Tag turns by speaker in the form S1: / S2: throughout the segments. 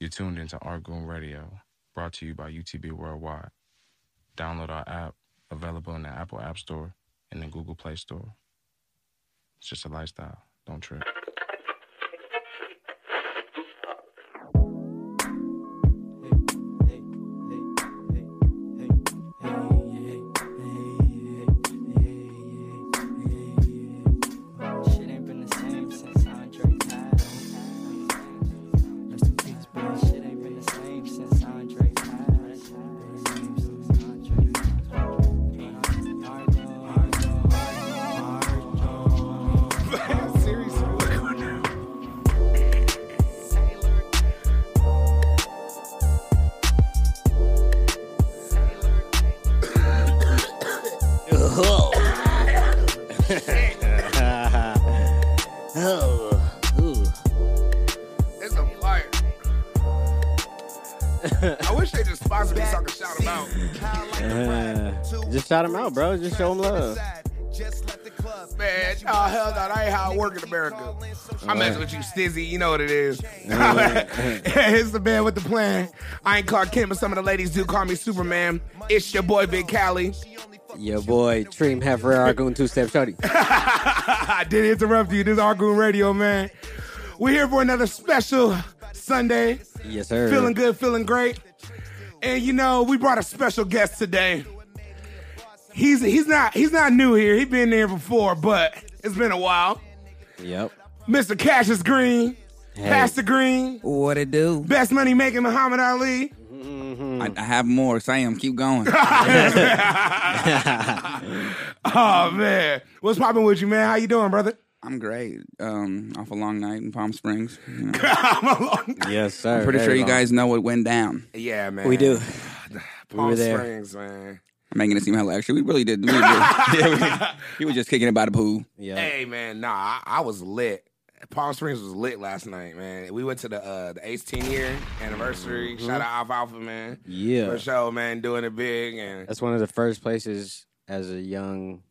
S1: You're tuned into Art Goon Radio, brought to you by UTB Worldwide. Download our app, available in the Apple App Store and the Google Play Store. It's just a lifestyle. Don't trip.
S2: Shit ain't been the same since Andre died. Rest in peace, bro. Shit ain't been the same since Andre died. Rest in peace, since Andre died. Argo, Argo, Argo.
S3: Oh. oh. Ooh.
S4: It's a fire. I wish they just sponsored me so I could shout them out.
S3: Uh, just shout him out, bro. Just show him love.
S4: Man, oh hell no, that ain't how I work in America. I mess with you, Stizzy. You know what it is. Here's the man with the plan. I ain't Clark Kent, but some of the ladies do call me Superman. It's your boy Big Cali.
S3: Your boy, Dream Half Rare Argoon Two Step Shorty.
S4: I did interrupt you. This is Argoon Radio, man. We're here for another special Sunday.
S3: Yes, sir.
S4: Feeling good, feeling great. And you know, we brought a special guest today. He's he's not he's not new here. He been there before, but it's been a while.
S3: Yep.
S4: Mr. Cassius Green,
S3: Hey.
S4: Pastor Green,
S5: What it do?
S4: best money making Muhammad Ali.
S5: I, I have more. Sam, keep going.
S4: Oh man, what's popping with you, man? How you doing, brother?
S5: I'm great. Um, off a long night in Palm Springs. you know.
S4: I'm alone.
S3: Yes, sir.
S5: Pretty
S3: Very
S5: sure you
S3: long.
S5: guys know what went down.
S4: Yeah, man.
S3: We do.
S4: Palm
S3: were there.
S4: Springs, man.
S5: I'm making it seem hella extra. We really did. We really did. Yeah, we- he was just kicking it by the pool.
S3: Yeah.
S4: Hey man, nah, I, I was lit. Palm Springs was lit last night, man. We went to the uh, the 18 year anniversary. Shout
S3: Mm-hmm.
S4: out Alpha Alpha, man.
S3: Yeah.
S4: For sure, man, doing it big and
S3: That's one of the first places as a young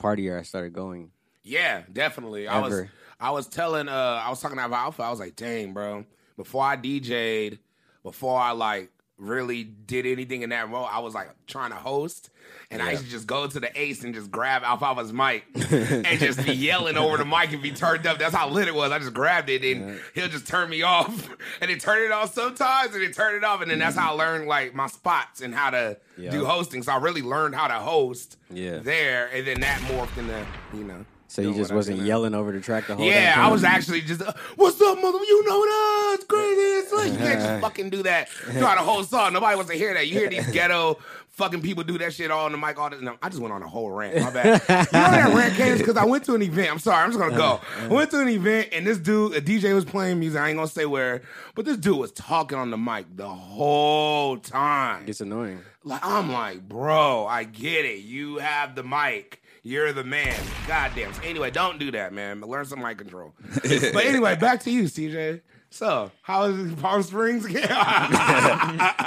S3: partier I started going.
S4: yeah, definitely. I was
S3: Ever.
S4: I was telling uh I was talking to Alpha Alpha. I was like, dang, bro. Before I DJ'd, before I like really did anything in that role, I was like trying to host, and I used to just go to the Ace and just grab Alpha Alpha's mic and just be yelling over the mic and be turned up. That's how lit it was. I just grabbed it and he'll just turn me off, and then turn it off sometimes, and then turn it off, and then that's how I learned like my spots and how to
S3: Mm-hmm. Yeah.
S4: do hosting. So I really learned how to host
S3: Yeah.
S4: there, and then that morphed into you know.
S3: So you
S4: doing
S3: just
S4: what I do
S3: wasn't
S4: now.
S3: yelling over the track the whole
S4: Yeah,
S3: damn
S4: I
S3: time?
S4: was actually just, uh, what's up, mother? You know that it's crazy. It's like, you can't just fucking do that throughout a whole song. Nobody wants to hear that. You hear these ghetto fucking people do that shit all on the mic. All this. No, I just went on a whole rant. My bad. you know where that rant came because I went to an event. I'm sorry. I'm just gonna go. I went to an event and this dude, a DJ, was playing music. I ain't gonna say where, but this dude was talking on the mic the whole time.
S3: It's annoying.
S4: Like I'm like, bro, I get it. You have the mic. You're the man. Goddamn. So anyway, don't do that, man. Learn some mic control. but anyway, back to you, CJ. So, how is it Palm Springs again?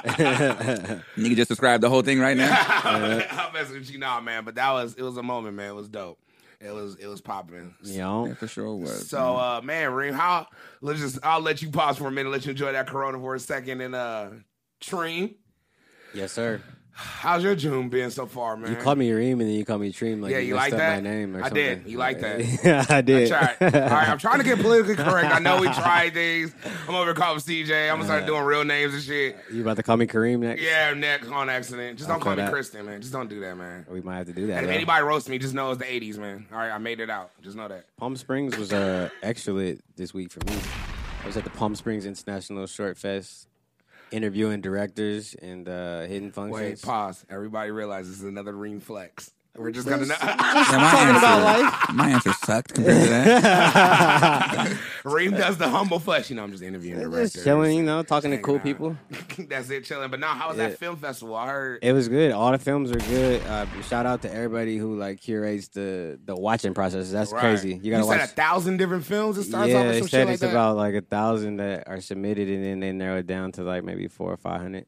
S5: Nigga just described the whole thing right now.
S4: I'm messing with you now, man. But that was it was a moment, man. It was dope. It was it was popping.
S3: You know?
S5: Yeah, for sure was.
S4: So uh man, Reem, how let's just I'll let you pause for a minute, let you enjoy that corona for a second and uh Treem.
S3: Yes, sir.
S4: How's your June been so far, man?
S3: You called me Reem and then you called me Treem. Like
S4: Yeah, you
S3: messed
S4: like
S3: up
S4: that?
S3: My name or
S4: I
S3: something.
S4: did. You like that.
S3: yeah, I
S4: I
S3: did.
S4: tried. All right, I'm trying to get politically correct. I know we tried these. I'm over here calling CJ. I'm gonna start doing real names and shit.
S3: You about to call me Kareem next?
S4: Yeah, neck on accident. Just don't
S3: Okay,
S4: call me
S3: that-
S4: Kristen, man. Just don't do that, man.
S3: We might have to do that.
S4: And if
S3: though.
S4: anybody roasts me, just know it's the '80s, man. All right, I made it out. Just know that.
S3: Palm Springs was uh, extra lit this week for me. I was at the Palm Springs International Short Fest, interviewing directors and uh, hidden
S4: Wait,
S3: functions.
S4: pause. Everybody realizes this is another ream flex. We're just gonna
S5: Yeah, my, answer, my answer sucked compared to that.
S4: ream does the humble flex. You know, I'm just interviewing directors.
S3: Just chilling, you know, talking to cool
S4: hanging
S3: people.
S4: That's it, chilling. But now, how was
S3: Yeah.
S4: that film festival? I heard.
S3: It was good. All the films were good. Uh, shout out to everybody who like curates the the watching process. That's
S4: Right.
S3: crazy. You gotta
S4: said
S3: watch.
S4: a thousand different films. It starts
S3: yeah,
S4: off with
S3: they
S4: some
S3: said
S4: shit
S3: it's
S4: like that.
S3: about like a thousand that are submitted, and then they narrow it down to like maybe four or five hundred.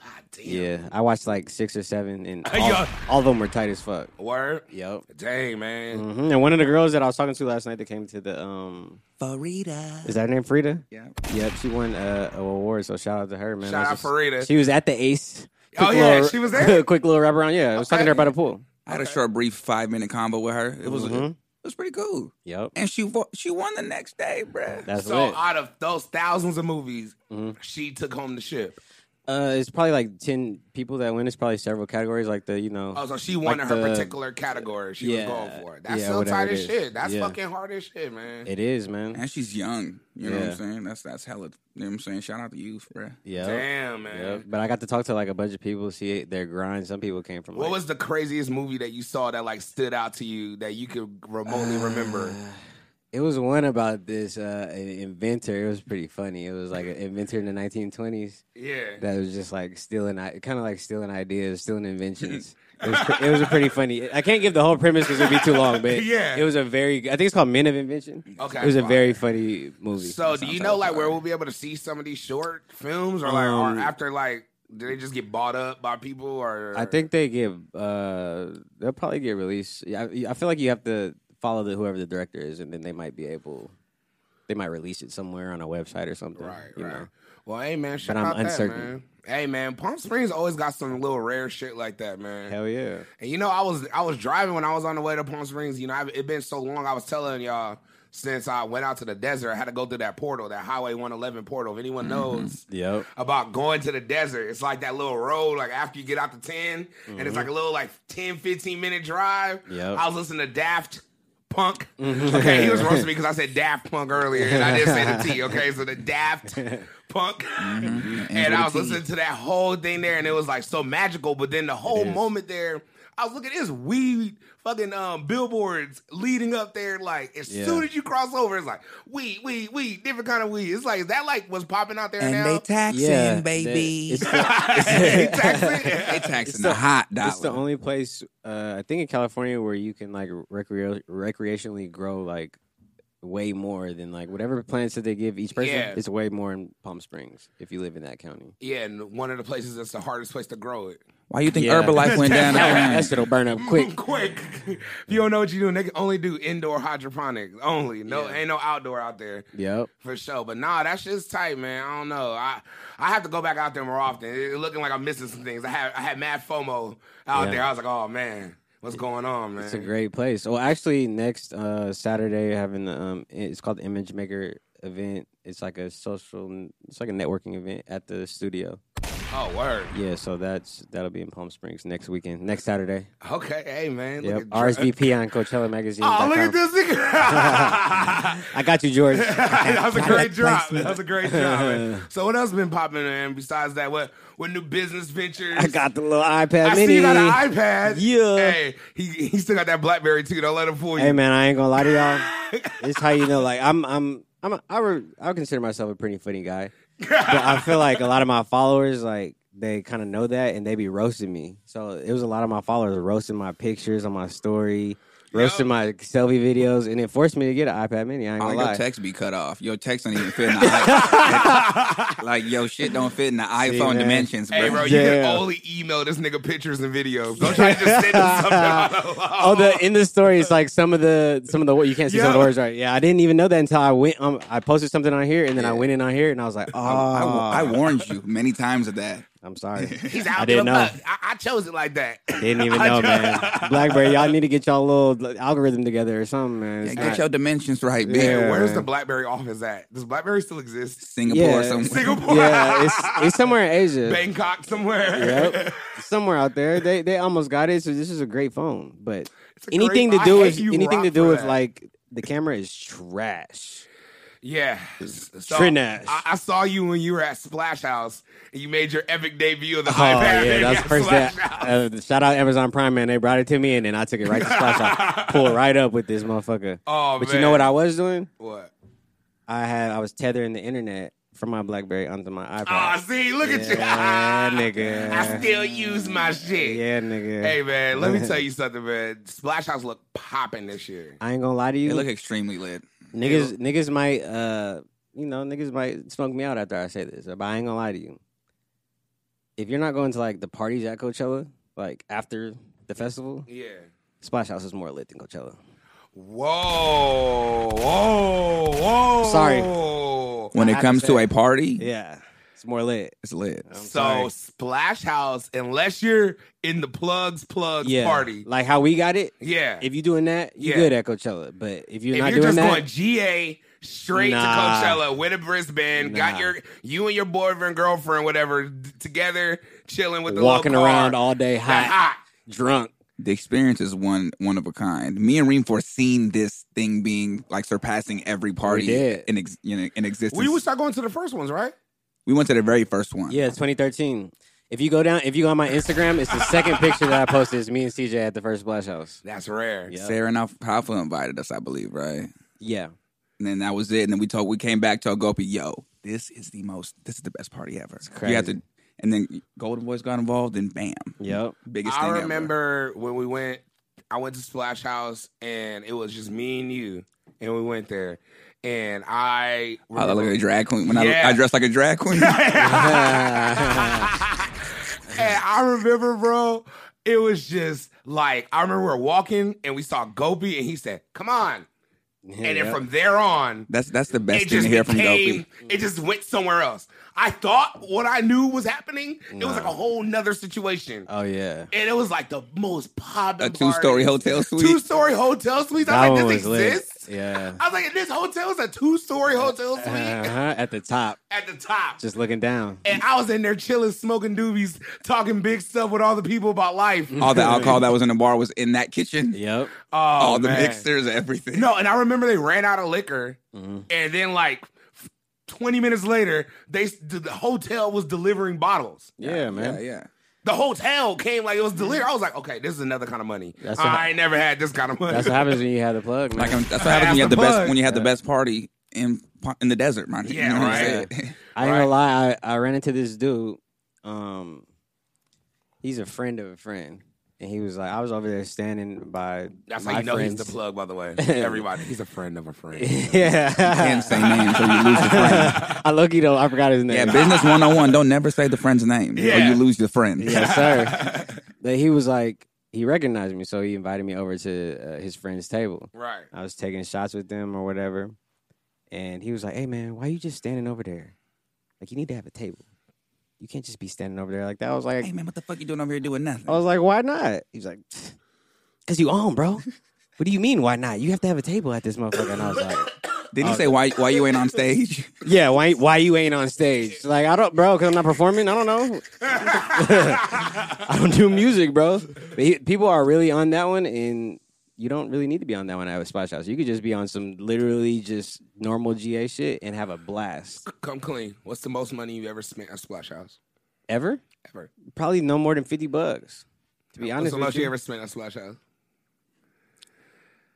S4: God Ah, damn.
S3: Yeah, I watched like six or seven, and all,
S4: Yeah.
S3: all of them were tight as fuck.
S4: Word.
S3: Yep.
S4: Dang man.
S3: hmm And one of the girls that I was talking to last night that came to the um
S5: Farida.
S3: is that her name Frida?
S5: Yeah.
S3: Yep, she won uh, an award, so shout out to her, man.
S4: Shout
S3: I was just-
S4: out Farida.
S3: She was at the Ace.
S4: Oh,
S3: Quick
S4: yeah,
S3: little-
S4: she was there?
S3: quick little wrap around. Yeah, I was talking to her
S4: Okay.
S3: by the pool.
S5: I had a short, brief five minute combo with her. It was it
S3: Mhm.
S5: was pretty cool,
S3: Yep,
S5: and she vo- she won the next day, bruh.
S3: that's
S4: so
S3: lit.
S4: out of those thousands of movies,
S3: Mhm.
S4: she took home the ship.
S3: uh, it's probably like ten people that win. It's probably several categories, like the you know.
S4: Oh, so she won
S3: Like
S4: in her
S3: the-
S4: particular category she
S3: Yeah,
S4: was going for. That's
S3: yeah,
S4: so
S3: whatever
S4: tight
S3: it
S4: as
S3: is.
S4: shit. That's
S3: Yeah.
S4: fucking hard as shit, man.
S3: It is, man.
S5: And she's young. You know what I'm
S3: Yeah.
S5: saying? That's that's hella. You know what I'm saying? Shout out to youth, bruh.
S3: Yeah.
S4: Damn, man.
S3: Yep. But I got to talk to like a bunch of people, see their grind. Some people came from.
S4: What
S3: like,
S4: was the craziest movie that you saw that like stood out to you that you could remotely remember?
S3: Uh, It was one about this uh, an inventor. It was pretty funny. It was like an inventor in the 1920s
S4: Yeah.
S3: that was just like stealing, kind of like stealing ideas, stealing inventions. It was, pre- it was a pretty funny. I can't give the whole premise because it'd be too long, but
S4: Yeah.
S3: it was a very. I think it's called Men of Invention.
S4: Okay,
S3: it was a
S4: fine.
S3: very funny movie.
S4: so do you know like where we'll be able to see some of these short films or like
S3: Um,
S4: or after like do they just get bought up by people or
S3: I think they give. Uh, they'll probably get released. Yeah, I, I feel like you have to follow the whoever the director is, and then they might be able. They might release it somewhere on a website or something.
S4: Right,
S3: you
S4: right.
S3: know.
S4: Well, hey man, shout
S3: I'm
S4: out that,
S3: uncertain.
S4: man. Hey man, Palm Springs always got some little rare shit like that, man.
S3: Hell yeah.
S4: And you know, I was I was driving when I was on the way to Palm Springs. You know, I've, it been so long. I was telling y'all since I went out to the desert, I had to go through that portal, that Highway 111 portal. If anyone
S3: Mm-hmm.
S4: knows
S3: Yep.
S4: about going to the desert, it's like that little road. Like after you get out to 10, and it's like a little like 10, 15 minute drive.
S3: Mm-hmm. Yep. Mm-hmm.
S4: I was listening to Daft. Punk. Okay, he was roasting me because I said Daft Punk earlier, and I didn't say the T. Okay, so the Daft Punk,
S3: Mm-hmm.
S4: and I was listening to that whole thing there, and it was like so magical. But then the whole
S3: is.
S4: moment there, I was looking at this weed fucking um, billboards leading up there. Like as
S3: Yeah.
S4: soon as you cross over, it's like weed, weed, weed, different kind of weed. It's like is that like what's popping out there now.
S5: taxing,
S3: Yeah, baby. it's the-
S4: They taxing?
S5: they taxing
S3: It's
S5: the
S3: the-
S5: hot dollar.
S3: It's the only place uh, I think in California where you can like recre- recreationally grow like way more than like whatever plants that they give each person.
S4: Yeah.
S3: It's way more in Palm Springs if you live in that county.
S4: yeah, and one of the places that's the hardest place to grow it.
S5: Why you think
S3: Yeah.
S5: Herbalife went down?
S3: That,
S5: that
S3: that
S5: range?
S3: shit'll burn up quick.
S4: quick. if you don't know what you do, they can only do indoor hydroponics. Only no,
S3: Yeah.
S4: ain't no outdoor out there.
S3: Yep.
S4: For sure, but nah, that shit's tight, man. I don't know. I I have to go back out there more often. It, it looking like I'm missing some things. I had I had mad FOMO out
S3: Yeah.
S4: there. I was like, oh man, what's going on, man?
S3: It's a great place. Well, actually, next uh, Saturday having the um, it's called the Image Maker event. It's like a social, it's like a networking event at the studio.
S4: oh word.
S3: Yeah, so that's that'll be in Palm Springs next weekend, next Saturday.
S4: Okay, hey man.
S3: Yep.
S4: Look at Dre-
S3: RSVP on Coachella magazine.
S4: Oh, look at this nigga.
S3: I got you, George.
S4: that was a great drop. That was a great drop. Man. So what else been popping, man? Besides that, what what new business ventures?
S3: I got the little iPad
S4: I
S3: mini.
S4: see you got an iPad.
S3: Yeah.
S4: Hey, he he still got that BlackBerry too. Don't let him fool you.
S3: Hey man, I ain't gonna lie to y'all. It's how you know. Like I'm, I'm, I'm. A, I, re, I would consider myself a pretty funny guy, but I feel like a lot of my followers, like they kind of know that, and they be roasting me. So it was a lot of my followers roasting my pictures on my story, roasting
S4: Yup.
S3: my selfie videos, and it forced me to get an iPad mini. I ain't
S5: All
S3: gonna
S5: your
S3: lie.
S5: text be cut off. Your text don't even fit in the iPhone. like yo shit don't fit in the iPhone
S3: man.
S5: dimensions, bro.
S4: Hey, bro, you
S3: Yeah.
S4: can only email this nigga pictures and videos. Don't try to just send him something on the
S3: Oh, the in the story, it's like some of the some of the you can't see some of the
S4: Yeah.
S3: words right. Yeah, I didn't even know that until I went. Um, I posted something on here, and then I went in on here, and I was like, oh,
S5: I,
S3: I,
S5: I warned you many times of that.
S3: am sorry.
S4: He's out
S3: I didn't
S4: there.
S3: know.
S4: Look, I, I chose it like that.
S3: Didn't even know, man. BlackBerry, y'all need to get y'all little algorithm together or something, man. It's
S5: Get
S3: not-
S5: your dimensions right, bitch.
S3: Yeah.
S4: Where's the
S3: man.
S4: BlackBerry office at? Does BlackBerry still exist?
S5: Singapore
S3: Yeah.
S5: or somewhere.
S4: Singapore,
S3: yeah, it's it's somewhere in Asia.
S4: Bangkok, somewhere.
S3: Yep, somewhere out there. They they almost got it. So this is a great phone, but
S4: It's a great
S3: anything
S4: phone.
S3: to do
S4: I
S3: with
S4: hate you
S3: anything to
S4: rock
S3: do
S4: for
S3: with
S4: that.
S3: like the camera is trash.
S4: Yeah. So,
S3: Trinash.
S4: I, I saw you when you were at Splash House and you made your epic debut of the
S3: Oh
S4: iPad.
S3: yeah,
S4: and
S3: that's
S4: at
S3: the first day.
S4: Splash House.
S3: uh, shout out Amazon Prime, man. They brought it to me, and then I took it right to Splash. I pulled right up with this motherfucker.
S4: Oh,
S3: but
S4: man.
S3: you know what I was doing?
S4: What?
S3: I had I was tethering the internet from my BlackBerry onto my
S4: Ah,
S3: iPod.
S4: see, look at you.
S3: Yeah, nigga.
S4: I still use my shit.
S3: yeah, nigga.
S4: Hey man, let me tell you something, man. Splash House look popping this year.
S3: I ain't gonna lie to
S5: They
S3: you.
S5: look extremely lit.
S3: niggas, niggas might, uh, you know, niggas might smoke me out after I say this, but I ain't gonna lie to you. if you're not going to like the parties at Coachella, like after the festival,
S4: Yeah.
S3: Splash House is more lit than Coachella.
S4: Whoa, whoa, whoa.
S3: Sorry.
S5: When
S3: I
S5: it
S3: have
S5: comes
S3: to
S5: to
S3: say-
S5: a party,
S3: Yeah, it's more lit.
S5: it's lit.
S3: I'm
S4: So Splash House, unless you're in the plugs plugs
S3: yeah,
S4: party,
S3: like how we got it.
S4: yeah.
S3: If you're doing that, you're
S4: Yeah.
S3: good at Coachella. But if you're
S4: if
S3: not
S4: you're
S3: doing
S4: just
S3: that,
S4: going GA straight
S3: Nah.
S4: to Coachella with a wristband, got
S3: Nah.
S4: your you and your boyfriend, girlfriend, whatever, d- together, chilling with the
S3: walking
S4: little car,
S3: around all day
S4: that
S3: hot,
S4: hot.
S3: drunk.
S5: The experience is one one of a kind. Me and Reem foreseen this thing being like surpassing every party
S3: did.
S5: in ex, you know, in existence.
S4: We would start going to the first ones, right?
S5: We went to the very first one.
S3: Yeah, 2013. If you go down, if you go on my Instagram, it's the second picture that I posted. It's me and CJ at the first Splash House.
S4: That's rare.
S3: Yeah.
S5: Sarah and Alf- Alpha invited us, I believe, right?
S3: Yeah,
S5: And then that was it. And then we told we came back to Agopi, yo, this is the most this is the best party ever. You have
S3: crazy.
S5: to and then Golden Boys got involved and bam.
S3: yep.
S5: Biggest
S4: I
S5: thing ever.
S4: remember when we went. I went to Splash House, and it was just me and you, and we went there, and I.
S3: Oh,
S5: I look
S4: remember-
S5: like a drag queen. When
S4: Yeah.
S5: I, I dress like a drag queen.
S4: and I remember, bro, it was just like I remember we were walking and we saw Gopi and he said, "Come on!" and then
S3: Yep.
S4: from there on,
S5: That's that's the best
S4: it
S5: thing
S4: just
S5: to hear from
S4: became.
S5: Gopi.
S4: It just went somewhere else. I thought what I knew was happening. It was like a whole nother situation,
S3: oh yeah,
S4: and it was like the most
S5: A
S4: popular
S5: two story hotel suite.
S4: two story hotel suite. I was like, this exists.
S3: lit. Yeah,
S4: I was like, this hotel is a two story hotel suite
S3: uh-huh. at the top,
S4: at the top.
S3: just looking down.
S4: And I was in there chilling, smoking doobies, talking big stuff with all the people about life.
S5: All the alcohol that was in the bar was in that kitchen.
S3: Yep.
S4: Oh,
S5: All the
S4: man.
S5: mixers, everything.
S4: No, and I remember they ran out of liquor,
S3: Mhm.
S4: and then like f- twenty minutes later, they s- the hotel was delivering bottles.
S3: Yeah, man.
S5: Yeah, yeah.
S4: The hotel came like it was delivering. I was like, okay, this is another kind of money.
S3: That's
S4: I
S3: what-
S4: ain't never had this kind of money.
S3: That's what happens when you have the plug, man.
S5: Like I'm, that's what
S4: I
S5: happens when you
S4: asked
S5: have the
S4: the
S5: best
S4: bug.
S5: when you have the best party in in the desert, man.
S4: Yeah,
S5: you
S4: right.
S5: know What I'm saying?
S3: I ain't gonna lie. I, I ran into this dude. Um, he's a friend of a friend, and he was like, I was over there standing by.
S4: That's
S3: my
S4: how you know
S3: friends.
S4: he's the plug, by the way. Everybody, he's a friend of a friend.
S3: yeah.
S5: Can't say names or you lose your friend.
S3: I lucky though. I forgot his name.
S5: Yeah, business 101, don't never say the friend's name or
S4: Yeah.
S5: you lose your friend.
S3: yes, sir. But he was like, he recognized me, so he invited me over to uh, his friend's table.
S4: right.
S3: I was taking shots with them or whatever, and he was like, "Hey, man, why you just standing over there? Like, you need to have a table. You can't just be standing over there like that." I was like,
S5: Hey man, what the fuck you doing over here doing nothing?
S3: I was like, "Why not?" He's like, "Cause you on, bro. What do you mean, why not? You have to have a table at this motherfucker." And I was like,
S5: Did
S3: oh.
S5: he say why why you ain't on stage?
S3: "Yeah, why why you ain't on stage? Like, I don't, bro, cause I'm not performing. I don't know. I don't do music, bro. But he, people are really on that one, and you don't really need to be on that one at a splash house. You could just be on some literally just normal GA shit and have a blast.
S4: Come clean. What's the most money you ever spent at Splash House?
S3: Ever?
S4: Ever.
S3: Probably no more than fifty bucks. To be
S4: What's
S3: honest,
S4: the
S3: with
S4: most
S3: you.
S4: you ever spent at Splash House?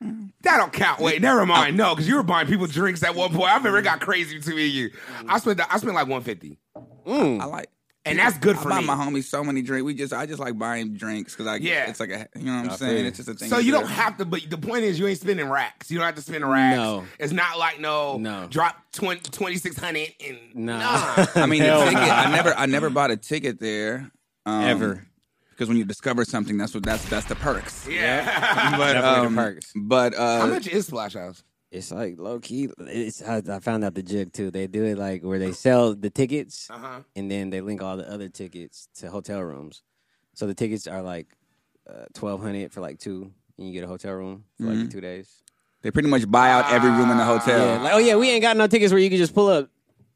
S4: That don't count. Wait, never mind. No, because you were buying people drinks at one point. I remember it got crazy between you. I spent I spent like one fifty,
S3: Mm.
S5: I like
S4: and that's good
S5: I
S4: for
S5: buy
S4: me.
S5: my homies so many drinks. We just I just like buying drinks because I
S4: Yeah.
S5: it's like a you know what I'm saying. It's just a thing.
S4: So
S5: to
S4: you
S5: do.
S4: don't have to. But the point is, you ain't spending racks. You don't have to spend racks.
S3: No.
S4: it's not like no.
S3: No.
S4: Drop 20 2600 and
S3: Nah.
S4: nah.
S5: I mean, the
S3: Hell
S5: ticket.
S3: no.
S5: I never I never bought a ticket there um,
S3: Ever.
S5: because when you discover something, that's what that's that's the perks.
S4: yeah.
S5: But
S3: Definitely the
S5: um,
S3: perks.
S5: But uh,
S4: How much is Splash House?
S3: It's like low key. It's I, I found out the jig too. They do it like where they sell the tickets
S4: Uh huh.
S3: and then they link all the other tickets to hotel rooms. So the tickets are like uh, twelve hundred for like two, and you get a hotel room for like
S4: Mm-hmm.
S3: your two days.
S5: They pretty much buy out every room in the
S4: Ah,
S5: hotel.
S3: Yeah, like oh yeah, we ain't got no tickets where you can just pull up.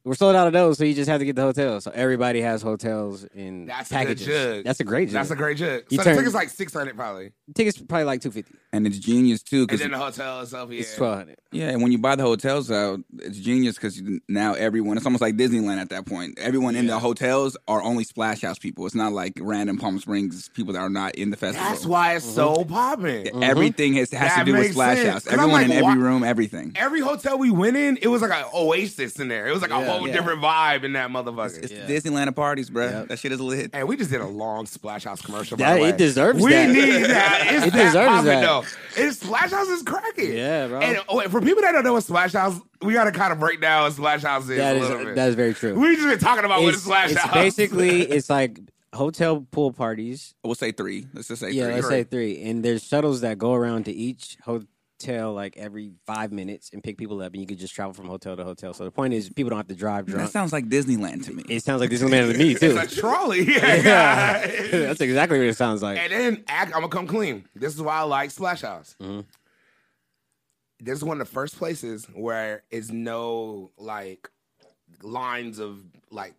S3: We're sold out of those, so you just have to get the hotel. So everybody has hotels in
S4: That's a good
S3: packages.
S4: jug.
S3: That's a great jug.
S4: That's a great jug.
S3: You
S4: So
S3: turn-
S4: the ticket's like six hundred probably,
S3: tickets probably like two fifty.
S5: and it's genius too
S4: and
S5: because
S4: then uh, the hotel itself. Yeah.
S3: It's twelve hundred.
S5: yeah, and when you buy the hotels out, it's genius because now everyone it's almost like Disneyland at that point. Everyone in the hotels are only Splash House people. It's not like random Palm Springs people that are not in the festival.
S4: That's why it's so
S5: Mm-hmm.
S4: popping.
S5: everything has, has to
S4: That
S5: do with
S4: makes
S5: Splash
S4: sense.
S5: House.
S4: 'Cause I'm
S5: Everyone
S4: like,
S5: in every
S4: why-
S5: room, everything.
S4: Every hotel we went in, it was like an oasis in there. It was like a whole
S5: Yeah.
S4: different vibe in that
S5: It's,
S4: motherfucker.
S5: it's
S6: Yeah.
S5: the Disneyland of parties, bro.
S6: Yep.
S5: That shit is lit.
S4: Hey, we just did a long Splash House commercial. by
S3: That,
S4: the way.
S3: it deserves
S4: we
S3: that.
S4: need that. It's
S3: It
S4: that
S3: deserves
S4: poppin'
S3: that.
S4: Though. It's Splash House is cracking.
S3: Yeah, bro.
S4: And oh, and for people that don't know what Splash House, we got to kind of break down what Splash House is
S3: That
S4: a little
S3: is
S4: bit.
S3: that is very true.
S4: we just been talking about what a
S3: It's,
S4: Splash
S3: it's
S4: House.
S3: basically it's like hotel pool parties.
S5: We'll say three. Let's just say
S3: Yeah,
S5: three.
S3: let's say three. And there's shuttles that go around to each hotel like every five minutes and pick people up, and you could just travel from hotel to hotel. So the point is, people don't have to drive
S5: that
S3: drunk.
S5: sounds like Disneyland to me.
S3: it sounds like this is man to me too.
S4: it's a trolley.
S3: Yeah, that's exactly what it sounds like.
S4: And then act, I'm gonna come clean. This is why I like Splash House.
S3: Mhm.
S4: This is one of the first places where it's no like lines of like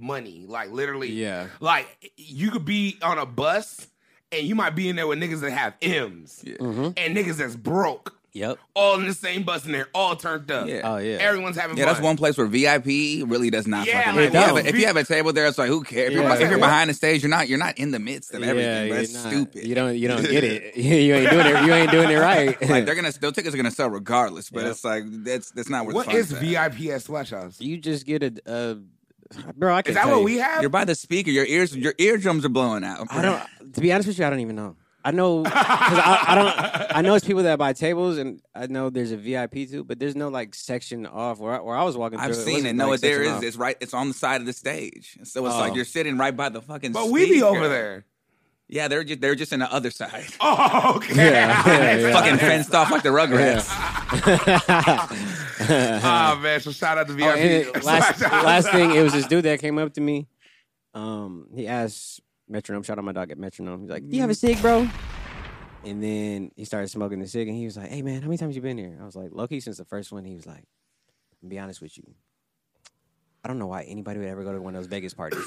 S4: money, like literally,
S3: Yeah.
S4: Like you could be on a bus and you might be in there with niggas that have M's
S5: Yeah.
S3: Mhm.
S4: and niggas that's broke,
S3: Yep.
S4: all in the same bus and they're all turned up.
S5: Yeah.
S3: Oh yeah.
S4: Everyone's having
S5: Yeah,
S4: fun.
S5: that's one place where VIP really does not.
S4: Yeah,
S5: fucking
S4: like,
S5: if, you have
S3: don't.
S5: a, if you have a table there, it's like who cares? If you're-
S3: Yeah.
S5: If you're behind the stage, you're not. You're not in the midst of everything.
S3: you're
S5: But that's
S3: not-
S5: stupid.
S3: You don't you don't get it. you ain't doing it. You ain't doing it right.
S5: like they're gonna those tickets are gonna sell regardless. But
S3: Yep.
S5: it's like that's that's not worth.
S4: What
S5: the fun's
S4: is
S5: at.
S4: VIP at Splash House?
S3: you just get a uh, bro. I can
S4: Is that
S3: tell
S4: what
S3: you.
S4: we have?
S5: You're by the speaker. Your ears, your eardrums are blowing out.
S3: I don't. To be honest with you, I don't even know. I know 'cause I, I don't. I know it's people that buy tables, and I know there's a VIP too, but there's no like section off where I, where I was walking.
S5: I've
S3: through,
S5: seen
S3: wasn't,
S5: it. No,
S3: like,
S5: what there
S3: section
S5: is,
S3: off.
S5: it's right. It's on the side of the stage, so it's
S3: Oh.
S5: like you're sitting right by the fucking.
S4: but we be
S5: speaker.
S4: over there.
S5: Yeah, they're just they're just in the other side,
S4: Oh, okay.
S3: Yeah, yeah, yeah.
S5: fucking fenced off like the Rugrats.
S4: Ah man, so shout out to VIP.
S3: Oh, and it, last
S4: Shout out.
S3: last thing, it was this dude that came up to me. Um, he asked Metronome, shout out my dog at Metronome. He's like, "Do you have a cig, bro?" And then he started smoking the cig, and he was like, "Hey man, how many times you been here?" I was like, "Loki since the first one." He was like, "I'll "Be honest with you, I don't know why anybody would ever go to one of those Vegas parties.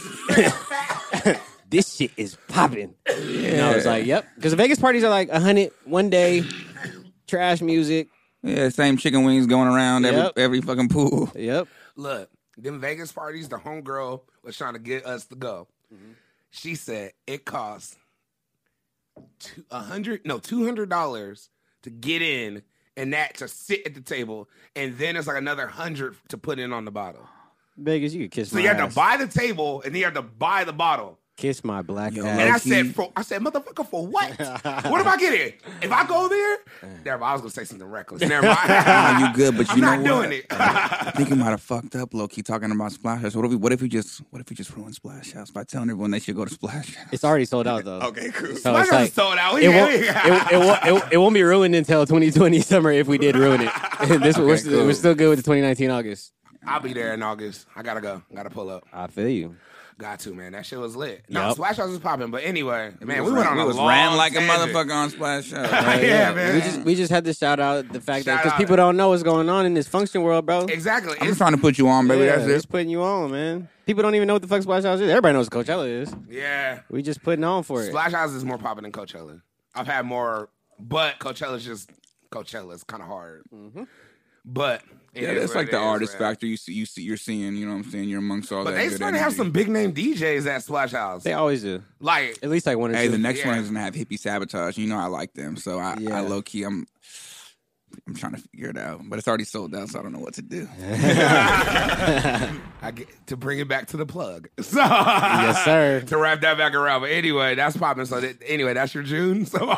S3: this shit is popping." And I was like, "Yep," because the Vegas parties are like a hundred one day, trash music.
S5: Yeah, same chicken wings going around
S3: Yep.
S5: every every fucking pool.
S3: Yep.
S4: Look, them Vegas parties, the homegirl was trying to get us to go.
S5: Mm-hmm.
S4: She said it costs two- a hundred, no, two hundred dollars to get in, and that to sit at the table, and then it's like another hundred to put in on the bottle.
S3: Vegas, you could kiss
S4: So
S3: my
S4: you have
S3: ass.
S4: to buy the table, and then you have to buy the bottle.
S3: Kiss my black
S5: Yo,
S3: ass.
S4: And I
S5: Low-key.
S4: said, for, I said, motherfucker, for what? what if I get in? If I go there, never. mind, I was gonna say something reckless. Never mind.
S5: Ah, you good, but you
S4: I'm
S5: know
S4: not
S5: what?
S4: doing
S5: I
S4: it.
S5: think you might have fucked up, low key, talking about Splash House. What if we, what if we just what if we just ruin Splash House by telling everyone they should go to Splash House?
S3: It's already sold out though.
S5: Okay, cool.
S3: So
S4: My
S3: it's
S4: girl
S3: like,
S4: sold out. We
S3: it
S4: can't-
S3: won't, it, it, won't, it, won't- it won't be ruined until 2020 summer if we did ruin it. this we're, still- we're
S5: cool.
S3: still good with the 2019 August.
S4: I'll be there in August. I gotta go. Gotta pull up.
S3: I feel you.
S4: Got to man. That shit was lit. No,
S3: Yup.
S4: Splash House was popping. But anyway, man, we,
S5: was
S4: went
S5: ran-
S4: on a
S5: was
S4: long
S5: ran like
S4: tangent.
S5: a motherfucker on Splash House.
S4: Yeah,
S5: right?
S4: man.
S3: We just we just had to shout out the fact that
S4: Shout
S3: because
S4: out.
S3: people don't know what's going on in this function world, bro.
S4: Exactly.
S5: I'm
S4: It's-
S5: just trying to put you on, baby.
S3: Yeah,
S5: That's
S3: just
S5: it.
S3: putting you on, man. People don't even know what the fuck Splash House is. Everybody knows what Coachella is.
S4: yeah,
S3: We just putting on for it.
S4: Splash House is more popping than Coachella. I've had more, but Coachella's just Coachella. It's kind of hard.
S3: Mm-hmm.
S4: But it
S5: Yeah,
S4: is
S5: that's
S4: what
S5: like
S4: it
S5: the
S4: is,
S5: artist
S4: man.
S5: factor. You see, you see, you're seeing. You know what I'm saying? You're amongst all
S4: But
S5: that.
S4: they
S5: good
S4: starting to have
S5: energy.
S4: some big name DJs at Splash House.
S3: They always do.
S4: Like
S3: At least like one or
S5: Hey,
S3: two.
S5: the next one
S4: Yeah.
S5: is gonna have hippie sabotage. You know I like them, so I,
S3: Yeah.
S5: I low key I'm I'm trying to figure it out, but it's already sold out, so I don't know what to do.
S4: I get to bring it back to the plug. So
S3: yes, sir.
S4: to wrap that back around. But anyway, that's popping. So that, anyway, that's your June. So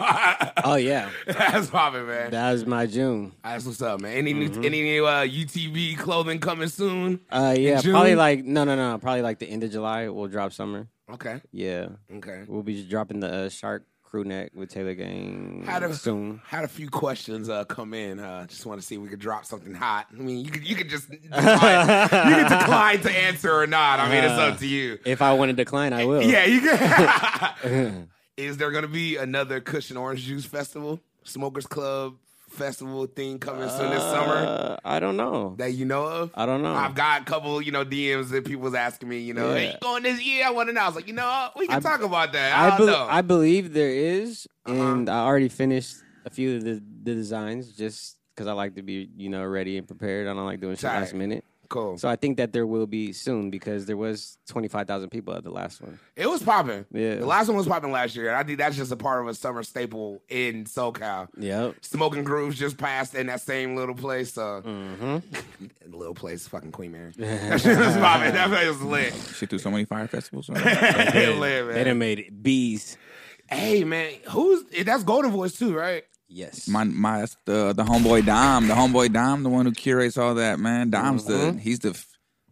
S3: Oh yeah,
S4: that's popping, man.
S3: that Mm-hmm. was my June.
S4: That's what's up, man. Any new, any new uh, UTV clothing coming soon?
S3: Uh, yeah,
S4: June?
S3: probably like no, no, no, probably like the end of July. We'll drop summer.
S4: Okay,
S3: Yeah,
S4: okay.
S3: we'll be dropping the uh, shark crew neck with Taylor Gang
S4: How do-
S3: soon.
S4: Had a few questions uh, come in. Uh, just want to see if we could drop something hot. I mean, you could you could just decline, you could decline to answer or not. I mean, it's up to you.
S3: If I want to decline, I will.
S4: Yeah, you can. Is there going to be another Cushion Orange Juice Festival, Smokers Club Festival thing coming soon this summer
S3: Uh, I don't know.
S4: that you know of?
S3: I don't know.
S4: I've got a couple, you know, DMs that people's asking me, you know,
S3: Um,
S4: hey,
S3: Yeah.
S4: you going this year? I want to know. I was like, you know, what? we can
S3: I-
S4: talk about that. I,
S3: I,
S4: don't
S3: bel-
S4: know.
S3: I believe there is,
S4: Uh-huh.
S3: and I already finished a few of the, the designs just because I like to be you know ready and prepared. I don't like doing shit
S4: Tight.
S3: last minute.
S4: Cool.
S3: So I think that there will be soon because there was twenty five thousand people at the last one.
S4: It was popping.
S3: Yeah.
S4: The last one was popping last year. And I think that's just a part of a summer staple in SoCal.
S3: Yep.
S4: Smoking Grooves just passed in that same little place. Uh,
S3: Mm-hmm.
S4: little place, fucking Queen Mary. that shit was popping. That place was lit.
S5: She threw so many fire festivals.
S4: It lit,
S3: They
S4: man.
S3: done made it bees.
S4: Hey, man. Who's eh, that's Golden Voice too, right?
S3: Yes.
S5: my my that's the the homeboy Dom, the homeboy Dom, the one who curates all that man. Dom's
S4: Mm-hmm.
S5: the he's the f-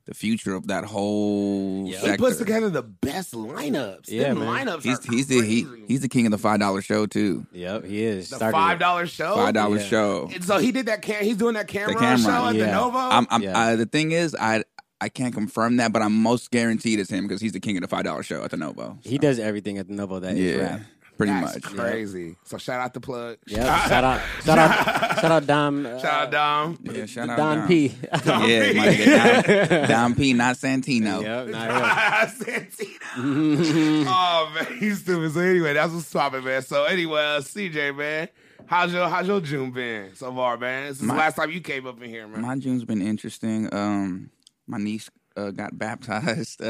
S5: the future of that whole.
S3: Yeah.
S5: Sector.
S4: He puts together the best lineups.
S3: Yeah,
S4: Them
S3: man.
S4: lineups
S5: He's
S4: are
S5: he's the he,
S4: crazy.
S5: he's the king of the five dollar show too.
S3: yep. He is.
S4: the
S3: Started
S4: five
S3: it.
S4: dollar show.
S5: Five dollar
S3: yeah.
S5: show.
S4: Oh, And so he did that. Cam- he's doing that camera,
S5: camera,
S4: show at the
S3: yeah.
S4: Novo.
S5: I'm, I'm
S3: Yeah.
S5: uh, the thing is I I can't confirm that, but I'm most guaranteed it's him because he's the king of the five dollar show at the Novo.
S3: He does everything at the Novo that is
S5: yeah,
S3: rap.
S5: pretty
S4: That's
S5: much.
S4: crazy. So shout out the plug.
S3: Yeah. shout out. Shout out. Shout out Dom. Uh,
S4: Shout out Dom.
S5: Yeah, shout out
S3: Don
S5: Dom.
S3: P.
S5: Yeah,
S4: P.
S5: my nigga, Dom, Dom P, not Santino.
S3: Yep, not him.
S4: Santino.
S5: Mm-hmm.
S4: oh man, he's stupid. So anyway, that's what's popping, man. So anyway, uh, CJ, man, how's your how's your June been so far, man? This is
S5: My-
S4: the last time you came up in here, man.
S5: My June's been interesting. Um, my niece uh, got baptized. Uh,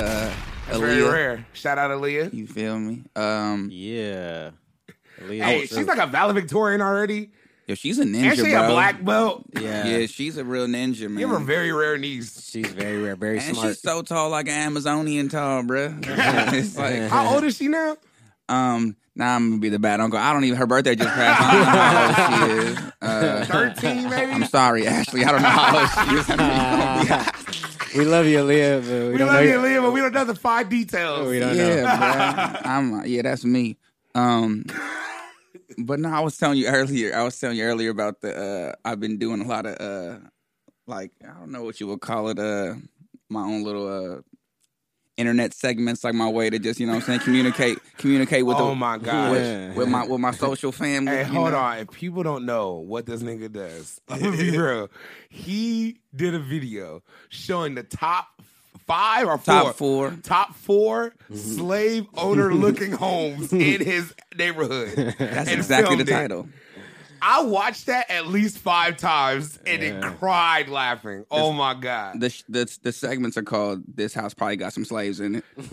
S4: That's very
S5: Aaliyah.
S4: rare. Shout out Aaliyah.
S5: You feel me? Um,
S3: Yeah. Aaliyah
S4: Hey,
S3: Wilson.
S4: she's like a valedictorian already,
S5: yo, she's a ninja,
S4: and she
S5: bro. Mm-hmm.
S4: a black belt.
S3: yeah.
S5: Yeah, she's a real ninja, man.
S4: You have a very rare niece.
S3: She's very rare, very
S5: and
S3: smart.
S5: she's so tall, like an Amazonian tall, bro. it's like,
S4: How old is she now?
S5: um, nah, I'm gonna be the bad uncle. I don't even. Her birthday just passed. I don't know how old she is. Uh,
S4: Thirteen, maybe.
S5: I'm sorry, Ashley. I don't know how old she is.
S3: we love you, Aaliyah. But we,
S4: we
S3: don't
S4: love
S3: know
S4: you, Aaliyah, but we don't know the fine details.
S3: We don't know.
S5: yeah, bro. I'm yeah, that's me. Um but no, I was telling you earlier, I was telling you earlier about the uh I've been doing a lot of uh like I don't know what you would call it, uh my own little uh internet segments like my way to just, you know what I'm saying, communicate communicate with
S4: Oh
S5: the,
S4: my gosh.
S3: Yeah.
S5: with my with my social family.
S4: Hey,
S5: you
S4: hold
S5: know?
S4: on. If people don't know what this nigga does, I'm gonna be real. He did a video showing the top five or four,
S5: Top four. Mm-hmm.
S4: top four slave owner looking homes in his neighborhood.
S5: That's
S4: and
S5: exactly the
S4: filmed it.
S5: title.
S4: I watched that at least five times and it cried laughing. Oh my god.
S5: The, sh- the the segments are called "This House Probably Got Some Slaves in It."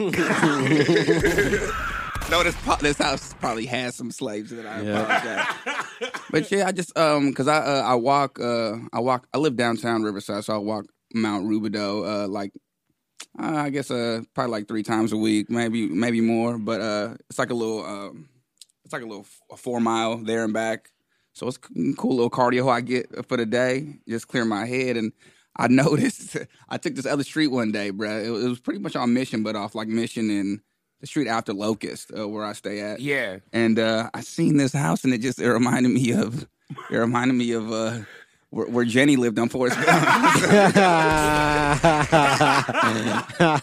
S5: no, this po- this house probably has some slaves in it. I apologize. but yeah, I just um because I uh, I walk uh I walk I live downtown Riverside, so I walk Mount Rubidoux uh like. Uh, I guess uh probably like three times a week, maybe maybe more, but uh it's like a little um it's like a little f- a four mile there and back. So it's c- mm, cool little cardio I get for the day, just clear my head. And I noticed I took this other street one day, bruh. It, it was pretty much on Mission, but off like Mission and the street after Locust, uh, where I stay at.
S4: Yeah.
S5: And uh, I seen this house, and it just it reminded me of it reminded me of uh, where, where Jenny lived on Forest Gump. and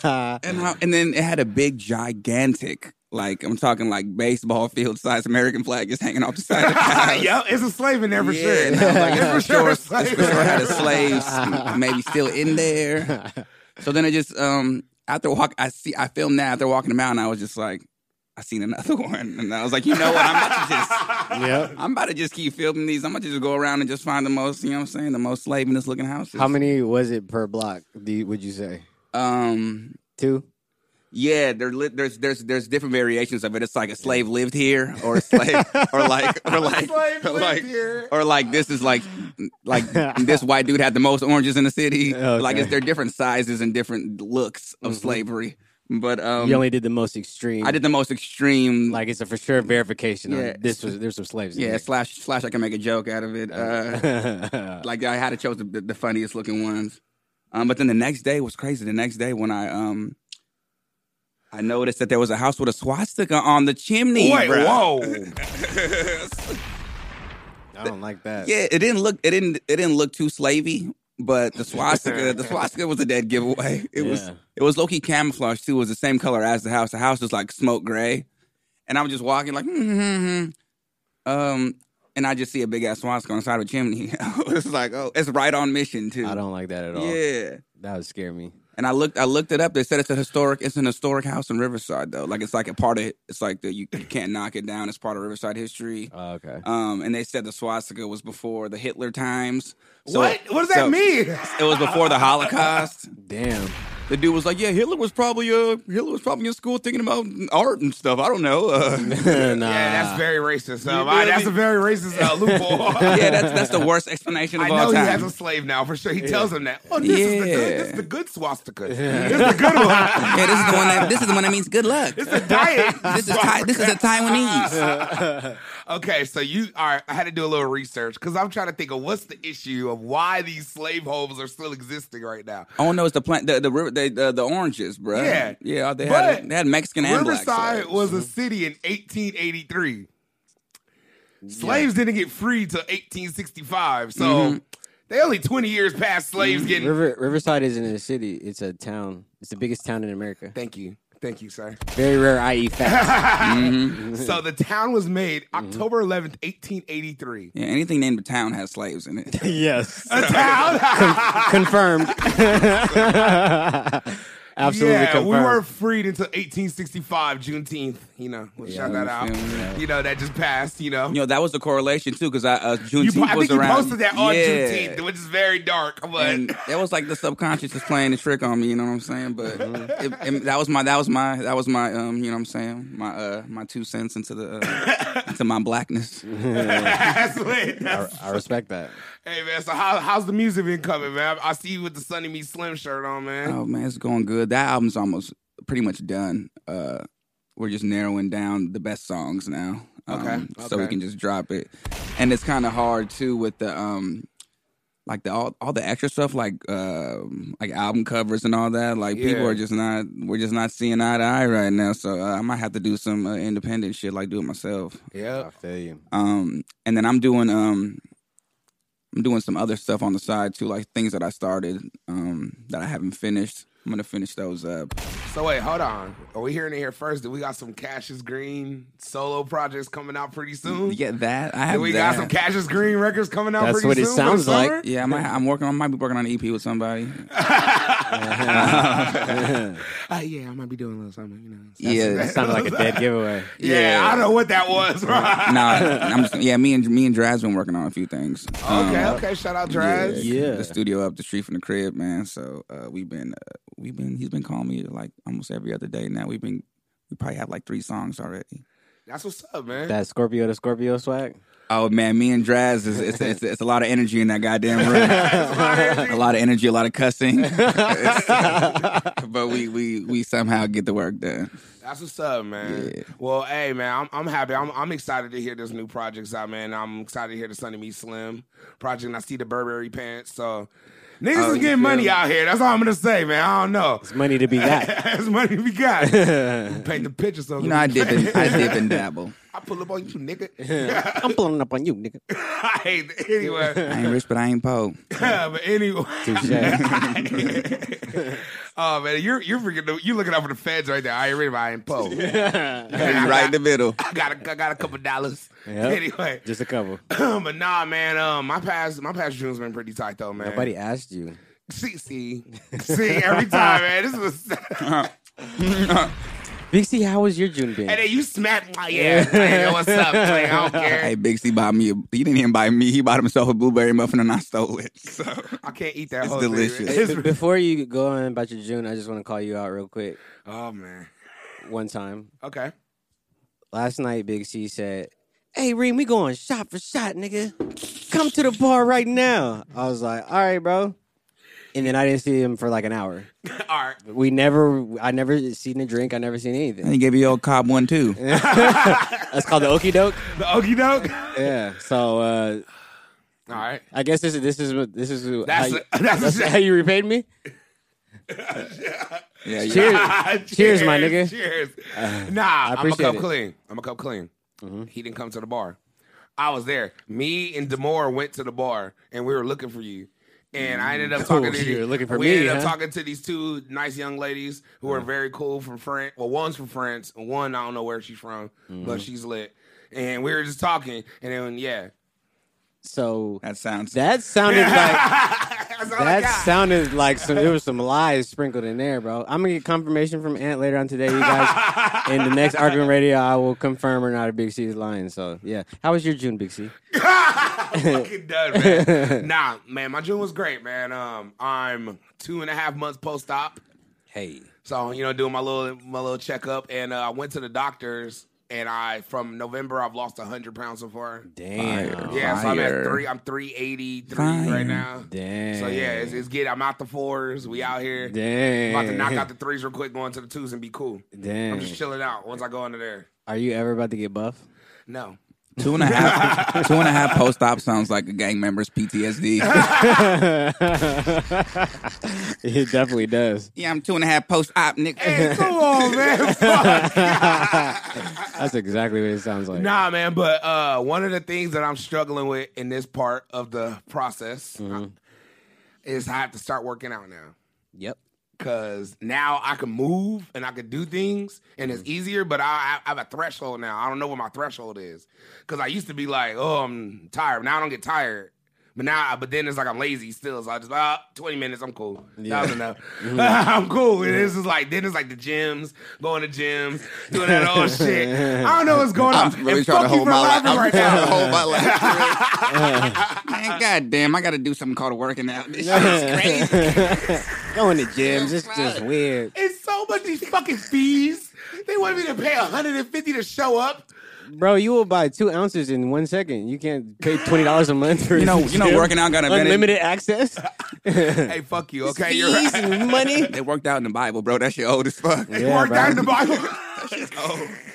S5: how, and then it had a big gigantic. Like I'm talking like baseball field size American flag just hanging off the side of the house.
S4: Yo, it's a slave in there for
S5: Yeah,
S4: sure.
S5: and I was like,
S4: it's for sure. a slave in
S5: for sure
S4: there.
S5: had a slave maybe still in there. So then I just um after walk I see I filmed that after walking the mountain I was just like I seen another one and I was like you know what I'm about to just
S3: Yep.
S5: I'm about to just keep filming these I'm about to just go around and just find the most you know what I'm saying the most slaviness looking houses.
S3: How many was it per block? Do you, would you say
S5: Um.
S3: two?
S5: Yeah, there, li- there's there's there's different variations of it. It's like a slave lived here, or a slave, or like or like
S4: Slave
S5: or
S4: lived
S5: like
S4: here.
S5: or like this is like like this white dude had the most oranges in the city.
S3: Okay. Mm-hmm.
S5: Like it's they're different sizes and different looks of slavery. But um,
S3: you only did the most extreme.
S5: I did the most extreme. Like
S3: like it's a for sure verification.
S5: Yeah.
S3: Yeah. This was there's some slaves.
S5: yeah,
S3: In
S5: slash slash. I can make a joke out of it. Uh,
S3: there.
S5: like I had to chose the, the funniest looking ones. Um, but then the next day was crazy. The next day when I um, I noticed that there was a house with a swastika on the chimney.
S4: Wait,
S5: bruh.
S4: whoa.
S3: I don't like that.
S5: Yeah, it didn't look it didn't it didn't look too slavey, but the swastika the swastika was a dead giveaway. It was
S3: Yeah.
S5: it was low key camouflage too. It was the same color as the house. The house was like smoke gray, and I was just walking like, mm-hmm, um, and I just see a big ass swastika on the side of a chimney. It's like, oh, it's right on mission too.
S3: I don't like that at all.
S5: Yeah.
S3: That would scare me.
S5: And I looked, I looked it up. They said it's a historic, it's an historic house in Riverside though. Like it's like a part of, it's like the, you, you can't knock it down. It's part of Riverside history.
S4: Uh.
S3: Oh, okay.
S5: Um, and they said the swastika was before the Hitler times. So-
S4: what? What does that
S5: so
S4: mean?
S5: It was before the Holocaust.
S3: Damn.
S5: The dude was like, "Yeah, Hitler was probably uh, Hitler was probably in school thinking about art and stuff. I don't know." Uh,
S3: nah.
S4: Yeah, that's very racist.
S5: You
S4: Um, I- that's
S5: really-
S4: a very racist uh, loophole.
S5: yeah, that's that's the worst explanation of
S4: I
S5: all
S4: know he
S5: time.
S4: has a slave now for sure. He tells him that. Oh, this is the
S5: Yeah.
S4: good. This is the good swastika. This is the good one.
S5: yeah, this is the one that this is the one that means good luck.
S4: It's the diet.
S5: This is Thai, this is a Taiwanese.
S4: Okay, so you all right? I had to do a little research because I'm trying to think of what's the issue of why these slave homes are still existing right now.
S5: Oh no, it's the plant, the the river, they, the, the oranges, bro.
S4: Yeah.
S5: yeah, they
S4: But
S5: had they had Mexican and black.
S4: Riverside
S5: slaves. Mm-hmm.
S4: was a city in 1883. Slaves didn't get free till 1865, so
S5: Mm-hmm.
S4: they only 20 years past slaves getting.
S3: River, Riverside isn't a city; it's a town. It's the biggest town in America.
S4: Thank you, thank you, sir.
S3: Very rare IE fact.
S4: so the town was made October 11th, 1883.
S5: yeah, anything named a town has slaves in it.
S3: yes,
S4: A town.
S3: confirmed. Absolutely
S4: yeah,
S3: confirmed.
S4: we were freed until 1865, Juneteenth. You know, we'll shout that out.
S5: yeah.
S4: You know, that just passed. You know,
S5: You know that was the correlation too, because I uh,
S4: you,
S5: Juneteenth
S4: po- I
S5: was
S4: think you
S5: around.
S4: posted that on
S5: yeah.
S4: Juneteenth, which is very dark. But
S5: and that was like the subconscious is playing a trick on me. You know what I'm saying? But it, it- that was my that was my that was my um you know what I'm saying my uh my two cents into the uh, into my blackness.
S4: that's lit.
S3: I,
S4: That's-
S3: I respect that.
S4: hey man, so how, how's the music been coming, man? I see you with the Sunny Me Slim shirt on, man.
S5: Oh man, it's going good. That album's almost pretty much done. Uh, we're just narrowing down the best songs now. um,
S4: Okay,
S5: So we
S4: okay.
S5: can just drop it, and it's kind of hard too with the um, like the all, all the extra stuff like um like album covers and all that. Like people
S4: Yeah.
S5: are just not we're just not seeing eye to eye right now. So uh, I might have to do some uh, independent shit like do it myself.
S4: Yeah,
S3: I feel you.
S5: Um, and then I'm doing um, I'm doing some other stuff on the side too, like things that I started um, that I haven't finished. I'm gonna finish those up.
S4: So wait, hold on. Are we hearing it here first? Do we got some Cassius Green solo projects coming out pretty soon?
S5: Yeah, that I
S4: Do
S5: have.
S4: we
S5: that.
S4: got some Cassius Green records coming out
S3: That's
S4: pretty
S3: what it
S4: soon? for the
S3: sounds like.
S4: summer?
S5: Yeah, I might, I'm working. I might be working on an EP with somebody.
S4: Uh, yeah, I might be doing a little something, you know.
S5: yeah,
S3: That sounded like a dead giveaway.
S4: Yeah,
S5: Yeah.
S4: I know what that was. right?
S5: nah. I'm just, yeah, me and me and Draz been working on a few things. Um,
S4: okay, okay. Shout out, Draz.
S3: Yeah.
S5: the studio up the street from the crib, man. So uh, we've been uh, we've been he's been calling me like almost every other day now. We've been we probably have like three songs already.
S4: That's what's up, man.
S3: That Scorpio to Scorpio swag.
S5: Oh man, me and Draz is it's, it's, it's a lot of energy in that goddamn room. a lot of energy, a lot of cussing. but we we we somehow get the work done.
S4: That's what's up, man.
S5: Yeah.
S4: Well, hey, man, I'm, I'm happy. I'm, I'm excited to hear this new project's out, man. I'm excited to hear the Sunny Me Slim project, and I see the Burberry pants. So, niggas
S3: Oh,
S4: is
S5: yeah.
S4: getting money out here. That's all I'm gonna say, man. I don't know.
S3: It's money to be got.
S4: That's money we got. Paint the picture, so
S5: You know, I dip and I dip and dabble.
S4: I pull up on you, nigga.
S3: I'm blowing up on you, nigga.
S4: I hate it. anyway.
S5: I ain't rich, but I ain't poor.
S4: but anyway.
S3: Touche.
S4: oh man, you're you're freaking you looking out for the feds right there. I ain't ready I ain't po. I,
S5: right in the
S4: got,
S5: middle.
S4: I got a, I got a couple dollars.
S3: Yep.
S4: Anyway.
S3: Just a couple.
S4: but nah, man. Um, my past my past June's been pretty tight though, man.
S3: Nobody asked you.
S4: See, see, see every time, man. This was, and
S3: Big C, how was your June been?
S4: then you smack my ass. Like, what's up? Like, I don't care.
S5: Hey, Big C bought me. A, he didn't even buy me. He bought himself a blueberry muffin, and I stole it. So
S4: I can't eat that.
S5: It's
S4: whole thing, man.
S5: delicious.
S3: Hey, b- Before you go on about your June, I just want to call you out real quick.
S4: oh man.
S3: One time,
S4: Okay.
S3: last night, Big C said, "Hey, Reem, we going shot for shot, nigga. Come to the bar right now." I was like, "All right, bro." And then I didn't see him for like an hour.
S4: All right.
S3: We never, I never seen a drink. I never seen
S5: and
S3: anything.
S5: he gave you old cob one too.
S3: That's called the okey doke.
S4: The okey doke.
S3: Yeah. So uh,
S4: All right.
S3: I guess this is this is what this is what- how
S4: That's
S3: you,
S4: that's,
S3: that's how you repaid me.
S5: Yeah, yeah.
S3: Cheers. Cheers, my nigga.
S4: Cheers. nah, I am a
S3: appreciate
S4: cup
S3: it. Mm-hmm.
S4: clean. I'm a cup clean. He didn't come to the bar. I was there. Me and Demore went to the bar, and we were looking for you. And I ended up talking
S3: Oh,
S4: to
S3: you
S4: the-
S3: were looking for
S4: we
S3: me,
S4: ended up
S3: huh? Mm.
S4: talking to these two nice young ladies who are very cool from France. Well, one's from France, and one I don't know where she's from,
S3: Mm-hmm.
S4: but she's lit. And we were just talking, and then yeah,
S3: So
S5: That sounds.
S3: that sounded like
S4: That's all I
S3: That
S4: got.
S3: sounded like some. There was some lies sprinkled in there, bro. I'm gonna get confirmation from Ant later on today, you guys. in the next argument radio, I will confirm or not a Big C is lying. So yeah, how was your June, Big C?
S4: I'm fucking done, man. nah, man, my June was great, man. Um, I'm two and a half months post op,
S3: Hey,
S4: so you know, doing my little my little checkup, and uh, I went to the doctors, and I from November I've lost hundred pounds so far.
S3: damn,
S5: Fire.
S4: Yeah, so I'm at
S5: Fire.
S4: three. I'm three eighty three
S5: Fire.
S4: right now.
S3: damn.
S4: So yeah, it's, it's good. I'm out the fours. We out here.
S3: damn.
S4: About to knock out the threes real quick, going to the twos and be cool.
S3: damn.
S4: I'm just chilling out once I go under there.
S3: Are you ever about to get buff?
S4: No.
S5: Two and a half, two and a half post op sounds like a gang member's PTSD.
S3: It definitely does.
S5: yeah, I'm two and a half post op, Nick.
S4: Hey, come on, man.
S3: That's exactly what it sounds like.
S4: Nah, man, but uh, one of the things that I'm struggling with in this part of the process
S3: Mm-hmm.
S4: uh, is I have to start working out now.
S3: Yep.
S4: Cause now I can move and I can do things and
S3: Mm-hmm.
S4: it's easier, but I, I I have a threshold now. I don't know what my threshold is. Cause I used to be like, oh, I'm tired. Now I don't get tired. But now, but then it's like I'm lazy still. So I just ah, 20 minutes, I'm cool. That was enough.
S3: Mm-hmm.
S4: I'm cool. And this is like then it's like the gyms, going to gyms, doing that old shit. I don't know what's going on.
S5: I'm really
S4: And
S5: trying to
S4: fuck you
S5: hold
S4: for
S5: my life.
S4: laughing
S5: I'm
S4: right
S5: trying
S4: now.
S5: to hold my life. Man, goddamn, I got to do something called working out. This shit is crazy.
S3: Going to gyms, it's just weird.
S4: It's so much these fucking fees. They want me to pay 150 to show up.
S3: Bro, you will buy two ounces in one second. You can't pay twenty dollars a month for
S5: You know,
S3: this
S5: you know,
S3: gym.
S5: working out got an advantage.
S3: unlimited access.
S4: Hey, fuck you. Okay, you're
S3: Fees
S4: right.
S3: and money.
S5: They worked out in the Bible, bro. That shit old as fuck.
S3: Yeah,
S4: Mark
S3: bro.
S4: down the Bible.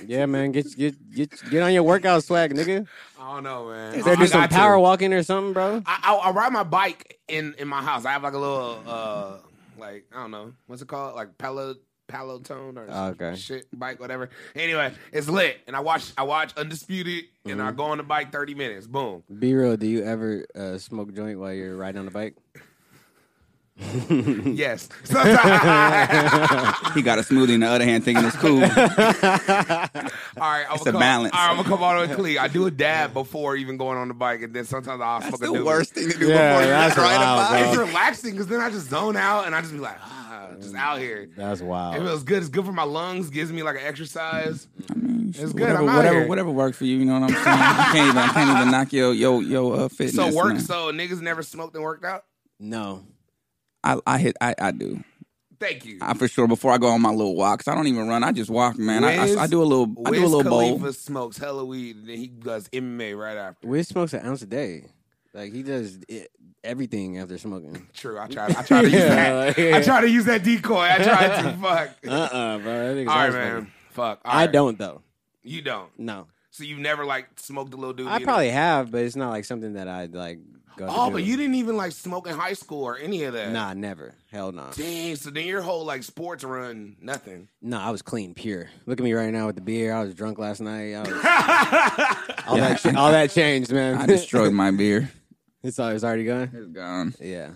S3: Yeah, man, get get get get on your workout swag, nigga.
S4: I don't know, man.
S3: Instead,
S4: I- I
S3: do some
S4: got
S3: power
S4: to.
S3: walking or something, bro.
S4: I, I, I ride my bike in in my house. I have like a little uh like I don't know what's it called like pellet. Palotone or some
S3: Okay.
S4: shit bike, whatever. Anyway, it's lit, and I watch I watch Undisputed, and
S5: Mm-hmm.
S4: I go on the bike thirty minutes. Boom.
S3: Be real. Do you ever uh, smoke joint while you're riding on the bike?
S4: Yes. Sometimes.
S5: He got a smoothie in the other hand, thinking it's cool. That's
S4: All right, I'm
S5: It's
S4: gonna
S5: a
S4: come,
S5: balance.
S4: All right, I'm gonna come all the way clean. I do a dab before even going on the bike, and then sometimes I'll smoke a
S5: the
S4: doobie.
S5: worst thing to do
S3: Yeah,
S5: before you
S3: that's
S5: try
S3: wild,
S5: to buy.
S3: bro.
S4: It's relaxing because then I just zone out and I just be like, ah, just out here.
S3: That's
S4: It
S3: wild.
S4: feels good. It's good for my lungs. Gives me like an exercise. It's good.
S5: Whatever,
S4: I'm out
S5: whatever,
S4: here.
S5: whatever works for you. You know what I'm saying? I can't even, I can't even knock your your your uh, fitness.
S4: So work.
S5: man.
S4: So niggas never smoked and worked out.
S3: No.
S5: I, I hit. I, I do.
S4: Thank you.
S5: I for sure. Before I go on my little walks, I don't even run. I just walk, man. I, I,
S4: Wiz-
S5: I do a little. I do a
S4: Wiz
S5: little bowl.
S4: Khalifa smokes hella weed and then he does MMA right after.
S3: Wiz smokes an ounce a day. Like he does it, everything after smoking.
S4: True. I tried. I tried to use
S3: Yeah,
S4: that. I
S3: like-
S4: tried to use that decoy. I tried to. Fuck.
S3: Uh uh bro. That nigga's
S4: All right,
S3: ounce
S4: man.
S3: smoking.
S4: Fuck. All
S3: I
S4: right.
S3: don't though.
S4: You don't.
S3: No,
S4: So you've never like smoked a little dude.
S3: I probably have, but it's not like something that I like. Go to
S4: Oh,
S3: do.
S4: but you didn't even like smoke in high school or any of that.
S3: Nah, never. Hell no.
S4: Dang. So then your whole like sports run, nothing.
S3: No, I was clean, pure. Look at me right now with the beer. I was drunk last night. I was... all that, cha- all that changed, man.
S5: I destroyed my beer.
S3: it's, all- it's already gone.
S5: It's gone.
S3: Yeah,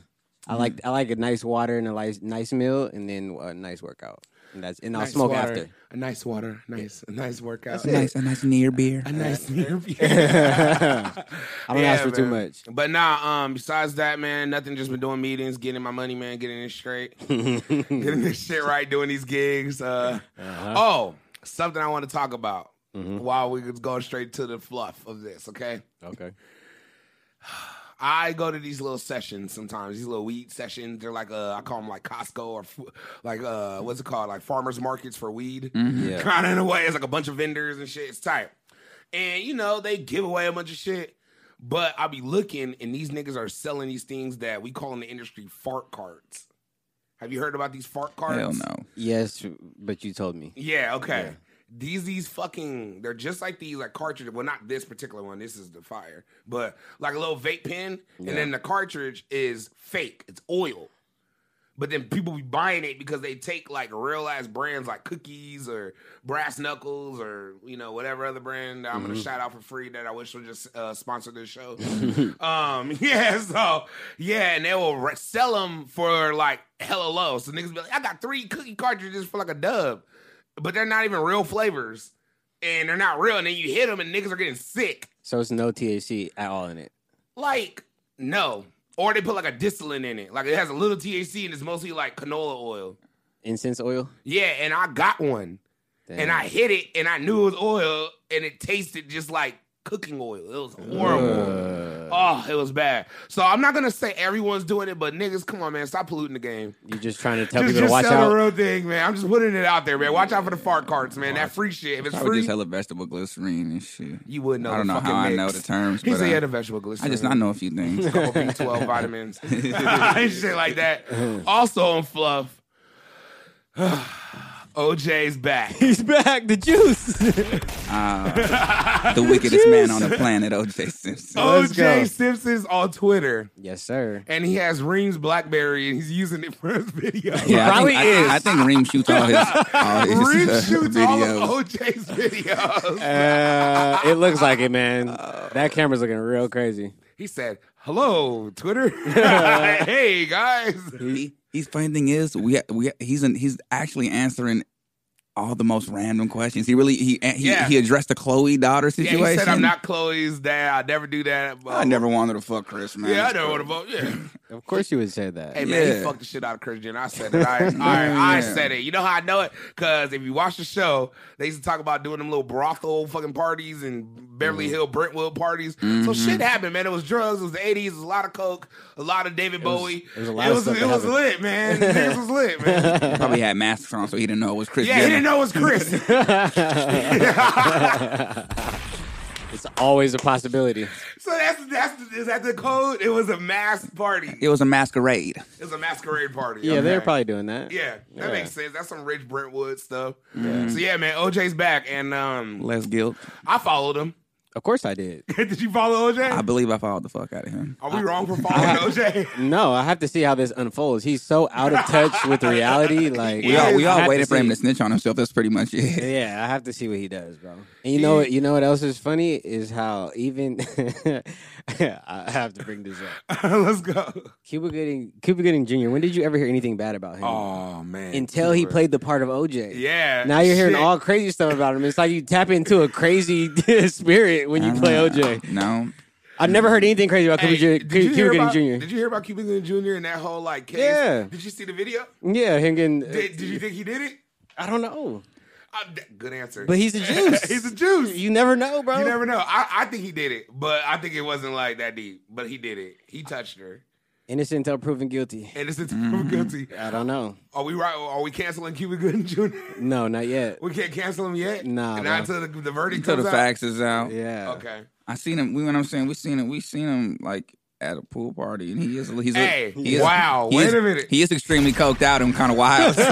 S3: I
S4: Mm.
S3: like I like a nice water and a nice nice meal, and then a nice workout. And that's and I'll
S4: Nice
S3: smoke
S4: water.
S3: after.
S4: A nice water. Nice. A nice workout.
S5: Nice, a nice near beer.
S4: A nice beer.
S3: I don't ask for too much.
S4: But nah, um, besides that, man, nothing just been doing meetings, getting my money, man, getting it straight. getting this shit right, doing these gigs. Uh,
S3: Uh-huh.
S4: oh, something I want to talk about
S3: Mm-hmm.
S4: while we could go straight to the fluff of this, okay?
S3: Okay.
S4: I go to these little sessions sometimes. These little weed sessions. They're like uh, I call them like Costco or fu- like uh, what's it called? Like farmers markets for weed.
S5: Mm-hmm.
S3: Yeah.
S4: Kind of in a way, it's like a bunch of vendors and shit. It's tight. And you know they give away a bunch of shit. But I be looking, and these niggas are selling these things that we call in the industry fart cards. Have you heard about these fart cards?
S5: Hell no.
S3: Yes, but you told me.
S4: Yeah, okay. These these fucking they're just like these like cartridge. Well, not this particular one. This is the fire, but like a little vape pen, and then the cartridge is fake. It's oil. But then people be buying it because they take like real ass brands like Cookies or Brass Knuckles or you know whatever other brand that I'm gonna shout out for free that I wish would just uh, sponsor this show. um, yeah, so yeah, and they will re- sell them for like hella low. So niggas be like, I got three cookie cartridges for like a dub, but they're not even real flavors, and they're not real. And then you hit them, and niggas are getting sick.
S3: So it's no THC at all in it.
S4: Like no. Or they put like a distillate in it. Like it has a little THC and it's mostly like canola oil.
S3: Incense oil.
S4: Yeah, and I got one. And I hit it and I knew it was oil and it tasted just like cooking oil. It was horrible. Oh, it was bad. So I'm not gonna say everyone's doing it, but niggas, come on, man, stop polluting the game.
S3: You're just trying to tell
S4: just
S3: people to
S4: just
S3: watch
S4: sell the
S3: out.
S4: real thing, man. I'm just putting it out there, man. Watch out for the fart carts, man. That free shit. If it's
S5: Probably
S4: free,
S5: just hella vegetable glycerine and shit.
S4: you wouldn't know.
S5: I don't
S4: the
S5: know
S4: fucking
S5: how I
S4: mix.
S5: know the terms,
S4: He
S5: but
S4: said he
S5: I-
S4: had a vegetable glycerin.
S5: I just I know a few things.
S4: couple B12 vitamins, shit like that. Also on fluff, OJ's back.
S3: He's back. The juice.
S5: the wickedest man on the planet, O.J.
S4: Oh,
S5: Simpson.
S3: Let's go.
S4: OJ Simpson's on Twitter,
S3: yes, sir.
S4: and he has Reem's BlackBerry, and he's using it for his video.
S5: Yeah,
S3: Probably
S5: I think,
S3: is.
S5: I, I think Reem shoots all his, all his
S4: Reem
S5: uh,
S4: shoots
S5: videos.
S4: all of OJ's videos.
S3: Uh, it looks like it, man. That camera's looking real crazy.
S4: He said, "Hello, Twitter. hey guys."
S5: He- he's funny thing is we we he's in, he's actually answering all the most random questions. He really he he,
S4: Yeah.
S5: he addressed the Chloe daughter
S4: Yeah,
S5: situation.
S4: he said, "I'm not Chloe's dad. I never do that."
S5: I never wanted to fuck Chris, man.
S4: Yeah, I never want to vote. Yeah.
S3: Of course, you would say that.
S4: Hey man, he
S5: Yeah.
S4: fucked the shit out of Chris Jenner. I said it. I, I, I
S5: Yeah.
S4: said it. You know how I know it? Because if you watch the show, they used to talk about doing them little brothel fucking parties and Beverly
S3: Mm.
S4: Hill Brentwood parties.
S3: Mm-hmm.
S4: So shit happened, man. It was drugs. It was the eighties. It was a lot of coke. A lot of David
S3: was-
S4: Bowie.
S3: it was a lot of stuff
S4: It
S3: that
S4: was
S3: happened.
S4: lit, man. This was lit, man.
S5: Probably had masks on, so he didn't know it was Chris.
S4: Yeah, he
S5: Jenner.
S4: didn't know it was Chris.
S3: It's always a possibility.
S4: so that's that's is that the code? It was a mass party.
S5: It was a masquerade.
S4: It was a masquerade party.
S3: Yeah, they were
S4: Okay.
S3: probably doing that.
S4: Yeah,
S3: Yeah.
S4: that makes sense. That's some rich Brentwood stuff. So yeah, man, OJ's back, and um,
S5: Less guilt.
S4: I followed him.
S3: Of course, I did.
S4: Did you follow OJ?
S5: I believe I followed the fuck out of him.
S4: Are we wrong for following OJ?
S3: No, I have to see how this unfolds. He's so out of touch with reality. Like
S5: We all we
S3: I have
S5: all
S3: to
S5: waited for him
S3: see-
S5: to snitch on himself. That's pretty much it.
S3: Yeah, I have to see what he does, bro. And you know what? You know what else is funny is how even I have to bring this up.
S4: Let's go.
S3: Cuba Gooding, Cuba Gooding Jr. When did you ever hear anything bad about him?
S4: Oh man.
S3: Until he played the part of OJ.
S4: Yeah.
S3: Now you're hearing
S4: shit.
S3: all crazy stuff about him. It's like you tap into a crazy spirit when you play OJ.
S5: No,
S3: I've never heard anything crazy about
S4: Hey,
S3: Cuba, Ju-
S4: did you
S3: Cu-
S4: hear
S3: Cuba
S4: about-
S3: Gooding Jr.
S4: Did you hear about Cuba Gooding Jr. and that whole like case?
S3: Yeah. Uh,
S4: Did you see the video?
S3: yeah, him getting.
S4: Did, did you think he did it?
S3: I don't know,
S4: Uh, d- good answer.
S3: but he's a juice.
S4: he's a juice. You,
S3: You never know, bro.
S4: never know. I, I think he did it, but I think it wasn't like that deep. But he did it. He touched her,
S3: Innocent until proven guilty.
S4: and it's
S3: Mm-hmm.
S4: mm guilty.
S3: I don't know.
S4: Are we right? Are we canceling Cuba Gooding Jr.?
S3: No, not yet.
S4: We can't cancel him yet.
S3: Nah,
S4: not
S3: bro.
S4: until the, the verdict
S5: until
S4: comes
S5: the
S4: out.
S5: facts is out.
S3: Yeah.
S4: Okay.
S5: I seen him. We, when I'm saying we seen him, we seen him like at a pool party, and he is he's
S4: Hey,
S5: a, he is,
S4: wow,
S5: he
S4: wait
S5: is-
S4: a minute.
S5: He is extremely coked out and kind of wild. So,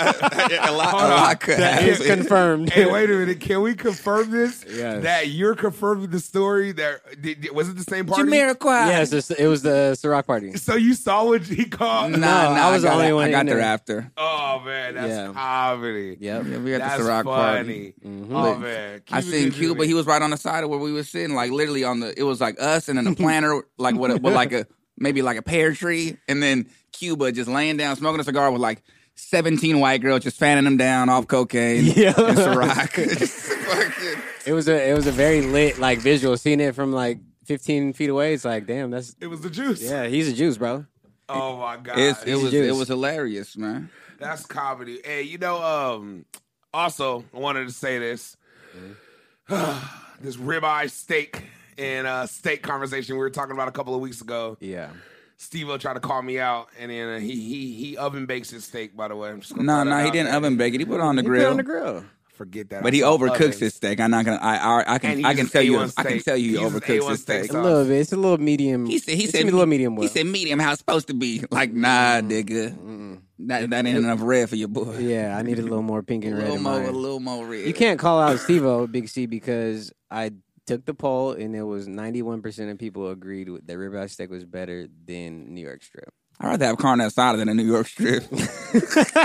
S5: a lot, a lot could
S3: That is
S5: happen.
S3: confirmed.
S4: Hey, wait a minute. Can we confirm this?
S3: Yes.
S4: That you're confirming the story that did, did- was it the same party?
S5: Jamiroquai.
S3: Yes, it's- it was the Ciroc party.
S4: So you saw what he called?
S5: Nah, nah,
S3: I was the
S5: got
S3: only
S5: it.
S3: one
S5: I got
S3: in
S5: there
S3: there.
S5: after.
S4: Oh man, that's
S3: Yeah.
S4: comedy.
S3: Yep.
S5: Yeah, we got
S4: That's
S5: the
S4: funny.
S5: Ciroc party. Mm-hmm.
S4: Oh man,
S5: I seen
S4: Cuba.
S5: Cuba. He was right on the side of where we were sitting, like literally on the. It was like us and then a planter, like what, a- with like a maybe like a pear tree, and then Cuba just laying down smoking a cigar with like seventeen white girls just fanning him down off cocaine
S3: Yeah.
S5: and Ciroc. Just fucking-
S3: It was a it was a very lit like visual. Seeing it from like 15 feet away, it's like, damn, that's
S4: It was the juice.
S3: yeah, he's a juice, bro.
S4: Oh my god,
S5: It's, it was it
S3: juice.
S5: was hilarious, man.
S4: that's comedy. Hey, you know, um, also I wanted to say this.
S5: Mm-hmm.
S4: this ribeye steak and uh, steak conversation we were talking about a couple of weeks ago.
S3: Yeah.
S4: Steve O tried to call me out, and then uh, he he he oven bakes his steak. By the way, I'm just gonna
S5: No,
S4: throw that
S5: no, he
S4: out
S5: didn't
S4: there.
S5: oven bake it. He put it on the grill.
S3: on the grill.
S4: Forget that,
S5: But he
S4: I'm
S5: overcooks
S4: ovens.
S5: his steak. I'm not gonna. I I, I
S4: And
S5: can
S4: he
S5: I can
S4: uses
S5: tell you.
S4: A1
S5: I can
S4: steak.
S5: tell you he
S4: He uses
S5: overcooks
S4: A1
S5: his
S4: steak
S5: steak.
S3: A
S4: Sauce.
S3: little bit. It's a little medium.
S5: He said he
S3: it's
S5: said
S3: a little medium well.
S5: He said medium how it's supposed to be. Like nah, nigga, that that ain't enough red for your boy.
S3: yeah, I need a little more pink
S5: a
S3: and red.
S5: little
S3: in
S5: more,
S3: mine.
S5: a little more red.
S3: You can't call out Stevo Big C because I took the poll and it was 91% of people agreed with, that ribeye steak was better than New York strip.
S5: I'd rather have carne asada than a New York strip.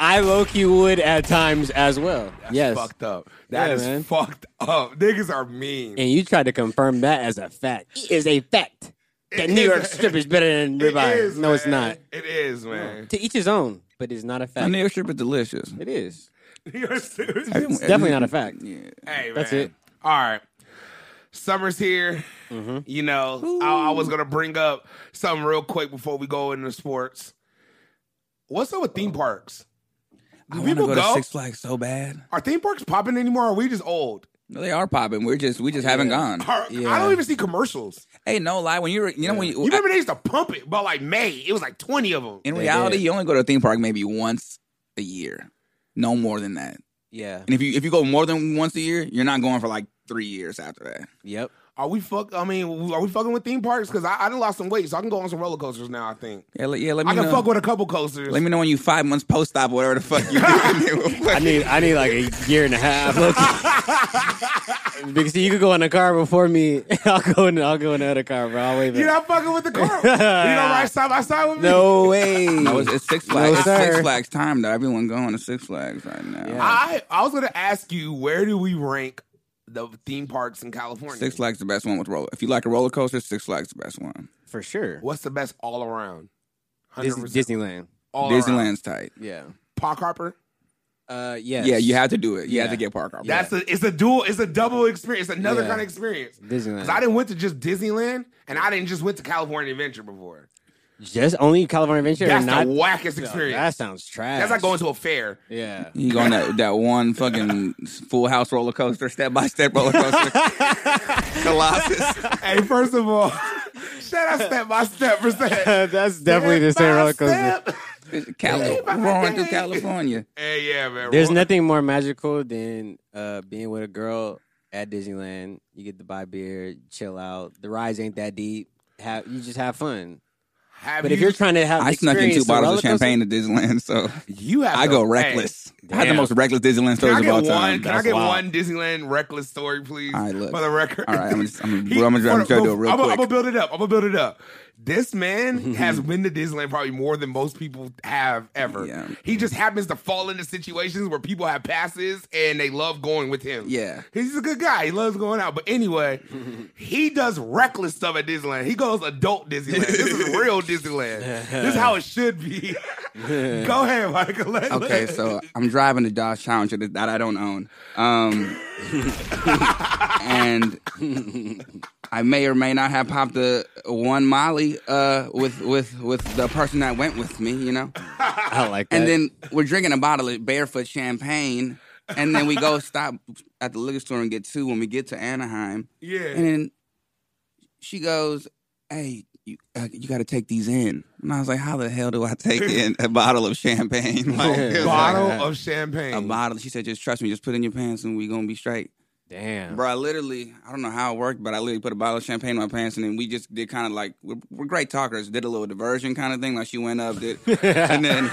S3: I low key would at times as well.
S4: That's
S3: yes.
S4: fucked up. That
S3: Yeah,
S4: is
S3: man.
S4: fucked up. Niggas are mean.
S3: And you tried to confirm that as a fact. It is a fact that
S4: It
S3: New
S4: is
S3: York
S4: a-
S3: strip is better than
S4: It
S3: ribeye.
S4: is,
S3: no, it's
S4: man.
S3: not.
S4: It is, man.
S3: To each his own, but it's not a
S5: a
S3: fact.
S5: New York strip is delicious.
S3: It is.
S4: You're serious.
S5: It's
S3: definitely not a fact.
S5: Yeah.
S4: Hey,
S3: That's
S4: man.
S3: it.
S4: All right. summer's here.
S3: Mm-hmm.
S4: You know, I, I was gonna bring up something real quick before we go into sports. What's up with theme parks?
S5: Oh. I
S4: Do
S5: want to
S4: people
S5: go
S4: go?
S5: to Six Flags so bad.
S4: Are theme parks popping anymore? Or are we just old?
S5: No, they are popping. We're just we just haven't gone.
S4: Are- I don't even see commercials.
S5: Hey, no lie. When you're you know when
S4: You
S5: you,
S4: remember they used to pump it, but like May, it was like twenty of them.
S5: in
S3: They
S5: reality
S3: did.
S5: you only go to a theme park maybe once a year, no more than that.
S3: Yeah.
S5: And if you if you go more than once a year, you're not going for like three years after that.
S3: Yep.
S4: Are we fuck? I mean, are we fucking with theme parks? Because I, I done lost some weight, so I can go on some roller coasters now. I think
S5: Yeah, let, yeah. Let me
S4: I can
S5: know.
S4: fuck with a couple coasters.
S5: let me know when you five months post op, whatever the fuck you. do.
S3: I need I need like a year and a half. look. because you could go in the car before me. I'll go in. I'll go in the other car, bro. I'll wave
S4: You're
S3: at-
S4: not fucking with the car. you know, right side by side with me.
S3: No way.
S5: No, it's, it's Six Flags. it's Six
S3: sir.
S5: Flags time though. Everyone going to Six Flags right now.
S3: Yeah.
S4: I I was gonna ask you where do we rank the theme parks in California?
S5: Six Flags the best one with roller. If you like a roller coaster, Six Flags the best one.
S3: for sure.
S4: What's the best all around?
S3: Dis-
S4: 100%
S3: Disneyland.
S4: all around.
S5: Disneyland's tight.
S3: Yeah.
S4: Park Harper.
S3: Uh. Yes.
S5: Yeah, you have to do it. You have
S3: Yeah.
S5: to get Park Hopper.
S4: That's a it's a dual it's a double experience. It's another
S3: Yeah.
S4: kind of experience.
S3: Disneyland.
S4: Cause I didn't went to just Disneyland and I didn't just went to California Adventure before.
S3: Just only California Adventure.
S4: That's
S3: or not?
S4: the wackest experience.
S3: That sounds trash.
S4: That's like going to a fair.
S3: Yeah.
S5: You go on that, that one fucking full house roller coaster, step by step roller coaster. Colossus.
S4: hey, first of all, shout out step by step for that.
S3: That's definitely the same roller coaster.
S5: Cali- roaring through California.
S4: Hey, yeah, man.
S3: There's
S4: Roy-
S3: nothing more magical than uh, being with a girl at Disneyland. You get to buy beer, chill out. The rides ain't that deep. Have you just have fun?
S4: Have
S3: But if you're trying to have,
S5: I snuck in
S3: experience
S5: two
S3: the
S5: bottles of
S3: roller coaster-
S5: champaign to Disneyland, so
S4: you have
S5: I
S4: to-
S5: go
S4: hey,
S5: reckless. I had the
S4: damn.
S5: most reckless Disneyland
S4: Can I
S5: stories of
S4: get
S5: all
S4: one?
S5: time.
S4: Can I get one Disneyland reckless story, please?
S5: All right, look.
S4: For the record.
S5: All right, I'm just- I'm- I'm gonna- I'm gonna try to do it real
S4: I'm
S5: quick.
S4: I'm gonna build it up. I'm gonna build it up. This man has been to Disneyland probably more than most people have ever.
S5: Yeah.
S4: He just happens to fall into situations where people have passes and they love going with him.
S5: Yeah.
S4: He's a good guy. He loves going out. But anyway, he does reckless stuff at Disneyland. He goes adult Disneyland. this is real Disneyland. this is how it should be. Go ahead, Michael. Let- let-
S5: Okay, so I'm driving a Dodge Challenger that that I don't own. Um, and I may or may not have popped a one Molly uh, with with with the person that went with me, you know.
S3: I like that.
S5: And then we're drinking a bottle of barefoot champagne, and then we go stop at the liquor store and get two when we get to Anaheim. And
S4: Yeah.
S5: then she goes, "Hey, you uh, you got to take these in." And I was like, "How the hell do I take in a bottle of champagne?" Like, it was
S4: Bottle
S5: like
S4: of champagne.
S5: a bottle. She said, "Just trust me. Just put in your pants, and we gonna be straight."
S3: Damn.
S5: Bro, I literally, I don't know how it worked, but I literally put a bottle of champagne in my pants, and then we just did kind of like we're, we're great talkers. Did a little diversion kind of thing, like she went up, did, and then,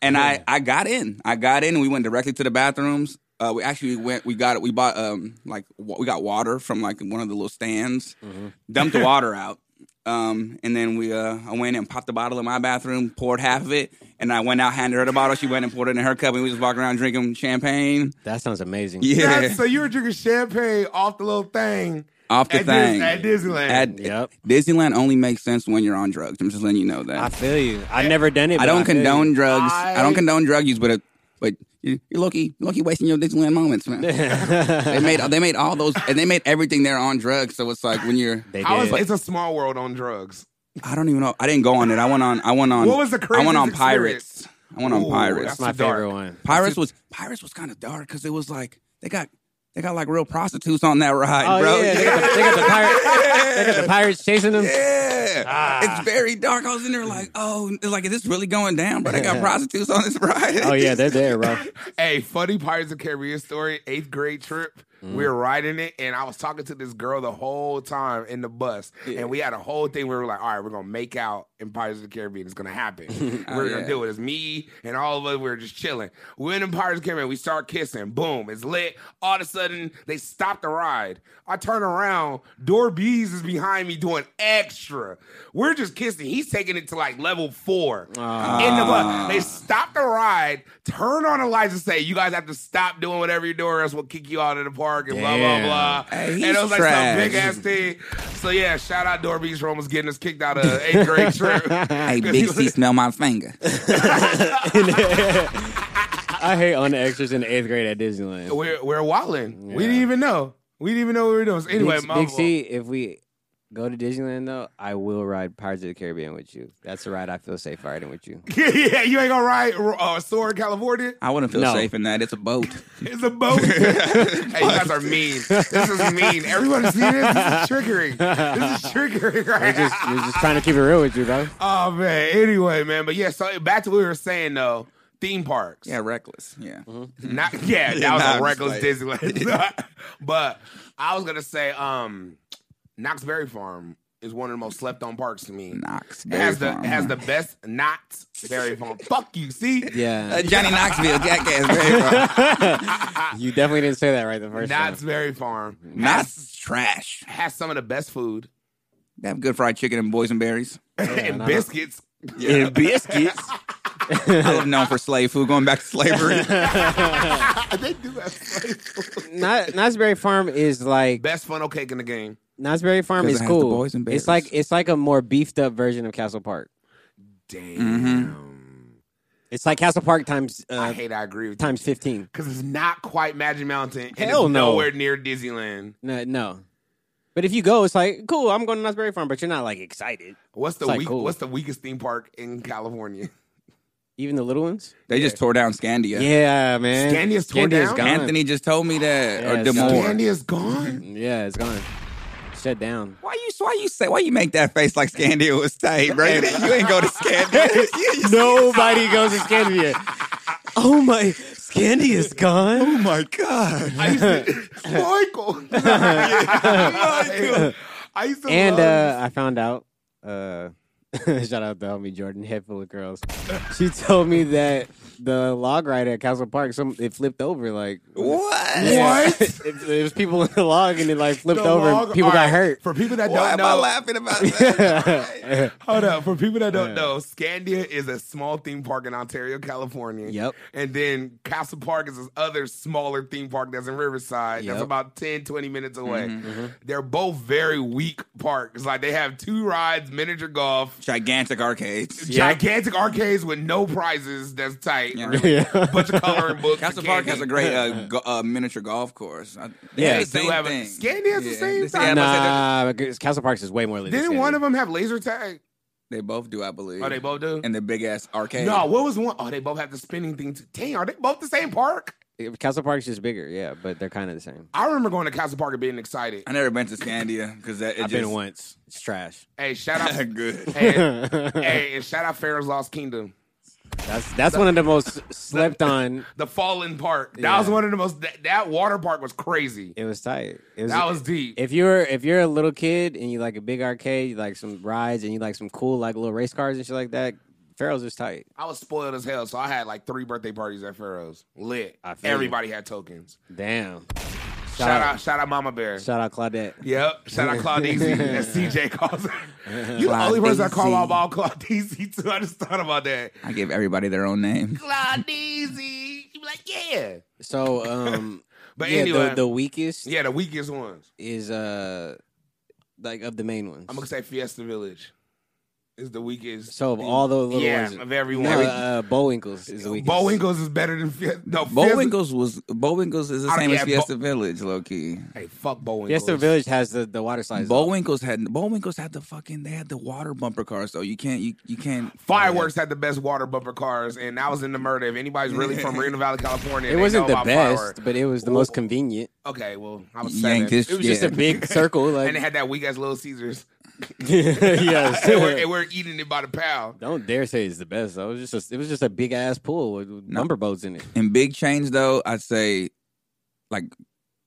S5: and I, I got in, I got in, and we went directly to the bathrooms. Uh, we actually went, we got, we bought um like wa- we got water from like one of the little stands,
S3: Mm-hmm.
S5: dumped the water out. Um, and then we, uh, I went and popped the bottle in my bathroom, poured half of it, and I went out, handed her the bottle. She went and poured it in her cup, and we just walked around drinking champagne.
S3: That sounds amazing.
S5: Yeah,
S4: That's- so you were drinking champagne off the little thing
S5: off the
S4: at,
S5: thing.
S4: Dis- at Disneyland.
S5: At-
S3: Yep.
S5: Disneyland only makes sense when you're on drugs. I'm just letting you know
S3: I
S5: that.
S3: feel you. I've never done it.
S5: I,
S3: but
S5: don't
S3: feel you.
S5: condone drugs. I,
S4: I-
S5: don't condone drug use, but it, but you- you're lucky, lucky wasting your Disneyland moments, man. they made they made all those and they made everything there on drugs. So it's like when you're,
S3: They
S4: How is,
S3: did.
S4: it's a small world on drugs.
S5: I don't even know. I didn't go on it. I went on. I went on.
S4: What was the
S5: I went on
S4: craziest
S5: pirates. I went on
S4: Ooh,
S5: pirates.
S4: that's
S3: That's my
S4: too dark.
S3: favorite one.
S5: Pirates was Pirates was kind of dark because it was like they got they got like real prostitutes on that ride,
S3: Oh
S5: bro.
S3: yeah, they got, the, they got the pirate- they got the pirates chasing them.
S5: Yeah,
S4: Ah.
S5: it's very dark. I was in there
S4: Mm.
S5: like, oh, it's like is this really going down? But I got prostitutes on this ride.
S3: Oh yeah, they're there, bro.
S4: Hey, funny Pirates of the Caribbean story, eighth grade trip.
S5: Mm.
S4: We were riding it, and I was talking to this girl the whole time in the bus. And we had a whole thing where we were like, all right, we're going to make out in Pirates of the Caribbean. It's going to happen. we're
S5: Oh,
S4: going to
S5: yeah.
S4: do it. It's me and all of us. We were just chilling. We're in Pirates of the Caribbean. We start kissing. Boom. It's lit. All of a sudden, they stop the ride. I turn around. Door B's is behind me doing extra. We're just kissing. He's taking it to like level four in the bus. They stop the ride, turn on the lights, and say, "You guys have to stop doing whatever you're doing, or else we'll kick you out of the park." And
S3: Damn.
S4: blah blah blah.
S5: Hey, he's
S4: and it was like some
S5: trash.
S4: big ass thing. So yeah, shout out Door B's for almost getting us kicked out of eighth grade trip.
S5: Hey, Big C, smell my finger.
S3: I hate on the extras in the eighth grade at Disneyland.
S4: we're we're wilding. We didn't even know. We didn't even know what we were doing. So anyway,
S3: Big,
S4: my
S3: Big
S4: fault.
S3: C, if we go to Disneyland though, I will ride Pirates of the Caribbean with you. That's the ride I feel safe riding with you.
S4: yeah, yeah, you ain't gonna ride uh, Sword California.
S5: I wouldn't feel
S3: No.
S5: safe in that. It's a boat.
S4: It's a boat. hey, you guys are mean. This is mean. Everyone see this? This is trickery. This is trickery
S3: We're
S4: right
S3: just, we're just trying to keep it real with you, bro.
S4: Oh man. Anyway, man. But yeah, so back to what we were saying though. Theme parks.
S5: yeah, reckless. Yeah.
S4: Not yeah, that
S5: Yeah,
S4: was
S5: nah,
S4: a
S5: I'm
S4: reckless
S5: just
S4: Disneyland. but I was gonna say, um, Knoxberry Farm is one of the most slept on parks to me.
S5: Knox.
S4: It has the it has the best Knoxberry Farm. Fuck you, see?
S5: uh,
S3: Yeah,
S5: Johnny Knoxville jackass. Berry Farm.
S3: you definitely didn't say that right the first time.
S4: Knoxberry Farm
S5: Knox is trash.
S4: has some of the best food
S5: They have good fried chicken and boysenberries.
S4: and
S3: nah.
S4: biscuits.
S3: And biscuits.
S5: I live known for slave food, going back to slavery.
S4: they do have slave food.
S3: Not Knott'sberry Farm is like
S4: Best funnel cake in the game.
S3: Knott'sberry Farm
S5: 'Cause
S3: is
S5: it has the
S3: cool.
S5: boys and
S3: It's
S5: bears.
S3: like it's like a more beefed up version of Castle Park.
S4: Damn.
S3: It's like Castle Park times
S4: I
S3: Mm-hmm. uh,
S4: hate I agree with you.
S3: times fifteen.
S4: Because it's not quite Magic Mountain and
S3: Hell
S4: it's
S3: no.
S4: nowhere near Disneyland.
S3: No, no. But if you go, it's like cool. I'm going to Knott'sberry Farm, but you're not like excited.
S4: What's the
S3: It's like
S4: weak,
S3: cool.
S4: what's the weakest theme park in California?
S3: Even the little ones.
S5: They just tore down Scandia.
S3: Yeah, man.
S4: Scandia's tore
S3: Scandia's
S4: down?
S3: gone.
S5: Anthony just told me that,
S3: Yeah,
S5: or
S3: it's gone.
S5: Demore.
S4: Candy is gone.
S3: Yeah, it's gone. Shut down.
S5: Why you? Why you say? Why you make that face like Scandia was tight, bro? You, didn't- you ain't go to Scandia. You- you-
S3: Nobody goes to Scandia. Oh my, Scandia's
S5: oh
S3: gone.
S5: my god!
S4: I used to, Michael. Michael. I used to
S3: And uh,
S4: love
S3: I found out. Uh, shout out to homie Jordan, head full of girls. She told me that the log ride at Castle Park, some it flipped over. Like
S5: What?
S3: Yeah.
S4: What?
S3: it, it was people in the log, and it like flipped
S4: the
S3: over.
S4: log-
S3: and People
S4: all
S3: got
S4: right,
S3: hurt.
S4: For people that
S5: Why
S4: don't
S5: am I
S4: know,
S5: laughing about that?
S4: hold up. For people that don't know, Scandia is a small theme park in Ontario, California.
S3: Yep.
S4: And then Castle Park is this other smaller theme park that's in Riverside. That's
S3: Yep.
S4: about 10, 20 minutes away.
S5: Mm-hmm,
S4: They're both very weak parks. Like they have two rides, miniature golf,
S5: Gigantic arcades.
S4: gigantic arcades with no prizes. That's tight.
S5: Yeah.
S4: Really.
S3: Yeah.
S4: Bunch of coloring books.
S5: Castle
S4: and
S5: Park
S4: candy.
S5: has a great uh, go- uh, miniature golf course. I, they
S3: Yeah.
S5: have
S4: They do have a- Scandia has the same
S5: they-
S4: thing.
S5: yeah, but I said that-
S3: Nah, because Castle Parks is way more. than
S4: Didn't
S3: Scandia.
S4: one of them have laser tag?
S5: They both do, I believe.
S4: Oh, they both do.
S5: And the big ass arcade.
S4: no, what was one? Oh, they both have the spinning thing. Too. Dang, are they both the same park?
S3: Castle Park's just bigger, yeah, but they're kind of the same.
S4: I remember going to Castle Park and being excited.
S5: I never been to Scandia because it
S3: I've
S5: just
S3: been once. It's trash.
S4: Hey, shout out.
S5: good.
S4: hey, hey, and shout out Pharaoh's Lost Kingdom.
S3: That's that's one of the most slept on.
S4: The Fallen Park. That
S3: Yeah.
S4: was one of the most. That, that water park was crazy.
S3: It was tight. It was,
S4: That was deep.
S3: if you're if you're a little kid and you like a big arcade, you like some rides and you like some cool like little race cars and shit like that. Pharaoh's is tight.
S4: I was spoiled as hell, so I had like three birthday parties at Pharaoh's. Lit.
S3: I feel you.
S4: Everybody had tokens.
S3: Damn. Shout,
S4: Shout, out, shout out, Mama Bear.
S3: shout out Claudette.
S4: Yep. Shout out Claudice. as CJ calls her. You the only person I call
S5: Claudice.
S4: out all Claudice too. I just thought about that.
S5: I give everybody their own name.
S4: Claudice. You be like, yeah.
S3: So um
S4: But
S3: yeah,
S4: anyway,
S3: the, the weakest
S4: yeah, the weakest ones.
S3: is uh like of the main ones.
S4: I'm gonna say Fiesta Village is the weakest.
S3: so of all the little
S4: yeah,
S3: ones,
S4: of everyone.
S3: no, uh, Bowwinkles is the weakest.
S4: Bowingles is better than Fiesta. No, Fiesta-
S5: Bowingles was Bowingles is the
S4: I don't
S5: same as
S4: care,
S5: Fiesta Village, low key.
S4: Hey, fuck Bowingles.
S3: Fiesta Village has the the water slides.
S5: Bowingles had Bowingles had the fucking they had the water bumper cars though. You can't you you can't
S4: Fireworks had the best water bumper cars, and I was in the murder. If anybody's really from Reno Valley, California,
S3: It
S4: they
S3: wasn't the
S4: know about
S3: best,
S4: fireworks.
S3: but it was the most convenient.
S4: Okay, well, I was seven.
S5: yank this.
S3: It was
S5: yeah.
S3: just a big circle,
S4: and
S3: like
S4: they had that weak ass Little Caesars.
S3: yes.
S4: and, we're, and we're eating it by the pound.
S3: Don't dare say it's the best. Though. It was just a, it was just a big ass pool with with
S5: No.
S3: number boats in it.
S5: in big chains though. I'd say like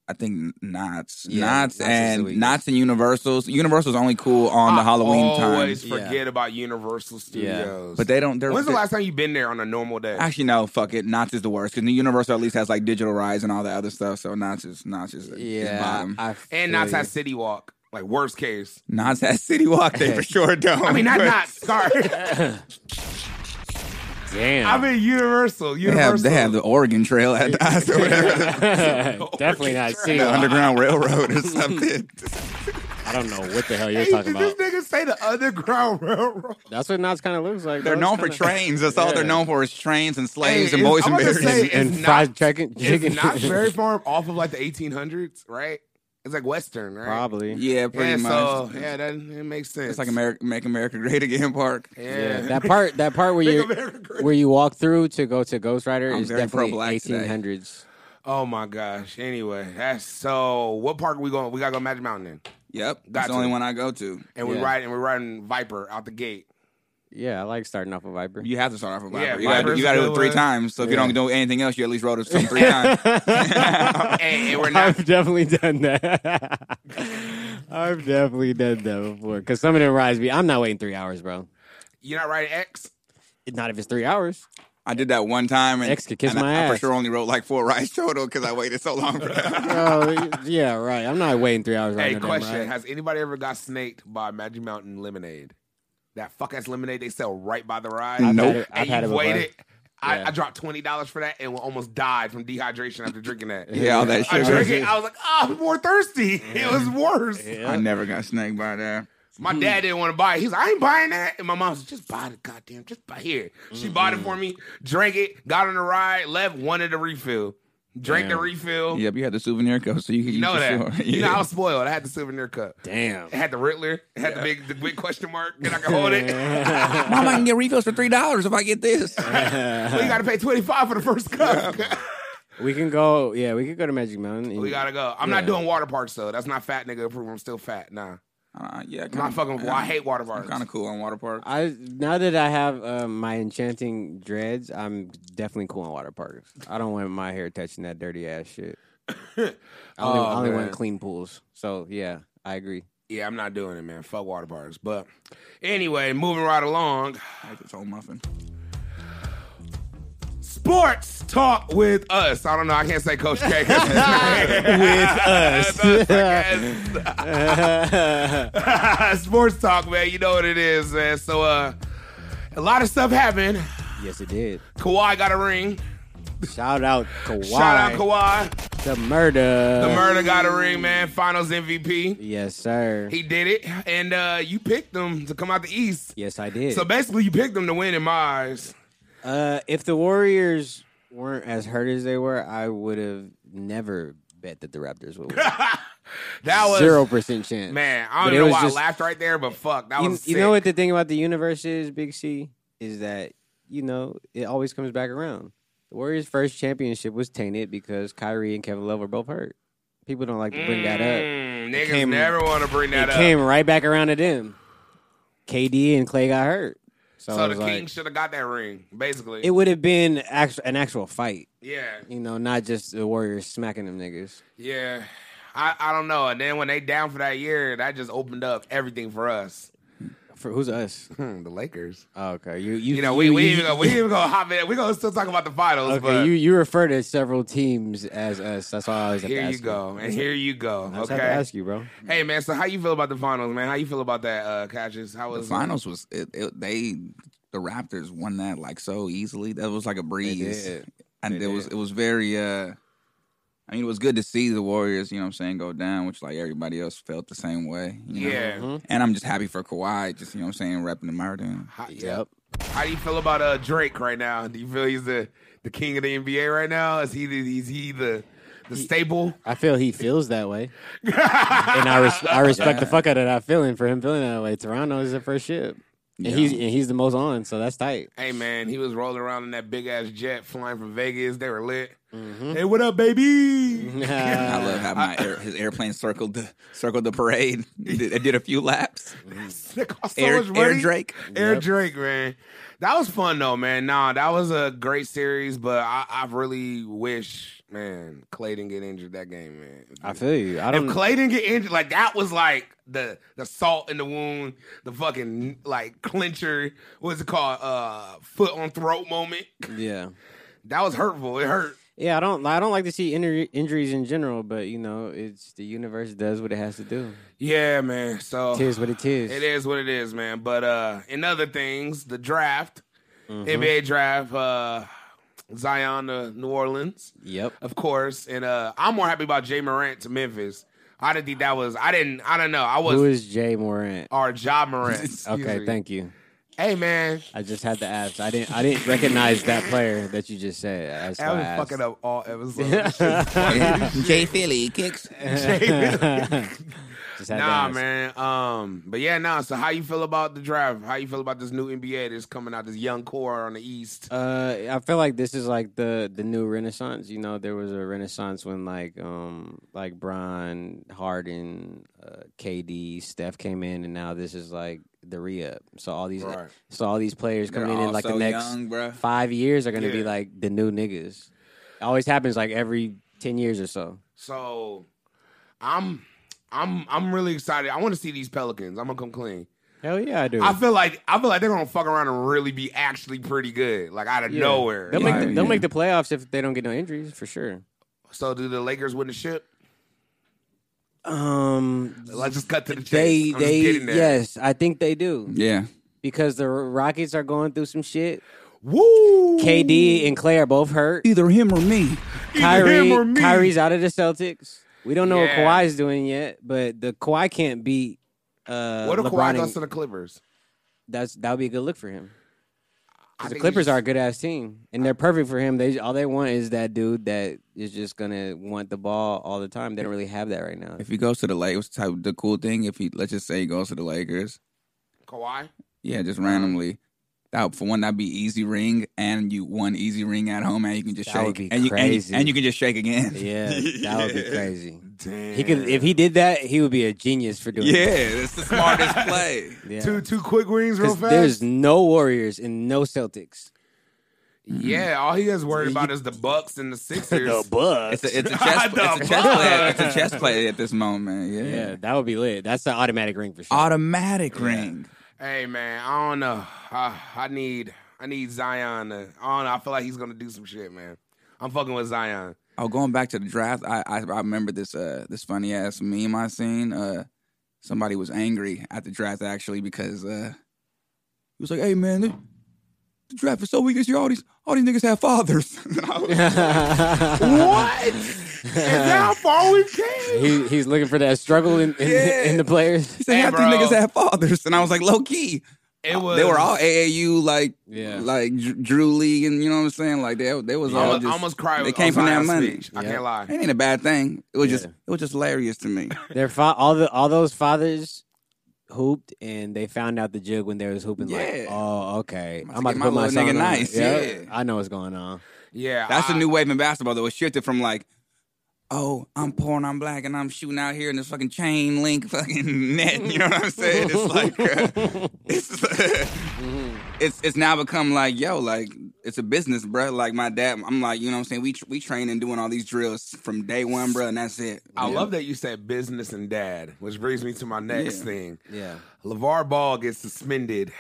S5: I think Knots,
S3: Yeah, Knott's is
S5: Knots,
S3: the
S5: and
S3: weakest.
S5: Knots and Universals. Universals only cool on the
S4: I
S5: Halloween time,
S4: always
S3: Yeah.
S4: forget about Universal Studios.
S5: but they don't. They're,
S4: When's the
S5: they're-
S4: last time you been there on a normal day?
S5: Actually, no. Fuck it. Knots is the worst because the Universal at least has like digital rides and all that other stuff. So Knots is Knots is, is
S3: Yeah,
S5: bottom.
S3: I feel
S4: and not
S3: you.
S4: at City Walk. Like worst case.
S5: Knots has City Walk. They for sure
S3: Oh
S5: don't.
S4: I mean, not
S5: but
S4: not. Sorry,
S3: Damn,
S4: I mean Universal.
S5: They
S4: Universal.
S5: have they have the Oregon Trail at Knots or whatever,
S3: definitely not see.
S5: the Underground Railroad or something.
S3: I don't know what the hell
S4: Hey,
S3: you're
S4: did
S3: talking
S4: this
S3: about.
S4: nigga say the Underground Railroad?
S3: That's what Knots kind of looks like.
S5: They're
S3: bro.
S5: known
S3: It's
S5: for
S3: kinda-
S5: trains. That's all they're
S3: Yeah.
S5: known for is trains and slaves
S4: Hey,
S5: and
S4: it's-
S5: boys
S4: I'm
S5: and
S4: about to
S5: berries.
S4: say,
S3: and
S4: It's
S3: fried
S4: not-
S3: chicken.
S4: It's
S3: chicken.
S4: not Berry Farm off of like the 1800s, right? It's like Western, right?
S3: Probably.
S5: Yeah, pretty
S4: yeah,
S5: much.
S4: so yeah, that it makes sense.
S5: it's like America, Make America Great Again Park.
S4: Yeah.
S3: Yeah, that part that part where you
S4: America Great.
S3: where you walk through to go to Ghost Rider
S5: I'm
S3: is
S5: very
S3: definitely
S5: pro-black today.
S3: 1800s.
S4: Oh my gosh. Anyway, that's so. What park are we going? We gotta go Magic Mountain then,
S5: Yep, that's
S4: Gotcha.
S5: the only one I go to.
S4: and we
S3: Yeah.
S4: ride and we're riding Viper out the gate.
S3: Yeah, I like starting off with Viper.
S5: You have to start off with
S4: Yeah,
S5: Viper. you got to
S4: Viper's
S5: you gotta
S4: a
S5: do it
S4: good
S5: three
S4: one.
S5: times. So if you
S3: Yeah.
S5: don't do anything else, you at least wrote it some three times.
S4: And, and we're not.
S3: I've definitely done that. I've definitely done that before. Cause some of them rides me. I'm not waiting three hours, bro.
S4: You're not riding X.
S3: Not if it's three hours.
S5: I did that one time, and,
S3: X could kiss
S5: and
S3: my
S5: I, I for
S3: ass.
S5: sure only wrote like four rides total because I waited so long for that.
S3: Bro, yeah, right. I'm not waiting three hours.
S4: Hey,
S3: right
S4: question: Has anybody ever got snaked by Magic Mountain lemonade? That fuck ass lemonade they sell right by the ride.
S5: I've Nope. had
S3: it-
S4: And
S3: I've had
S4: you've
S3: it before.
S4: waited. I,
S3: Yeah.
S4: I dropped twenty dollars for that and almost died from dehydration after drinking that.
S5: yeah, all that
S4: I
S5: shit.
S4: drank it. I was like, oh, I'm more thirsty. It was
S3: Mm-hmm.
S4: worse.
S5: I never got snaked by that.
S4: My dad didn't want to buy it. He's like, I ain't buying that. And my mom said, just buy the goddamn, just buy here. She bought it
S3: Mm-hmm.
S4: for me, drank it, got on the ride, left, wanted a refill. Drank the
S3: Damn.
S4: refill.
S5: Yep, you had the souvenir code, so you
S4: Oh.
S5: could
S4: You know
S5: use the
S4: that.
S5: store.
S4: You know,
S5: Yeah.
S4: I was spoiled. I had the souvenir cup.
S3: Damn.
S4: It had the Riddler. It had the big the big question mark. And I could hold it.
S5: Mom, I can get refills for three dollars if I get this.
S4: well, you gotta pay 25 for the first cup.
S3: we can go. Yeah, we can go to Magic Mountain. and-
S4: we gotta go. I'm not
S3: Yeah.
S4: doing water parks though. That's not fat nigga approval. I'm still fat. Nah.
S5: Uh, yeah,
S4: I'm not fucking well, I hate water parks.
S5: Kind of cool on water park.
S3: I now that I have uh, my enchanting dreads, I'm definitely cool in water parks. I don't want my hair touching that dirty ass shit. I only,
S4: Oh,
S3: I only
S4: man.
S3: want clean pools. So yeah, I agree.
S4: Yeah, I'm not doing it, man. Fuck water parks. But anyway, moving right along.
S5: I like this whole muffin.
S4: Sports talk with us. I don't know. I can't say Coach K. with us. Sports talk, man. You know what it is, man. So, uh, a lot of stuff happened.
S3: Yes, it did.
S4: Kawhi got a ring.
S3: Shout out Kawhi.
S4: Shout out Kawhi.
S3: The murder.
S4: The murder got a ring, man. Finals MVP.
S3: Yes, sir.
S4: He did it, and uh, you picked them to come out the East.
S3: yes, I did.
S4: So basically, you picked them to win in my eyes.
S3: uh, if the Warriors weren't as hurt as they were, I would have never bet that the Raptors would win.
S4: That was
S3: Zero percent chance.
S4: Man, I
S3: But
S4: don't
S3: it
S4: even know
S3: was
S4: why
S3: just-
S4: I laughed right there, but fuck, that
S3: you,
S4: was.
S3: you
S4: sick.
S3: know what the thing about the universe is, Big C, is that you know it always comes back around. The Warriors' first championship was tainted because Kyrie and Kevin Love were both hurt. People don't like to bring that up.
S4: Mm, niggas
S3: came-
S4: never want to bring that
S3: it
S4: up.
S3: came right back around to them. KD and Clay got hurt, so,
S4: so
S3: it
S4: the
S3: was
S4: Kings
S3: like,
S4: should have got that ring, basically.
S3: it would have been act- an actual fight.
S4: yeah,
S3: You know, not just the Warriors smacking them niggas.
S4: yeah. I, I don't know. And then when they down for that year, that just opened up everything for us.
S3: For who's us?
S4: Hmm, the Lakers.
S3: Oh, okay, you you
S4: You know, we we
S3: you-
S4: even gonna, we even gonna hop in. We gonna still talk about the finals,
S3: okay.
S4: but
S3: You you refer to several teams as us. That's all I always have to
S4: here you
S3: ask
S4: go, and here you go.
S3: I just have to
S4: Okay.
S3: ask you, bro.
S4: Hey man, so how you feel about the finals, man? How you feel about that, uh, Cassius? How
S5: The
S4: was
S5: finals was it, it, they the Raptors won that like so easily. That was like a breeze,
S3: did.
S5: and
S3: They
S5: it was
S3: did.
S5: it was very. uh I mean, it was good to see the Warriors. You know what I'm saying? Go down, which like everybody else felt the same way. you know?
S4: Yeah.
S3: Uh-huh.
S5: and I'm just happy for Kawhi. Just you know what I'm saying, repping the Martin.
S4: How, yeah.
S3: Yep.
S4: How do you feel about uh, Drake right now? Do you feel he's the, the king of the NBA right now? Is he the, is he the the staple?
S3: I feel he feels that way, and I res- I respect the fuck out of that feeling for him feeling that way. Toronto is the first ship, and he's and he's the most on, so that's tight.
S4: Hey man, he was rolling around in that big ass jet flying from Vegas. They were lit.
S3: Mm-hmm.
S4: Mm-hmm. Hey, what up, baby?
S5: Mm-hmm. I
S3: Uh,
S5: love how my air, his airplane circled the circled the parade. It did, it did a few laps.
S4: That cost so
S5: Air,
S4: much
S5: Air
S4: money.
S5: Drake.
S4: Air
S3: Yep.
S4: Drake, man. That was fun though, man. Nah, that was a great series, but I, I really wish, man, Clay didn't get injured that game, man.
S3: I feel you. I
S4: If
S3: don't.
S4: Clay didn't get injured, like that was like the the salt in the wound, the fucking like clincher, what's it called? Uh foot on throat moment.
S3: yeah,
S4: That was hurtful. It hurt.
S3: yeah. I don't. I don't like to see injury, injuries in general, but you know, it's the universe does what it has to do.
S4: Yeah, man. So
S3: Tis what it is.
S4: Oh. it is what it is, man. But uh in other things, the draft,
S3: Mm-hmm.
S4: NBA draft, uh Zion to New Orleans,
S3: Yep.
S4: of course. And uh I'm more happy about Jay Morant to Memphis. I didn't think that was I didn't I don't know. I was
S3: Who is Jay Morant?
S4: our job Morant.
S3: Okay, thank you.
S4: Hey man,
S3: I just had to ask. I didn't. I didn't recognize that player that you just said. That's
S4: I
S3: why
S4: was
S3: I
S4: fucking
S3: asked.
S4: up all episodes.
S5: Jay Philly kicks.
S3: Just had to
S4: nah,
S3: ask.
S4: man. Um, but yeah, nah. So how you feel about the draft? How you feel about this new NBA that's coming out? This young core on the East.
S3: Uh, I feel like this is like the the new renaissance. You know, there was a renaissance when like um like Bron, Harden, uh, KD, Steph came in, and now this is like the re up. So all these
S4: Right.
S3: so all these players
S5: They're
S3: coming in
S5: all
S3: like
S5: so
S3: the next
S5: young, bruh.
S3: five years are gonna be
S4: Yeah.
S3: like the new niggas. It always happens like every ten years or so.
S4: So, I'm, I'm, I'm really excited. I want to see these Pelicans. I'm gonna come clean.
S3: Hell yeah, I do.
S4: I feel like I feel like they're gonna fuck around and really be actually pretty good, like out of
S3: Yeah.
S4: nowhere.
S3: They'll
S4: Like,
S3: make the,
S5: Yeah.
S3: they'll make the playoffs if they don't get no injuries for sure.
S4: so do the Lakers win the ship?
S3: Um,
S4: Let's just cut to the chase.
S3: they
S4: I'm just
S3: they
S4: getting there.
S3: yes, I think they do.
S5: Yeah.
S3: because the Rockets are going through some shit.
S4: Woo!
S3: KD and Clay are both hurt.
S5: Either him or me.
S3: Kyrie,
S4: him or me.
S3: Kyrie's out of the Celtics. We don't know
S4: Yeah.
S3: what Kawhi's doing yet, but the Kawhi can't beat. Uh,
S4: What if
S3: LeBron
S4: Kawhi
S3: and-
S4: does to the Clippers?
S3: That's that would be a good look for him. 'Cause
S4: I
S3: The
S4: think
S3: Clippers
S4: they
S3: are a
S4: just-
S3: good ass team, and they're perfect for him. They all they want is that dude that is just gonna want the ball all the time. They don't really have that right now.
S5: If he goes to the Lakers, type the cool thing. If he let's just say he goes to the Lakers,
S4: Kawhi.
S5: yeah, just randomly. That would- for one, that'd be easy ring, and you one easy ring at home, and you can just
S3: That
S5: shake,
S3: would be
S5: and you and
S3: crazy.
S5: you, and you can just shake again.
S3: Yeah, that would be crazy.
S4: Damn.
S3: He could if he did that, he would be a genius for doing.
S5: Yeah, it's the smartest play.
S3: that. yeah.
S4: two two quick wings real
S3: 'Cause
S4: fast.
S3: there's no Warriors and no Celtics.
S5: Mm-hmm.
S4: Yeah, all he is worried about is the Bucks and the Sixers.
S5: It's a, it's a chess, it's a chess play. It's a chess play at this moment. Yeah,
S3: Yeah, that would be lit. That's the automatic ring for sure.
S5: automatic ring.
S4: hey man, I don't know. I, I need I need Zion. To, I don't know. I feel like he's gonna do some shit, man. I'm fucking with Zion.
S5: Oh, going back to the draft, I I, I remember this uh this funny ass meme I seen. Uh, somebody was angry at the draft actually because uh he was like, "Hey man, the, the draft is so weak this year. All these all these niggas have fathers." And I was-
S4: What? and how far we came?
S3: he, he's looking for that struggle in, in,
S5: Yeah.
S3: in the players.
S5: he said,
S4: Hey,
S5: "Half
S4: bro.
S5: these niggas have fathers," and I was like, "Low key."
S4: It was.
S5: they were all AAU like
S3: Yeah.
S5: like Dr- Drew League, and you know what I'm saying. Like they they was
S4: I
S5: all
S4: almost,
S5: just
S4: I almost cried.
S5: They
S4: with-
S5: came
S4: on
S5: from that
S4: Zion's
S5: money.
S4: speech. I
S3: Yeah.
S4: can't lie.
S5: It ain't a bad thing. It was just
S3: Yeah.
S5: it was just hilarious to me.
S3: Their fa- all the all those fathers hooped and they found out the jig when they was hooping.
S5: Yeah.
S3: Like, oh, okay,
S5: I'm
S3: I'm, about
S5: about to
S3: to
S5: get
S3: put
S5: my
S3: my
S5: little
S3: son
S5: nigga
S3: on.
S5: nice,
S3: Yep,
S5: yeah.
S3: I know what's going on.
S4: Yeah,
S5: That's
S4: I,
S5: the new wave in basketball though. It shifted from like, oh, I'm poor and I'm black and I'm shooting out here in this fucking chain link fucking net. You know what I'm saying? It's like uh, it's
S3: Mm-hmm.
S5: it's it's now become like yo, like it's a business, bro. Like my dad, I'm like, you know what I'm saying? We tr- we train and doing all these drills from day one, bro, and that's it.
S4: I love that you said business and dad, which brings me to my next
S5: Yeah.
S4: thing.
S3: Yeah,
S4: LeVar Ball gets suspended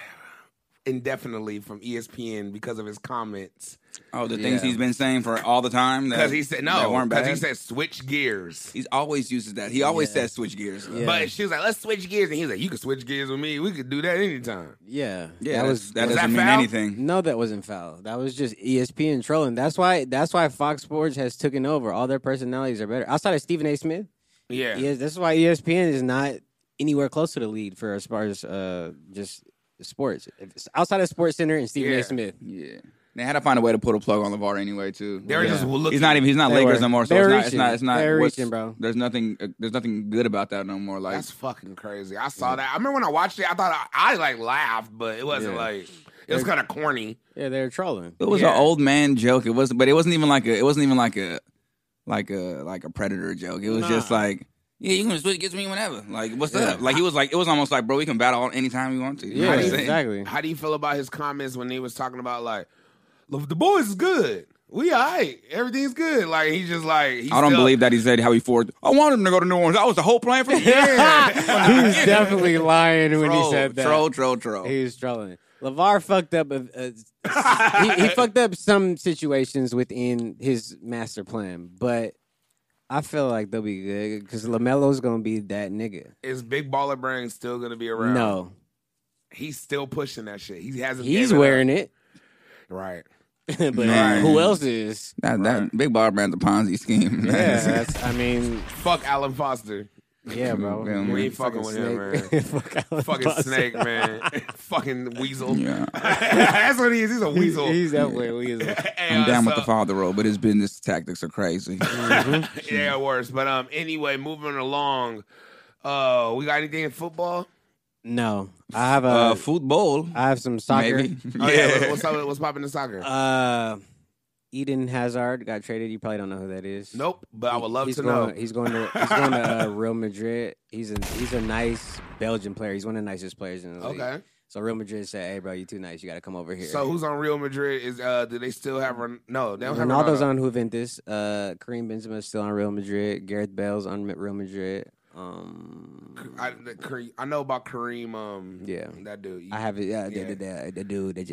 S4: indefinitely from E ESPN because of his comments.
S5: Oh, the things
S3: Yeah.
S5: he's been saying for all the time. that-
S4: Because he said
S5: that
S4: no,
S5: weren't
S4: because he
S5: bad.
S4: said switch gears.
S5: He's always uses that. He always
S3: Yeah.
S5: says switch gears.
S3: Yeah.
S4: But she was like, "Let's switch gears," and he was like, "You can switch gears with me. We could do that anytime."
S3: yeah,
S5: Yeah,
S3: That
S5: that's-
S3: was
S5: that
S4: was
S5: doesn't
S4: that
S5: mean
S4: foul?
S5: anything.
S3: No, that wasn't foul. That was just E ESPN trolling. That's why. That's why Fox Sports has taken over. All their personalities are better. Outside of Stephen A. Smith,
S4: Yeah,
S3: yes, that's why E ESPN is not anywhere close to the lead for as far as uh, just sports. If it's outside of Sports Center and Stephen
S4: Yeah.
S3: A. Smith,
S5: Yeah. They had to find a way to put a plug on LeVar anyway too.
S4: they were
S3: Yeah.
S4: just looking.
S5: He's not even. He's not
S3: They
S5: Lakers
S3: were-
S5: no more. So
S3: they
S5: it's
S3: were
S5: not, it's
S3: reaching.
S5: not. It's not.
S3: They were
S5: what's-
S3: reaching, bro.
S5: There's nothing. uh, There's nothing good about that no more. Like
S4: That's fucking crazy. I saw that. I remember when I watched it. I thought I, I like laughed, but it wasn't
S3: Yeah.
S4: like it was kind of corny.
S3: yeah, they're trolling.
S5: it was
S4: yeah.
S5: an old man joke. It was, but it wasn't even like a. It wasn't even like a, like a like a predator joke. It was just
S3: Nah.
S5: like. Yeah, you can switch against me whenever. Like, what's
S3: Yeah.
S5: up? Like, he was like, it was almost like, bro, we can battle on anytime we want to. You know
S3: Yeah,
S5: what I'm saying?
S3: exactly.
S4: How do you feel about his comments when he was talking about like "Look, the boys is good? We all right. Everything's good. Like he's just like he's
S5: I don't
S4: still-
S5: believe that he said how he forged. I wanted him to go to New Orleans. That was the whole plan for the year.
S3: He's definitely lying when
S5: troll,
S3: he said that.
S5: troll, troll, troll.
S3: He was trolling. Levar fucked up. A, a- he, he fucked up some situations within his master plan, but I feel like they'll be good because Lamelo's gonna be that nigga.
S4: Is Big Baller Brain still gonna be around?
S3: No,
S4: he's still pushing that shit. He hasn't.
S3: he's
S4: given up.
S3: wearing it,
S4: right.
S3: but
S5: Man.
S3: who else is?
S5: That, that big bar brand's a Ponzi scheme.
S3: Yeah, that's, I mean,
S4: Fuck Alan Foster.
S3: Yeah, bro.
S4: We
S5: Yeah, man.
S4: ain't fucking with him, man.
S3: Fuck Alex
S4: Fucking
S3: Boston.
S4: snake, man. fucking weasel.
S5: Yeah.
S4: That's what he is. He's a
S3: He's,
S4: weasel.
S3: he's that way. Weasel.
S4: Hey,
S5: I'm
S4: uh,
S5: down with
S4: so-
S5: the father role, but his business tactics are crazy.
S4: yeah, worse. But um, anyway, moving along. Uh, we got anything in football?
S3: No, I have a.
S5: uh, football,
S3: I have some soccer.
S5: maybe.
S4: Oh, yeah. what- What's up? What's popping in soccer?
S3: Uh, Eden Hazard got traded. You probably don't know who that is.
S4: nope. But I would love
S3: he's
S4: to
S3: going,
S4: know.
S3: He's going to he's going to uh, Real Madrid. He's a he's a nice Belgian player. He's one of the nicest players in the league.
S4: Okay.
S3: So Real Madrid said, "Hey, bro, you too nice. You got to come over here."
S4: So who's on Real Madrid? Is uh, do they still have? Ron- no, they don't have
S3: Ronaldo's
S4: Ronaldo.
S3: on Juventus. Uh, Kareem Benzema is still on Real Madrid. Gareth Bale's on Ma- Real Madrid. Um,
S4: I, the Kareem, I know about Kareem. Um,
S3: Yeah.
S4: that dude.
S3: I have it. Yeah,
S4: Yeah.
S3: The, the, the dude. The,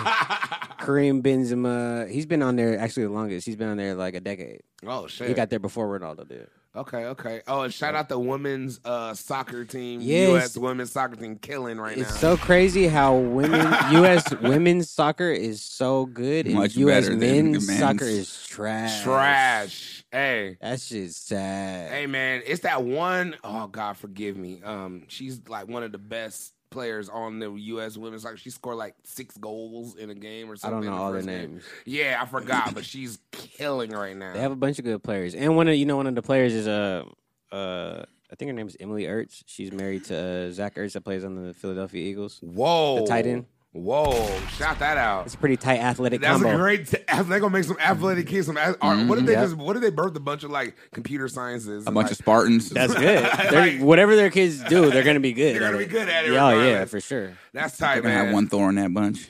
S3: Kareem Benzema. He's been on there actually the longest. He's been on there like a decade.
S4: oh shit.
S3: He got there before Ronaldo did.
S4: okay, okay. Oh, and shout out the women's uh, soccer team.
S3: Yes.
S4: U.S. women's soccer team killing right
S3: It's
S4: now.
S3: so crazy how women U.S. women's soccer is so good, and
S5: Much
S3: U.S.
S5: better than
S3: men's
S5: the men's.
S3: soccer is trash.
S4: trash. Hey.
S3: That shit's sad.
S4: Hey man, it's that one oh God, forgive me. Um, she's like one of the best players on the U.S. women's soccer. She scored like six goals in a game or
S3: I
S4: something.
S3: don't
S4: in
S3: know
S4: the
S3: all their
S4: first game.
S3: names.
S4: Yeah, I forgot, but she's killing right now.
S3: They have a bunch of good players, and one of you know one of the players is uh, uh I think her name is Emily Ertz. She's married to uh, Zach Ertz that plays on the Philadelphia Eagles.
S4: Whoa,
S3: The tight end.
S4: Whoa, shout that out.
S3: It's a pretty tight athletic
S4: That's
S3: combo.
S4: a great. T- they're gonna make some athletic kids. Some ath- or what did they
S3: Mhm.
S4: just? What did they birth a bunch of like computer sciences?
S5: A
S4: and,
S5: bunch
S4: like,
S5: of Spartans.
S3: That's good. They're,
S4: Like-
S3: whatever their kids do, they're gonna be good.
S4: They're gonna
S3: at
S4: be good at it
S3: Yeah, oh, yeah,
S4: regardless.
S3: for sure. Mm-hmm.
S4: That's tight,
S5: Gonna have
S4: man.
S5: one thorn in that bunch.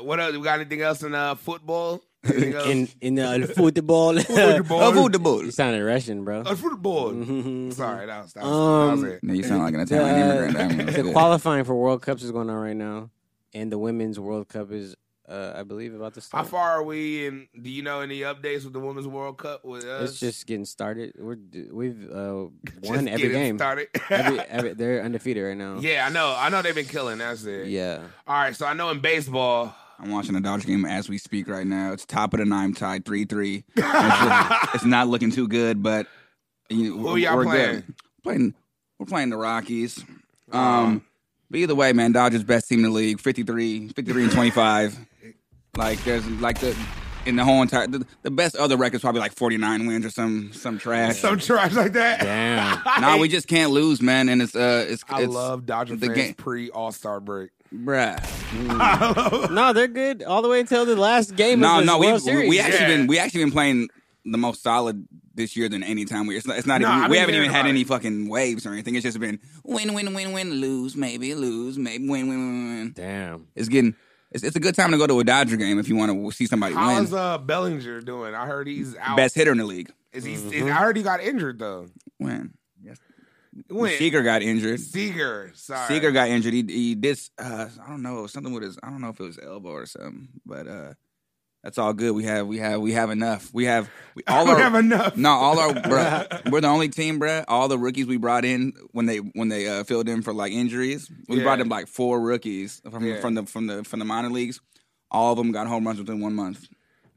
S4: what else? We got anything else in uh, football? Anything else?
S3: In in uh, football,
S4: Football.
S5: Avoid the bull.
S3: you sounded Russian, bro.
S4: Uh, football.
S3: Mhm.
S4: Sorry, that was, that was,
S3: Um,
S4: that was it.
S5: Now you sound like an Italian immigrant. That one was
S3: the
S5: good.
S3: qualifying for World Cups is going on right now, and the women's World Cup is, uh, I believe, about to
S4: How
S3: start.
S4: far are we? And do you know any updates with the Women's World Cup with us?
S3: It's just getting started. We're d- we've uh,
S4: Just
S3: won every
S4: getting
S3: game.
S4: Started.
S3: Every, every, they're undefeated right now.
S4: yeah, I know. I know they've been killing. That's it.
S3: yeah.
S4: All right. So I know in baseball,
S5: I'm watching a Dodgers game as we speak right now. It's top of the nine, tied three three. It's, it's not looking too good, but you know,
S4: Who
S5: we're,
S4: y'all
S5: we're
S4: playing?
S5: good. Playing, we're playing the Rockies. Um, but either way, man, Dodgers best team in the league, 53, 53 and 25. Like there's like the in the whole entire the, the best other record's probably like 49 wins or some some trash.
S4: some trash like that.
S3: Damn.
S5: nah, we just can't lose, man. And it's uh, it's
S4: I
S5: it's,
S4: love Dodger
S5: the
S4: fans
S5: game-
S4: pre All Star break.
S5: bruh.
S3: no, they're good all the way until the last game.
S5: No,
S3: of this
S5: no, we
S3: World
S5: we,
S3: Series.
S5: we actually
S4: Yeah.
S5: been we actually been playing the most solid this year than any time we. It's not. It's not
S4: No, I've
S5: even, we
S4: been
S5: haven't
S4: hearing
S5: even had
S4: about
S5: any
S4: it.
S5: fucking waves or anything. It's just been win, win, win, win, lose, maybe lose, maybe win, win, win, win, win.
S3: Damn.
S5: It's getting. It's, it's a good time to go to a Dodger game if you want to see somebody
S4: How's
S5: win.
S4: uh, Bellinger doing? I heard he's out.
S5: Best Mm-hmm. hitter in the league.
S4: Is he? I heard he got injured though.
S5: Win. Yes.
S4: When?
S5: Seager got injured.
S4: Seager. Sorry.
S5: Seager got injured. He, he did. Uh, I don't know something with his. I don't know if it was elbow or something. But uh, that's all good. We have. We have. We have enough. We have. We, all
S4: We
S5: our,
S4: have enough.
S5: No, all our. Bruh, we're the only team, bruh. All the rookies we brought in when they when they uh, filled in for like injuries, we
S4: Yeah.
S5: brought in like four rookies from
S4: Yeah.
S5: from the from the from the minor leagues. All of them got home runs within one month.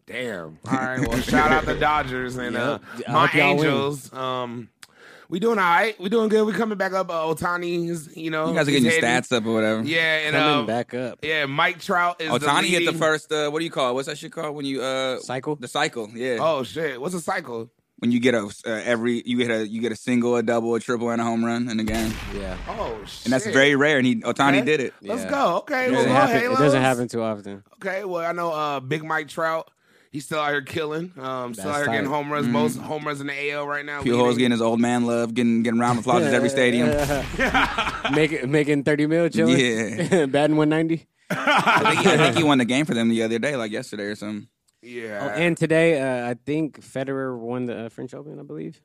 S4: Damn. All right. Well, shout out the Dodgers and uh,
S3: Yep. I
S4: my
S3: hope y'all win.
S4: Angels. Um, we doing all right. We doing good. We coming back up. Uh, Otani's, you know,
S5: You guys are
S4: he's
S5: getting your
S4: heading-
S5: stats up or whatever.
S4: Oh, Yeah, and
S3: Coming
S4: um,
S3: back up.
S4: yeah, Mike Trout is.
S5: Otani hit the
S4: leading-
S5: first. Uh, what do you call? it? What's that shit called when you uh
S3: Cycle?
S5: The cycle. Yeah.
S4: Oh shit! What's a cycle?
S5: when you get a uh, every you get a you get a single, a double, a triple, and a home run in a game,
S3: Yeah.
S4: Oh shit!
S5: and that's very rare. And he Otani
S4: Okay.
S5: did it.
S4: Let's
S3: Yeah.
S4: go. Okay.
S3: It
S4: well,
S3: doesn't
S4: go
S3: happen. It
S4: Halos.
S3: doesn't happen too often.
S4: Okay. Well, I know uh, Big Mike Trout. He's still out here killing. Um, still
S3: That's
S4: out here getting
S3: tight. Mm-hmm.
S4: home runs. Most home runs in the AL right now.
S5: Pujols
S4: leading.
S5: getting his old man love, getting getting round applause at every stadium.
S3: Making making thirty mil, chilling.
S5: Yeah.
S3: batting one ninety. Oh,
S5: I, think, I think he won the game for them the other day, like yesterday or something.
S4: Yeah.
S3: Oh, and today, uh, I think Federer won the uh, French Open, I believe.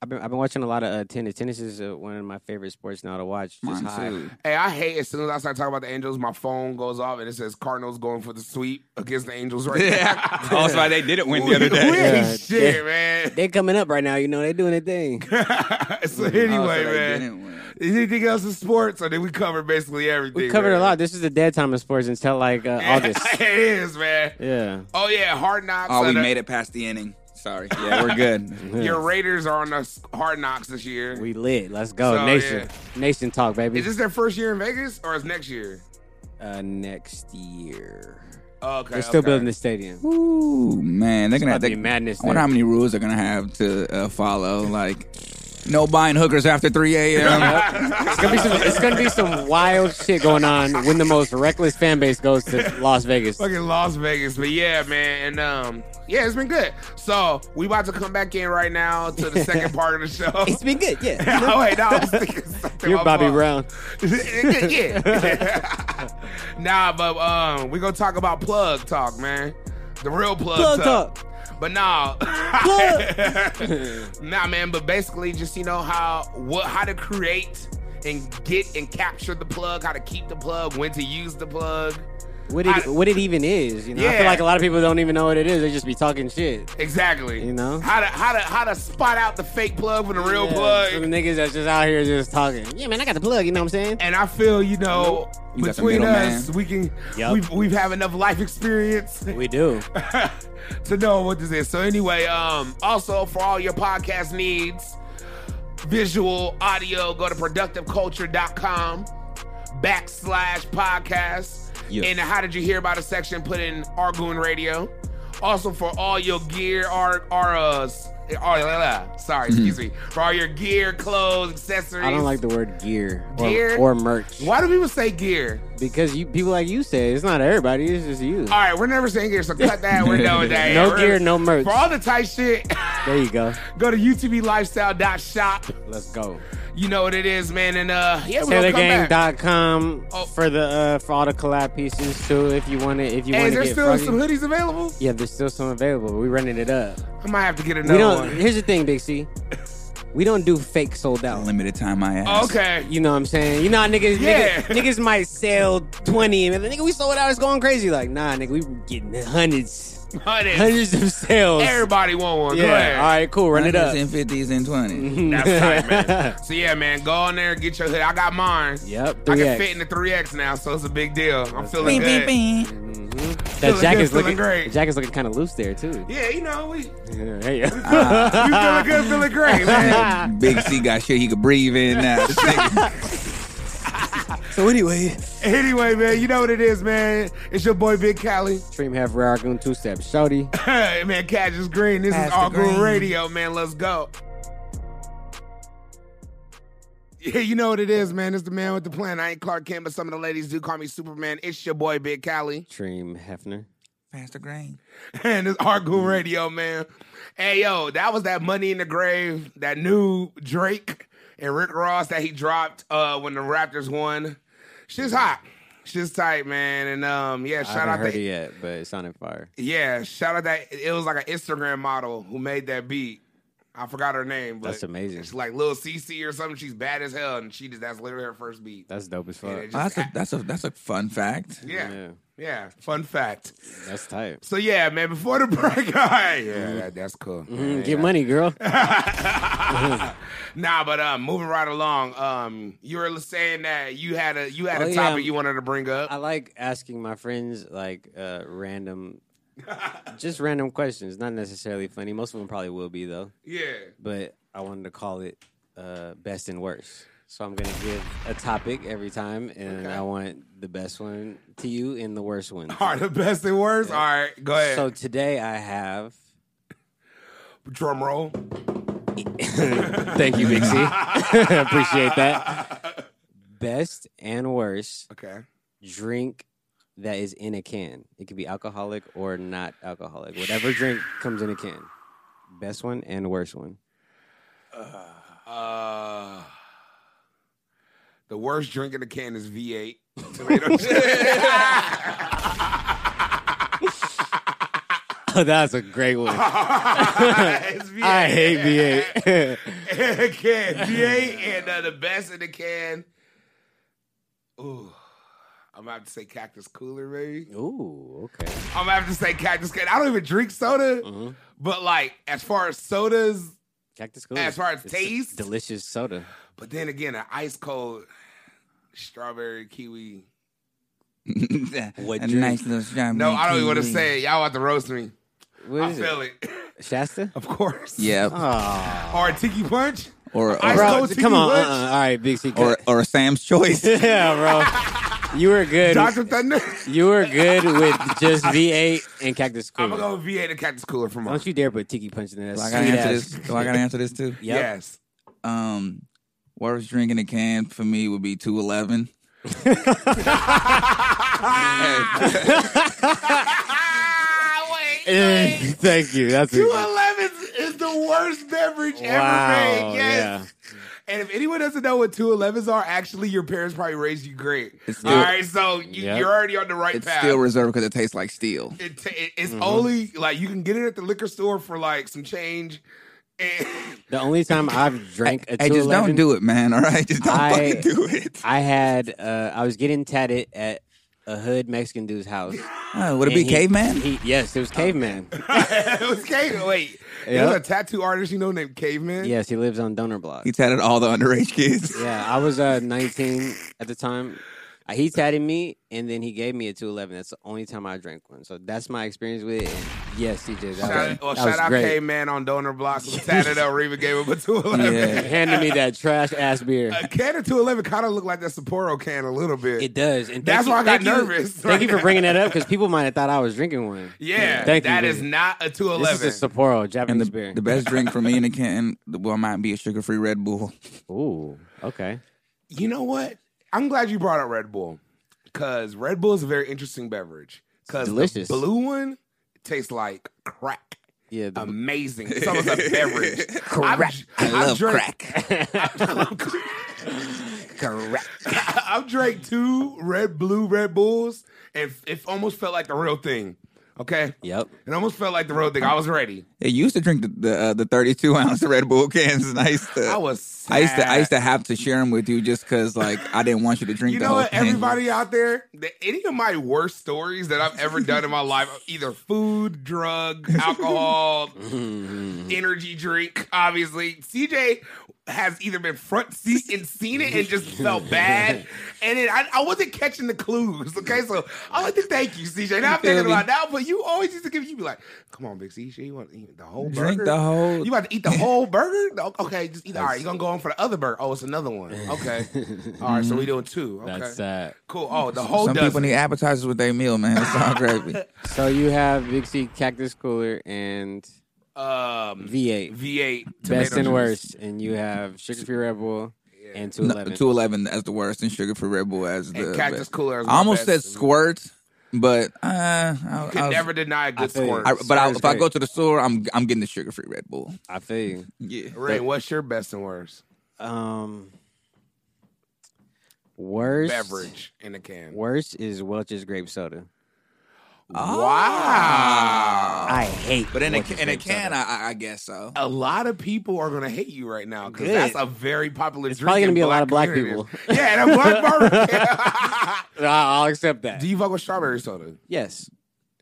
S3: I've been I've been watching a lot of uh, tennis. Tennis is uh, one of my favorite sports now to watch. Just
S5: Mine
S3: high.
S5: too.
S4: Hey, I hate as soon as I start talking about the Angels, my phone goes off and it says Cardinals going for the sweep against the Angels right
S5: Yeah.
S4: now.
S5: Also, why they did it win the other
S4: We
S5: day.
S4: ain't
S3: Yeah.
S4: shit,
S3: Yeah.
S4: man.
S3: They coming up right now. You know they doing their thing.
S4: so
S5: Oh, so
S4: anyway,
S5: they
S4: man.
S5: didn't win.
S4: Is anything else in sports? Or did we cover basically everything?
S3: We covered a
S4: man?
S3: lot. This is the dead time of sports until like uh, August.
S4: it is, man.
S3: Yeah.
S4: Oh yeah, hard knocks.
S5: Oh, we
S4: and, uh,
S5: made it past the inning. Sorry. Yeah, we're good.
S4: Your Raiders are on the s- hard knocks this year.
S3: We lit. Let's go,
S4: So,
S3: nation. Nation talk, baby.
S4: Is this their first year in Vegas or is next year? Oh,
S3: uh, next year?
S4: Okay,
S3: They're still
S4: okay.
S3: building the stadium.
S5: Ooh man, they're gonna
S3: about to
S5: they-
S3: be madness
S5: I wonder
S3: there.
S5: how many rules they're gonna have to uh, follow. Like, no buying hookers after 3 a.m.
S3: It's gonna be some. It's gonna be some wild shit going on when the most reckless fan base goes to Las Vegas.
S4: Fucking Las Vegas, but yeah, man, and um, yeah, it's been good. So we about to come back in right now to the second part of the show.
S3: been good, yeah.
S4: oh wait, no, I was thinking something.
S3: You're
S4: My
S3: Bobby
S4: fault.
S3: Brown.
S4: yeah. nah, but um, we gonna talk about plug talk, man. The real plug,
S3: Plug
S4: talk.
S3: talk.
S4: But nah, nah, man. But basically, just you know how what how to create and get and capture the plug, how to keep the plug, when to use the plug.
S3: What
S4: I-
S3: it what it even is, you know? I
S4: Yeah.
S3: feel like a lot of people don't even know what it is. They just be talking shit.
S4: Exactly.
S3: You know?
S4: how to how to how to spot out the fake plug from the real
S3: Yeah,
S4: plug.
S3: Some niggas that's just out here just talking. Yeah, man, I got the plug. You know what I'm saying?
S4: and I feel you know
S5: You got the
S4: between
S5: middle
S4: us we can
S3: Yup.
S4: we've we've have enough life experience
S3: We do.
S4: to know what this is. So anyway, um, also for all your podcast needs, visual, audio, go to productiveculture.com backslash podcast.
S5: Yeah.
S4: In the how did you hear about a section, put in Argoon Radio. Also for all your gear, our our uh, s- our- la- la- sorry, excuse me, for all your gear, clothes, accessories.
S3: Mm-hmm. I don't like the word gear or,
S4: Gear?
S3: or merch
S4: Why do people say gear?
S3: because you people like you say it's not everybody. It's just you.
S4: All right, we're never saying gear, so cut that. We're done with that.
S3: No
S4: We're-
S3: gear, no merch.
S4: For all the tight shit,
S3: There you go.
S4: go to utblifestyle.shop.
S3: Let's go.
S4: You know what it is, man. And uh, yeah, we're gonna come back.
S3: Taylorgang.com
S4: Oh.
S3: for the uh, for all the collab pieces too. If you want to, if you
S4: Hey,
S3: want to
S4: is there
S3: get
S4: still
S3: froggy.
S4: some hoodies available?
S3: yeah, there's still some available. We running it up.
S4: I might have to get
S3: we
S4: another
S3: don't.
S4: one.
S3: Here's the thing, Big C. We don't do fake sold out.
S5: Limited time I asked.
S4: Okay.
S3: You know what I'm saying? You know how niggas,
S4: Yeah.
S3: niggas, niggas might sell 20 and then nigga, we sold out, it's going crazy. Like, nah, nigga, we getting hundreds,
S4: Honey,
S3: hundreds of sales.
S4: everybody want one.
S3: yeah.
S4: Go ahead.
S3: All right, cool. Run it up.
S5: 100s and 50s and 20s.
S4: That's tight, man. So yeah, man, go on there and get your hood. I got mine.
S3: Yep.
S4: I
S3: 3X.
S4: can fit in the 3X now, so it's a big deal. I'm feeling
S5: Beep,
S4: good.
S5: beep, beep.
S3: Mm-hmm. that
S4: feeling
S3: jacket's
S4: good, feeling
S3: looking
S4: great.
S3: The jacket's looking kind of loose there too.
S4: Yeah, you know, we you
S3: Yeah, hey, yeah.
S4: feeling good, feeling great, man.
S3: Mm-hmm.
S5: Big C got shit he could breathe in now. This nigga-
S3: so anyway,
S4: anyway, man, you know what it is, man. It's your boy Big Cali.
S3: Dream Half Rare Argoon Two Step Shorty.
S4: man, Cash is green. This
S5: Pass
S4: is
S5: the
S4: All Green
S5: green.
S4: Radio, man. Let's go. Yeah, you know what it is, man. It's the man with the plan. I ain't Clark Kent, but some of the ladies do call me Superman. It's your boy Big Cali,
S3: Dream Hefner.
S5: Pass the grain.
S4: and it's All Green Radio, man. Hey, yo, that was that Money in the Grave, that new Drake and Rick Ross that he dropped uh, when the Raptors won. Shit's hot. Shit's tight, man. And um, yeah,
S3: I
S4: shout
S3: haven't
S4: out
S3: heard
S4: to
S3: it yet, but it sounded fire.
S4: Yeah, shout out that it was like an Instagram model who made that beat. I forgot her name, but
S3: That's amazing.
S4: It's like Lil CC or something. She's bad as hell, and she just that's literally her first beat.
S3: That's dope as
S4: And
S3: fuck.
S4: it
S5: Oh,
S4: just-
S5: that's, a, that's, a, that's a fun fact.
S4: yeah, yeah,
S3: Yeah.
S4: Fun fact.
S3: That's tight.
S4: So yeah, man. Before the break, all right, yeah, that, that's cool.
S3: Mm,
S4: Yeah,
S3: Get money, girl.
S4: Nah, but um, moving right along. Um, you were saying that you had a you had
S3: Oh,
S4: a
S3: yeah.
S4: topic you wanted to bring up.
S3: I like asking my friends like uh, random, just random questions. Not necessarily funny. Most of them probably will be though.
S4: yeah.
S3: But I wanted to call it uh, best and worst. So I'm gonna give a topic every time, and
S4: Okay.
S3: I want the best one to you and the worst one.
S4: All right, the best and worst. All right, go ahead.
S3: So today I have.
S4: Drum roll.
S3: Thank you, Big C. Appreciate that. Best and worst
S4: Okay.
S3: drink that is in a can. It could be alcoholic or not alcoholic. Whatever drink comes in a can. Best one and worst one.
S4: Uh, the worst drink in the can is V8 tomato chip.
S3: Oh, that's a great one.
S4: It's V8.
S3: I hate V8.
S4: can V8 and uh, the best in the can. Ooh, I'm gonna have to say cactus cooler, maybe.
S3: Ooh, okay.
S4: I'm gonna have to say cactus can. I don't even drink soda,
S3: Mhm.
S4: but like as far as sodas,
S3: Cactus Cooler.
S4: As far as
S3: It's
S4: taste?
S3: delicious soda.
S4: but then again, an ice cold strawberry kiwi.
S5: a
S3: What drink?
S5: nice little strawberry.
S4: No, I don't even want to
S5: kiwi.
S4: say it. Y'all about to roast me.
S3: What
S4: I
S3: is
S4: feel
S3: it?
S4: it.
S3: Shasta?
S4: Of course.
S5: Yeah,
S3: Oh,
S4: Or a tiki punch.
S5: or
S4: I
S5: or,
S3: uh, bro,
S4: Cold Tiki
S3: come on.
S4: Punch?
S3: Uh-uh. All right, Big C.
S5: or
S3: cut.
S5: or Sam's Choice.
S3: yeah, bro. You were good.
S4: Dr. Thunder.
S3: You were good with just V8 and Cactus
S4: I'm
S3: Cooler.
S4: going to go with VA to Cactus Cooler for mine.
S3: Don't you dare put Tiki Punch in there.
S5: Do
S3: That's
S5: I gotta
S3: sweet
S5: answer
S3: ass.
S5: this. Do I gotta answer this too?
S3: Yep.
S4: Yes.
S5: Um, worst drink in a can for me would be two eleven.
S4: wait.
S3: Eh, Thank you. That's
S4: Two
S3: a,
S4: Elevens is the worst beverage ever
S3: wow.
S4: made.
S3: Yeah.
S4: Yes. And if anyone doesn't know what two elevens are, actually, your parents probably raised you great.
S5: It's
S4: All
S5: still-
S4: right, so you,
S3: Yep.
S4: you're already on the right
S5: It's
S4: path.
S5: still reserved because it tastes like steel.
S4: it, ta- it- it's only like you can get it at the liquor store for like some change. And
S3: The only time I've drank a
S5: Hey, just
S3: 211
S5: don't do it, man. All right, just don't
S3: I-
S5: fucking do it.
S3: I had uh, I was getting tatted at a hood Mexican dude's house.
S5: Oh, would it be
S3: And he-
S5: caveman? Oh.
S3: he- yes, it was caveman.
S4: it was Cave. Wait,
S3: Yep.
S4: there's a tattoo artist you know named Caveman.
S3: yes, he lives on donor block.
S5: He tatted all the underage kids.
S3: Yeah, I was uh, 19 at the time. Uh, He tatted me, and then he gave me a 211. That's the only time I drank one. So that's my experience with it. And yes, CJ, that,
S4: Shout,
S3: was,
S4: well,
S3: that
S4: shout
S3: was
S4: out
S3: great.
S4: Caveman on Donor Block. So Saturday, Reba gave him a two eleven.
S5: Yeah.
S3: He handed me that trash ass beer.
S4: A can of two eleven kind of looked like that Sapporo can a little bit.
S3: It does, and thank
S4: That's
S3: you-
S4: why I
S3: thank
S4: got
S3: you-
S4: nervous
S3: Thank
S4: right
S3: you for
S4: now.
S3: bringing that up because people might have thought I was drinking one.
S4: yeah,
S3: thank you,
S4: that
S3: baby.
S4: is not a two
S3: This
S4: eleven.
S3: is a Sapporo
S5: And
S3: Japanese
S5: the,
S3: beer.
S5: the best drink for me in a can, well, might be a sugar-free Red Bull.
S3: Ooh, okay.
S4: You know what? I'm glad you brought up Red Bull because Red Bull is a very interesting beverage. Because the
S3: delicious.
S4: blue one tastes like crack.
S3: Yeah,
S4: Um,
S3: the,
S4: Amazing. It's almost a beverage.
S5: Crack. I love
S4: crack. Correct. I've drank two red blue Red Bulls, and f- it almost felt like the real thing. Okay,
S3: yep.
S4: it almost felt like the real thing. I was ready.
S5: They used to drink the the, uh, the 32 ounce Red Bull cans, and I used to.
S4: I was. Sad.
S5: Uh, I used to I used to have to share them with you just because like I didn't want you to drink.
S4: You
S5: the
S4: know
S5: whole
S4: what?
S5: can.
S4: Everybody out there, the, any of my worst stories that I've ever done in my life, either food, drug, alcohol,
S5: Mm.
S4: energy drink, obviously. CJ has either been front seat and seen it and just felt bad. And it, I, I wasn't catching the clues. Okay, so I like to thank you, CJ. Now I'm
S5: feel
S4: thinking
S5: me?
S4: about now, but you always used to give you be like, come on, Big C, you want to eat the whole burger?
S5: drink the whole.
S4: You about to eat the whole burger? No, Okay, just eat. All right, you're gonna go on for the other burger. Oh, it's another one. Okay. All right, so we doing two. Okay.
S3: That's sad.
S4: cool. Oh, the whole
S5: Some
S4: dozen.
S5: people need appetizers with their meal, man. It's all gravy.
S3: So you have Big C Cactus Cooler and
S4: um,
S3: V8.
S4: V8.
S3: Best
S4: tomato
S3: and
S4: juice.
S3: worst, and you have Sugar Free Red Bull and Two Eleven.
S5: Two eleven as the worst, and sugar for Red Bull as the.
S4: And cactus
S5: best.
S4: cooler. Is my
S5: I almost said
S4: best.
S5: squirt, but uh, I,
S4: Could
S5: I was-
S4: never deny a
S3: I
S4: good
S3: feel you.
S4: squirt.
S5: I- but I,
S3: Squirt's
S5: if I go
S3: great.
S5: to the store, I'm I'm getting the sugar free Red Bull.
S3: I feel you.
S5: Yeah.
S4: Ray, what's your best and worst
S3: Um, worst
S4: beverage in a can?
S3: Worst is Welch's grape soda.
S5: Oh. Ah.
S4: Wow.
S3: I hate.
S5: But in a
S3: Welch's
S5: in a
S3: grape
S5: can,
S3: soda.
S5: I, I- I guess so.
S4: A lot of people are gonna hate you right now because
S3: Good.
S4: that's a very popular
S3: It's
S4: drink.
S3: probably
S4: in
S3: gonna be a lot of black
S4: communities. Yeah, and a black bar.
S3: I'll accept that.
S4: Do you fuck with strawberry soda?
S3: yes,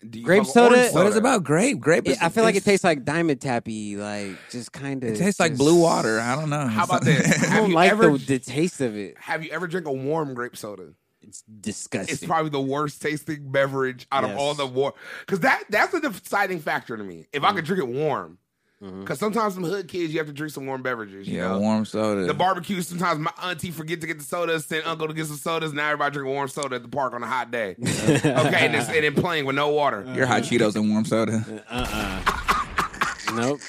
S4: Do you
S3: Grape
S4: fuck with orange
S3: soda-
S5: What is it about grape? Grape.
S3: It-
S5: is-
S3: I feel like it
S5: it's-
S3: tastes like diamond tappy, like just kind of.
S5: It tastes like blue water. I don't know.
S4: How about this?
S3: I
S4: Have
S3: don't
S4: you
S3: like
S4: ever-
S3: the, the taste of it.
S4: Have you ever drank a warm grape soda?
S3: It's disgusting.
S4: It's probably the worst tasting beverage out of
S3: Yes.
S4: all the war. Because that that's a deciding factor to me. If I
S3: Mm.
S4: could drink it warm,
S3: Mm-hmm.
S4: because sometimes some hood kids you have to drink some warm beverages. You
S5: Yeah,
S4: know?
S5: warm soda.
S4: The barbecue. Sometimes my auntie forget to get the sodas, send uncle to get some sodas. Now everybody drinking warm soda at the park on a hot day. okay, and it's and then playing with no water.
S5: Your hot Cheetos and warm soda.
S3: nope.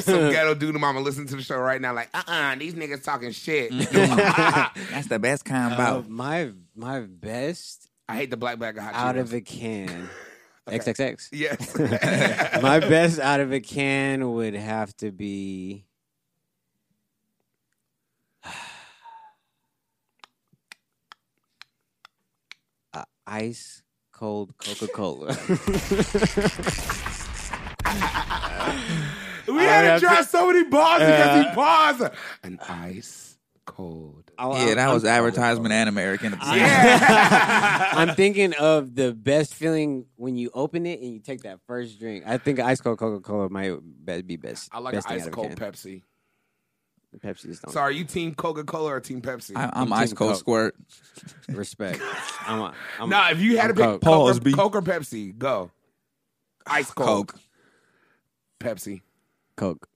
S4: some ghetto dude to mama listening to the show right now. Like, uh, uh these niggas talking shit.
S3: Mm-hmm.
S5: That's the best
S3: Uh,
S5: combo.
S3: my my best
S4: I hate the black bag of hot
S3: out
S4: Cheetos.
S3: of a can. XXX.
S4: Yes.
S3: my best out of a can would have to be. a Ice cold Coca Cola.
S4: We had
S3: have
S4: to try
S3: to-
S4: so many bars because
S3: Yeah.
S4: he paused. An ice cold.
S5: Yeah, that was advertisement and American. at the same time.
S4: Yeah.
S3: I'm thinking of the best feeling when you open it and you take that first drink. I think ice cold Coca Cola might be- be best.
S4: I like an
S3: best thing
S4: ice
S3: out of a can.
S4: cold Pepsi.
S3: Pepsi is don't
S4: So are you team Coca Cola or team Pepsi?
S5: I, I'm
S3: Team
S5: ice cold
S3: Coke.
S5: squirt.
S3: respect. I'm a, I'm
S4: no, if you
S3: I'm
S4: had to pick
S3: Coke.
S4: Coke,
S5: Pause, B.
S4: Coke or Pepsi, go. Ice cold.
S5: Coke.
S4: Pepsi.
S3: Coke.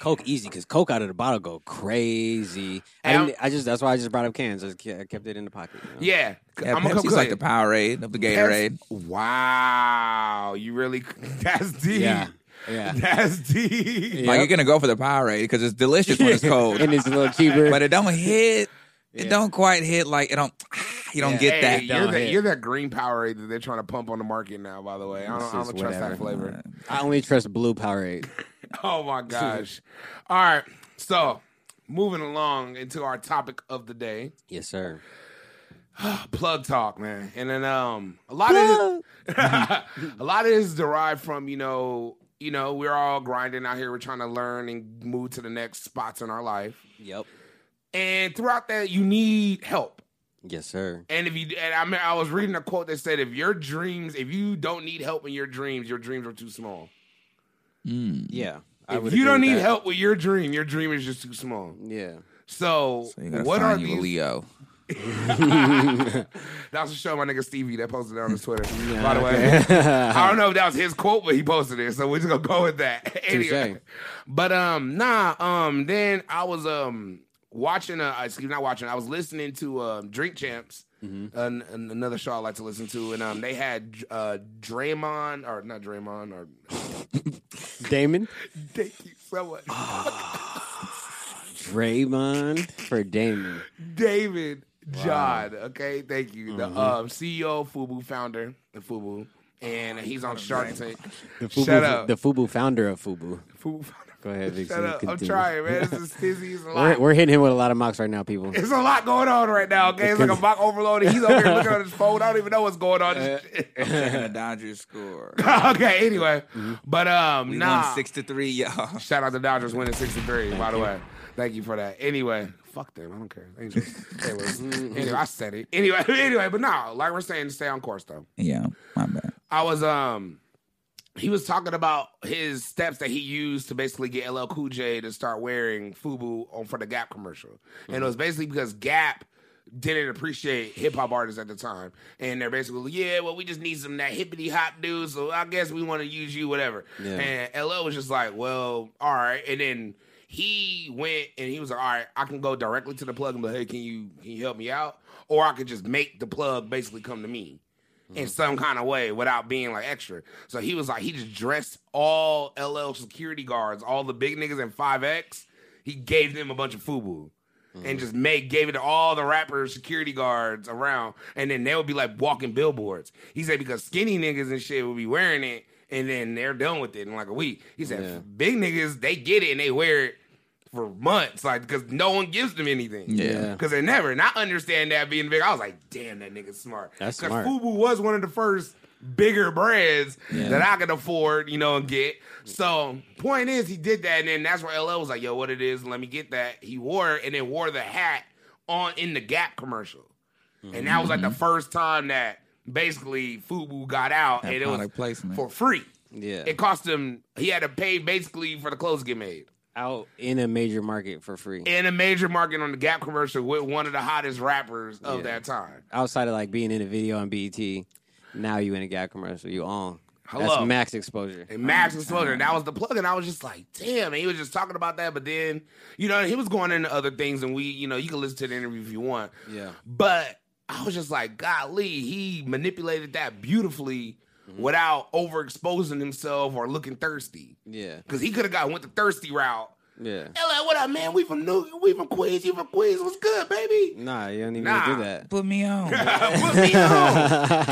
S3: Coke easy because Coke out of the bottle go crazy. I,
S4: Hey, I'm-
S3: didn't, I just that's why I just brought up cans. I just ke- I kept it in the pocket. you know?
S4: Yeah,
S5: Yeah,
S4: I'm a
S5: Pepsi's
S4: Coke
S5: like the
S4: head.
S5: Powerade of the Gatorade.
S4: Pepsi- Wow, you really? That's deep.
S3: yeah, yeah.
S4: That's deep.
S5: Like you're gonna go for the Powerade because it's delicious when it's cold,
S3: and it's a little cheaper.
S5: but it don't hit. It don't quite hit like it don't. ah, You don't
S3: Yeah.
S5: get
S4: Hey,
S5: that.
S4: you're,
S3: down
S4: that
S3: here.
S4: you're that green Powerade that they're trying to pump on the market now. By the way, I
S3: This
S4: don't, I
S3: is
S4: don't trust
S3: whatever.
S4: that flavor.
S3: I only trust blue Powerade.
S4: Oh my gosh! All right, so moving along into our topic of the day,
S3: Yes, sir.
S4: plug talk, man. And then um, a lot of this, a lot of this is derived from you know, you know, we're all grinding out here. We're trying to learn and move to the next spots in our life.
S3: Yep.
S4: And throughout that, you need help.
S3: Yes, sir.
S4: And if you, and I mean, I was reading a quote that said, "If your dreams, if you don't need help in your dreams, your dreams are too small.
S5: Mm.
S3: Yeah. I
S4: If
S3: would
S4: you
S3: agree
S4: don't
S3: with
S4: need
S3: that.
S4: help with your dream, your dream is just too small."
S3: Yeah.
S4: So,
S5: So you gotta
S4: what are
S5: find you
S4: these?
S5: a Leo.
S4: That was a show my nigga Stevie that posted it on his Twitter. By the way, I
S3: Uh-huh.
S4: don't know if that was his quote, but he posted it, so we're just gonna go with that. anyway,
S3: Touche.
S4: but um, nah, um, then I was um watching, uh, excuse me, not watching. I was listening to um Drink Champs,
S3: Mm-hmm.
S4: an, an- another show I like to listen to, and um, they had uh Draymond or not Draymond or
S3: Damon,
S4: thank you so much,
S3: Draymond for Damon.
S4: David John. Okay, thank you,
S3: Mm-hmm.
S4: the um CEO of Fubu founder of Fubu. And
S3: Oh,
S4: he's on Shark Tank.
S3: The Fubu,
S4: Shut up.
S3: The Fubu founder of Fubu.
S4: Fubu founder.
S3: Go ahead, Vixen.
S4: Shut up. I'm
S3: continue.
S4: trying, man. This is tizzy. It's a
S3: We're,
S4: lot.
S3: we're hitting him with a lot of mocks right now, people.
S4: it's a lot going on right now, okay? It's like a mock overload. He's over here looking at his phone. I don't even know what's going on.
S5: Checking the Dodgers score.
S4: okay, anyway. But um
S5: We
S4: nah.
S5: won six to three, y'all.
S4: Shout out to Dodgers winning six to three, by the way. Thank you for that. Anyway, fuck them. I don't care. Angels. Anyways. anyway, I said it. Anyway, anyway, but no, like we're saying, stay on course though.
S5: Yeah, my bad.
S4: I was um he was talking about his steps that he used to basically get LL Cool J to start wearing FUBU on for the Gap commercial, and it was basically because Gap didn't appreciate hip hop artists at the time, and they're basically yeah, well we just need some of that hippity hop dude, so I guess we want to use you whatever.
S3: Yeah.
S4: And LL was just like, well, all right, and then he went and he was like, all right, I can go directly to the plug and be like, hey, can you can you help me out, or I could just make the plug basically come to me in
S3: Mm-hmm.
S4: some kind of way without being like extra. So he was like, he just dressed all LL security guards, all the big niggas in 5X. He gave them a bunch of FUBU
S3: Mm-hmm.
S4: and just made, gave it to all the rapper security guards around. And then they would be like walking billboards. He said, because skinny niggas and shit would be wearing it and then they're done with it in like a week. He said,
S3: Yeah.
S4: big niggas, they get it and they wear it for months, like, because no one gives them anything.
S3: Yeah.
S4: Because they never. And I understand that being big. I was like, damn, that nigga's smart.
S3: That's
S4: Because
S3: smart.
S4: Fubu was one of the first bigger brands that I could afford, you know, and get. So point is, he did that, and then that's where LL was like, yo, what it is, let me get that. He wore it, and then wore the hat on in the Gap commercial. And that was like
S5: Mm-hmm.
S4: the first time that basically Fubu got out,
S5: That
S4: and it was
S5: product placement.
S4: for free.
S3: Yeah.
S4: It cost him, he had to pay basically for the clothes to get made
S3: Out in a major market for free.
S4: in a major market on the Gap commercial with one of the hottest rappers of
S3: Yeah.
S4: that time.
S3: Outside of like being in a video on BET, now you in a gap commercial. You on.
S4: Hello.
S3: That's max exposure.
S4: And Max was smoking. That was the plug, and I was just like, damn. And he was just talking about that, but then, you know, he was going into other things, and we, you know, you can listen to the interview if you want.
S3: Yeah.
S4: But I was just like, golly, he manipulated that beautifully without overexposing himself or looking thirsty.
S3: Yeah.
S4: Because he could have got went the thirsty route.
S3: Yeah.
S4: Hello, what up, man? We from New, we from Queens. You from Queens? What's good, baby?
S3: Nah, you don't even
S4: Nah.
S3: do that.
S5: Put me on.
S4: Put me on.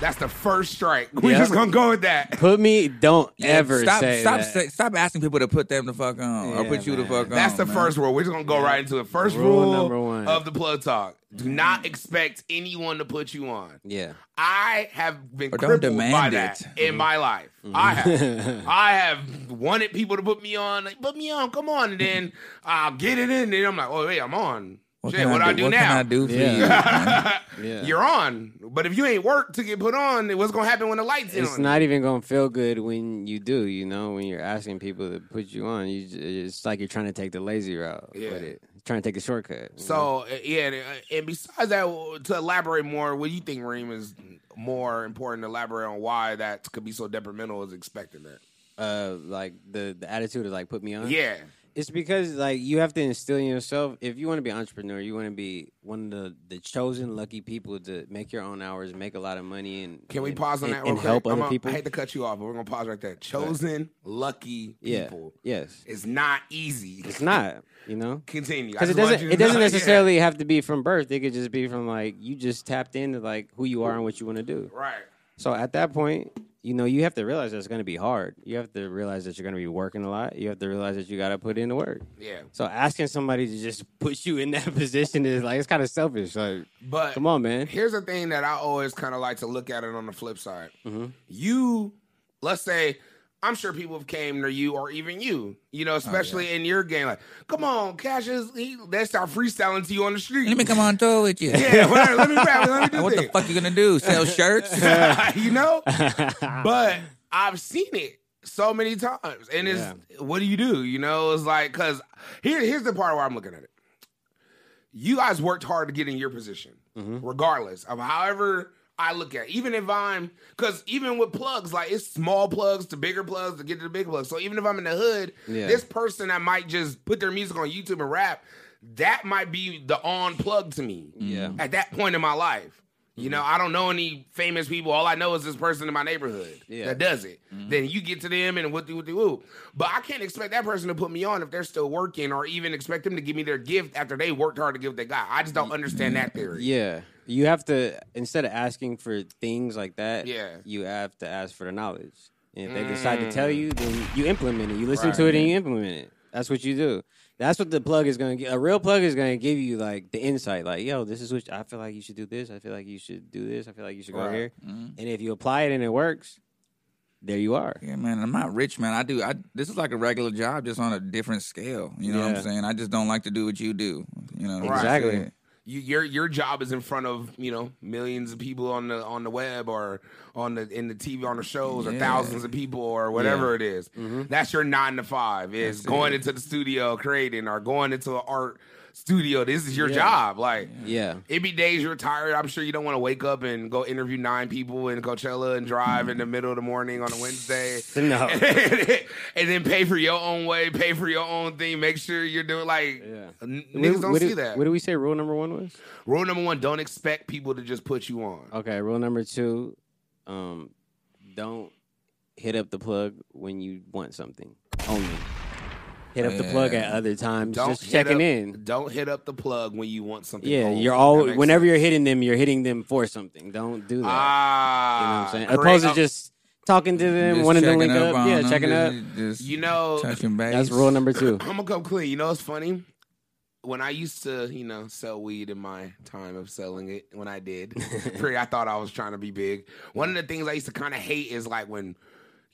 S4: That's the first strike. We
S3: Yeah.
S4: just gonna go with that.
S3: Put me. Don't
S5: Yeah,
S3: ever
S5: stop,
S3: say
S5: stop,
S3: that.
S5: say- stop asking people to put them the fuck on or
S3: Yeah,
S5: put you the
S3: man.
S5: fuck on.
S4: That's the
S5: man.
S4: first rule. We're just gonna go right into it. First
S3: Rule
S4: rule,
S3: number one. Mm-hmm.
S4: of the plug talk: Do not expect anyone to put you on.
S3: yeah.
S4: I have been
S5: Or don't
S4: crippled by
S5: demand
S4: that
S5: it. Mm-hmm.
S4: in my life. I have, I have wanted people to put me on. Like, put me on, come on, and then I'll get it in. And I'm like, oh wait, I'm on.
S5: What
S4: Shit,
S5: can
S4: what
S5: I
S4: I
S5: do,
S4: do
S5: what
S4: now?
S5: can I do for
S3: Yeah.
S5: you? man?
S3: Yeah.
S4: You're on, but if you ain't work to get put on, then what's gonna happen when the lights in
S3: it's
S4: on?
S3: not even gonna feel good when you do. You know, when you're asking people to put you on, you ju- it's like you're trying to take the lazy route.
S4: Yeah.
S3: With it. Trying to take a shortcut. you know?
S4: So uh, yeah, and, uh, and besides that, w- to elaborate more, what do you think Reem is more important to elaborate on why that could be so detrimental as expecting that?
S3: uh like the the attitude of like put me on.
S4: Yeah.
S3: It's because like you have to instill in yourself if you want to be an entrepreneur, you want to be one of the, the chosen lucky people to make your own hours, make a lot of money, and
S4: Can we
S3: and-
S4: pause on
S3: and-
S4: that real
S3: and
S4: quick?
S3: help
S4: I'm
S3: other
S4: a-
S3: people?
S4: I hate to cut you off, but we're gonna pause right there. Chosen lucky
S3: yeah,
S4: people.
S3: yes,
S4: It's not easy.
S3: it's not you know
S4: Continue. I
S3: because it
S4: just want
S3: doesn't
S4: you
S3: it
S4: to
S3: doesn't
S4: know- yeah.
S3: necessarily have to be from birth. It could just be from like you just tapped into like who you are and what you want to do.
S4: Right.
S3: So at that point, you know, you have to realize that it's going to be hard. You have to realize that you're going to be working a lot. You have to realize that you got to put in the work.
S4: Yeah.
S3: So asking somebody to just put you in that position is like it's kind of selfish. Like,
S4: But
S3: come on, man.
S4: here's the thing that I always kind of like to look at it on the flip side.
S5: Mm-hmm.
S3: Mhm.
S4: You, let's say, I'm sure people have came to you or even you, you
S5: Oh,
S4: know, especially in your game. Like, come on, Cassius, he, they start freestyling to you on the street.
S5: Let me come on tour with you.
S4: yeah, whatever, let me rap. Let me do
S5: What the
S4: this.
S5: fuck you gonna do? Sell shirts?
S4: you know? But I've seen it so many times. And it's what do you do? You know, it's like cause here, here's the part where I'm looking at it. You guys worked hard to get in your position,
S3: Mm-hmm.
S4: regardless of however I look at it. Even if I'm because even with plugs, like it's small plugs to bigger plugs to get to the big plugs. So even if I'm in the hood,
S3: Yeah.
S4: this person that might just put their music on YouTube and rap, that might be the on plug to me
S3: Yeah.
S4: at that point in my life. You know, I don't know any famous people. All I know is this person in my neighborhood
S3: Yeah.
S4: that does it. Then you get to them and what do what do woo. But I can't expect that person to put me on if they're still working, or even expect them to give me their gift after they worked hard to give what they got. I just don't understand that theory.
S3: Yeah. You have to instead of asking for things like that,
S4: Yeah.
S3: you have to ask for the knowledge. And if they decide to tell you, then you implement it. You listen to
S4: Mm. Right.
S3: it and you implement it. That's what you do. That's what the plug is going to get. A real plug is going to give you like the insight like, yo, this is what I feel like you should do this. I feel like you should do this. I feel like you should go
S4: Right.
S3: here. And if you apply it and it works, there you are.
S5: Yeah, man, I'm not rich, man. I do. I this is like a regular job, just on a different scale. You know what
S3: Yeah.
S5: I'm saying? I just don't like to do what you do. You know,
S4: Right.
S3: Exactly.
S4: You, your your job is in front of you know millions of people on the on the web or on the in the TV on the shows or
S5: Yeah.
S4: thousands of people or whatever it is. That's your nine to five is going into the studio creating or going into an art studio. This is your job. Like
S3: Yeah.
S4: it be days you're tired. I'm sure you don't want to wake up and go interview nine people in Coachella and drive in the middle of the morning on a Wednesday.
S3: No.
S4: and then pay for your own way, pay for your own thing. Make sure you're doing like
S3: Yeah.
S4: n- niggas don't
S3: what
S4: see
S3: did,
S4: that.
S3: What did we say rule number 1 was?
S4: Rule number one: Don't expect people to just put you on.
S3: Okay, rule number two, um, don't hit up the plug when you want something. Only hit up the plug at
S5: Yeah.
S3: other times,
S4: Don't
S3: just
S4: hit
S3: checking
S4: up-
S3: in.
S4: Don't hit up the plug when you want something.
S3: Yeah,
S4: old.
S3: you're
S4: That
S3: all
S4: makes
S3: whenever
S4: sense.
S3: you're hitting them, you're hitting them for something. Don't do that. you know what
S4: ah,
S3: I'm saying?
S4: correct.
S3: Opposed
S4: Oh,
S3: to just talking to them,
S5: Just
S3: wanting to
S5: checking
S3: link up,
S5: on
S3: yeah,
S5: them,
S3: checking up.
S5: just- Just
S4: you know,
S5: touching base.
S3: That's rule number two.
S4: I'm gonna come clean. You know what's funny? When I used to, you know, sell weed in my time of selling it, when I did, pretty, I thought I was trying to be big. One of the things I used to kind of hate is like when,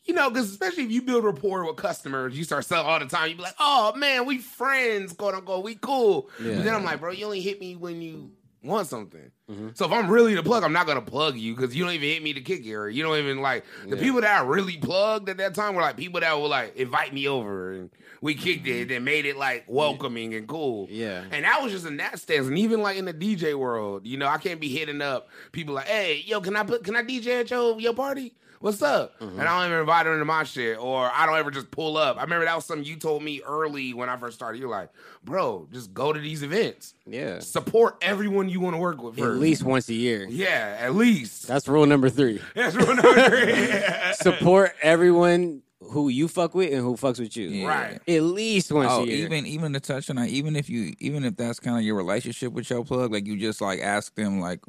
S4: you know, because especially if you build rapport with customers, you start selling all the time. You be like, oh man, we friends, quote unquote, we cool.
S3: Yeah. Mm-hmm.
S4: But then I'm like, bro, you only hit me when you want something. So if I'm really the plug, I'm not gonna plug you because you don't even hit me to kick it, or you don't even like the people that I really plugged at that time were like people that would like invite me over and we kicked it and then made it like welcoming and cool.
S3: Mm-hmm. Yeah.
S4: And that was just in that stance. And even like in the DJ world, you know, I can't be hitting up people like, hey, yo, can I put can I DJ at your your party? What's up?
S3: Mm-hmm.
S4: And I don't even invite them to my shit, or I don't ever just pull up. I remember that was something you told me early when I first started. You're like, bro, just go to these events
S3: Yeah,
S4: support everyone you want to work with
S3: at
S4: first.
S3: least once a year.
S4: Yeah, at least.
S3: That's rule number three.
S4: That's what I'm saying.
S3: Support everyone who you fuck with and who fucks with you.
S5: Yeah.
S4: Right.
S3: At least once
S5: Oh,
S3: a year.
S5: even even to touch on that, even if you even if that's kind of your relationship with your plug, like you just like ask them like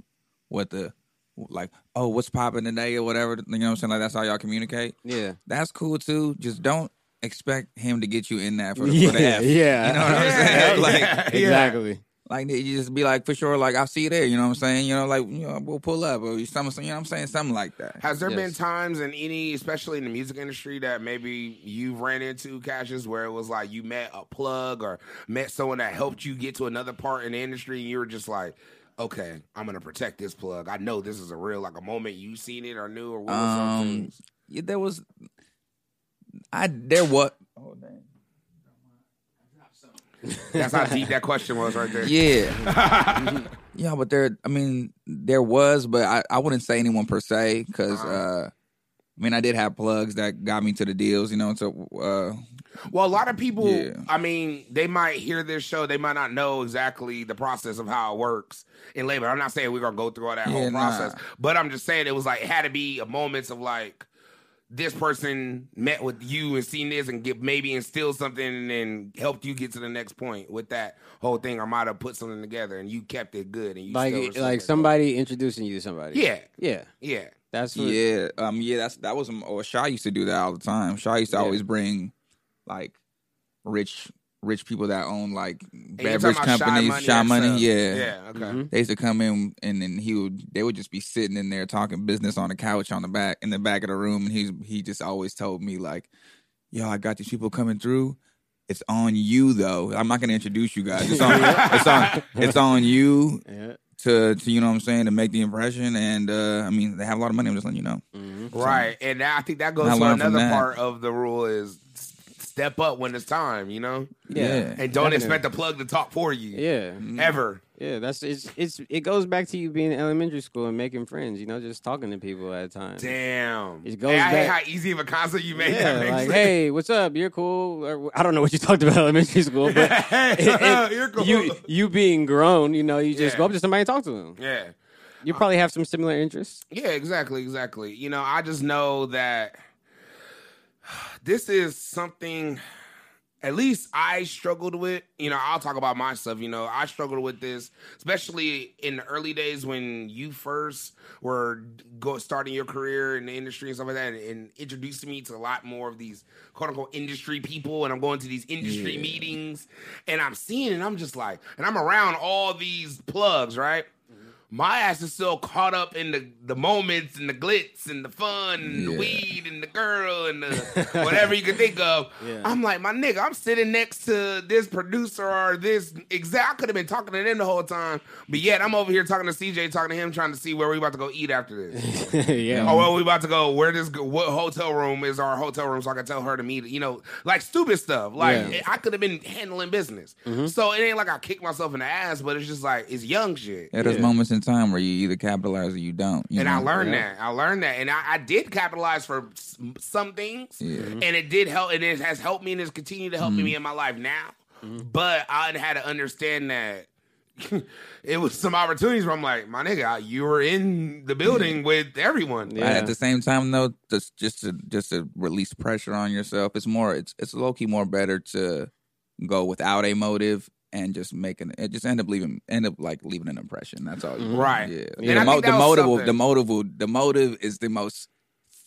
S5: what the like oh what's popping today or whatever. You know what I'm saying? Like that's how y'all communicate.
S3: yeah.
S5: That's cool too. Just don't expect him to get you in that for the, for the
S3: Yeah,
S5: F.
S3: yeah.
S5: You know what I'm saying? like
S3: exactly.
S5: Like you just be like for sure, like I'll see you there. You know what I'm saying? You know, like you know, we'll pull up or something. You know what I'm saying? Something like that.
S4: Has there been
S3: Yes.
S4: times in any, especially in the music industry, that maybe you ran into Cassius where it was like you met a plug or met someone that helped you get to another part in the industry and you were just like, okay, I'm going to protect this plug. I know this is a real, like a moment you seen it or knew or what was
S5: Um,
S4: something.
S5: Yeah, there was. I there was. Oh dang.
S4: That's how deep that question was right there.
S5: Yeah. yeah,
S4: Uh-huh.
S5: but there I mean there was, but I, I wouldn't say anyone per se cuz uh I mean, I did have plugs that got me to the deals, you know. And so, uh,
S4: Well, a lot of people,
S5: Yeah.
S4: I mean, they might hear this show, they might not know exactly the process of how it works in labor. I'm not saying we're gonna go through all that
S5: Yeah,
S4: whole
S5: nah.
S4: process, but I'm just saying it was like it had to be a moments of like this person met with you and seen this and get maybe instilled something and then helped you get to the next point with that whole thing or might have put something together and you kept it good and you still
S3: Like
S4: received
S3: like
S4: it.
S3: somebody introducing you to somebody.
S4: Yeah,
S3: Yeah.
S4: yeah.
S3: That's what
S5: yeah, um, yeah, that's that was. Or Shaw used to do that all the time. Shaw used to
S3: Yeah.
S5: always bring like rich, rich people that own like
S4: And you're
S5: beverage
S4: talking about Shy
S5: companies,
S4: Money
S5: Shaw
S4: and
S5: Money.
S4: stuff.
S5: Yeah,
S4: Yeah, okay.
S3: Mhm.
S5: They used to come in and then he would they would just be sitting in there talking business on the couch on the back in the back of the room and he's he just always told me like, Yo, I got these people coming through. It's on you though. I'm not gonna introduce you guys. It's on it's on it's on you
S3: Yeah.
S5: to to you know what I'm saying, to make the impression and uh I mean they have a lot of money, I'm just letting you know.
S3: Mhm.
S4: Right, and I think that goes
S5: I
S4: to
S5: learned from
S4: another
S5: that.
S4: part of the rule is s- step up when it's time, you know,
S3: Yeah.
S4: and don't
S3: Definitely.
S4: expect the plug to talk for you
S3: Yeah.
S5: Mm-hmm.
S4: ever.
S3: Yeah. That's it's it's it goes back to you being in elementary school and making friends, you know, just talking to people at a time.
S4: Damn,
S3: It goes
S4: Hey, I hate
S3: back-
S4: how easy of a concept you made.
S3: Yeah,
S4: that makes
S3: like,
S4: sense.
S3: hey, what's up? You're cool. Or, I don't know what you talked about in elementary school, but it- it-
S4: You're cool.
S3: you you being grown, you know, you just
S4: Yeah.
S3: go up to somebody and talk to them.
S4: yeah,
S3: You probably have some similar interests.
S4: yeah, exactly, exactly. You know, I just know that this is something. At least I struggled with, you know, I'll talk about myself, you know, I struggled with this, especially in the early days when you first were go, starting your career in the industry and stuff like that, and, and introducing me to a lot more of these quote unquote industry people. And I'm going to these industry meetings and I'm seeing, and I'm just like, and I'm around all these plugs, right? My ass is still caught up in the, the moments and the glitz and the fun and the
S5: Yeah.
S4: weed and the girl and the whatever you can think of.
S3: Yeah.
S4: I'm like, my nigga, I'm sitting next to this producer or this exact. I could have been talking to them the whole time, but yet I'm over here talking to CJ, talking to him, trying to see where we about to go eat after this.
S3: yeah.
S4: Oh, well, we about to go. Where this? What hotel room is our hotel room? So I can tell her to meet. You know, like stupid stuff. Like
S3: Yeah. Mm-hmm.
S4: I could have been handling business. So it ain't like I kicked myself in the ass, but it's just like it's young shit.
S5: Yeah, there's moments in time where you either capitalize or you don't. you
S4: and I
S5: know?
S4: learned
S3: Yeah.
S4: that. I learned that, and I, I did capitalize for s- some things,
S5: Yeah.
S3: Mm-hmm.
S5: Mm-hmm.
S4: and it did help, and it has helped me, and it's continued to help me in my life now.
S3: Mm-hmm.
S4: But I had to understand that it was some opportunities where I'm like, my nigga, you were in the building with everyone.
S5: But
S3: Yeah.
S5: At the same time, though, just just to just to release pressure on yourself, it's more it's it's low key more better to go without a motive and just make an it just end up leaving end up like leaving an impression. That's all, you-
S4: Right.
S5: Yeah,
S4: And I
S5: the, mo-
S4: think that
S5: the
S4: was
S5: motive, will- the
S4: something.
S5: motive, will- the motive is the most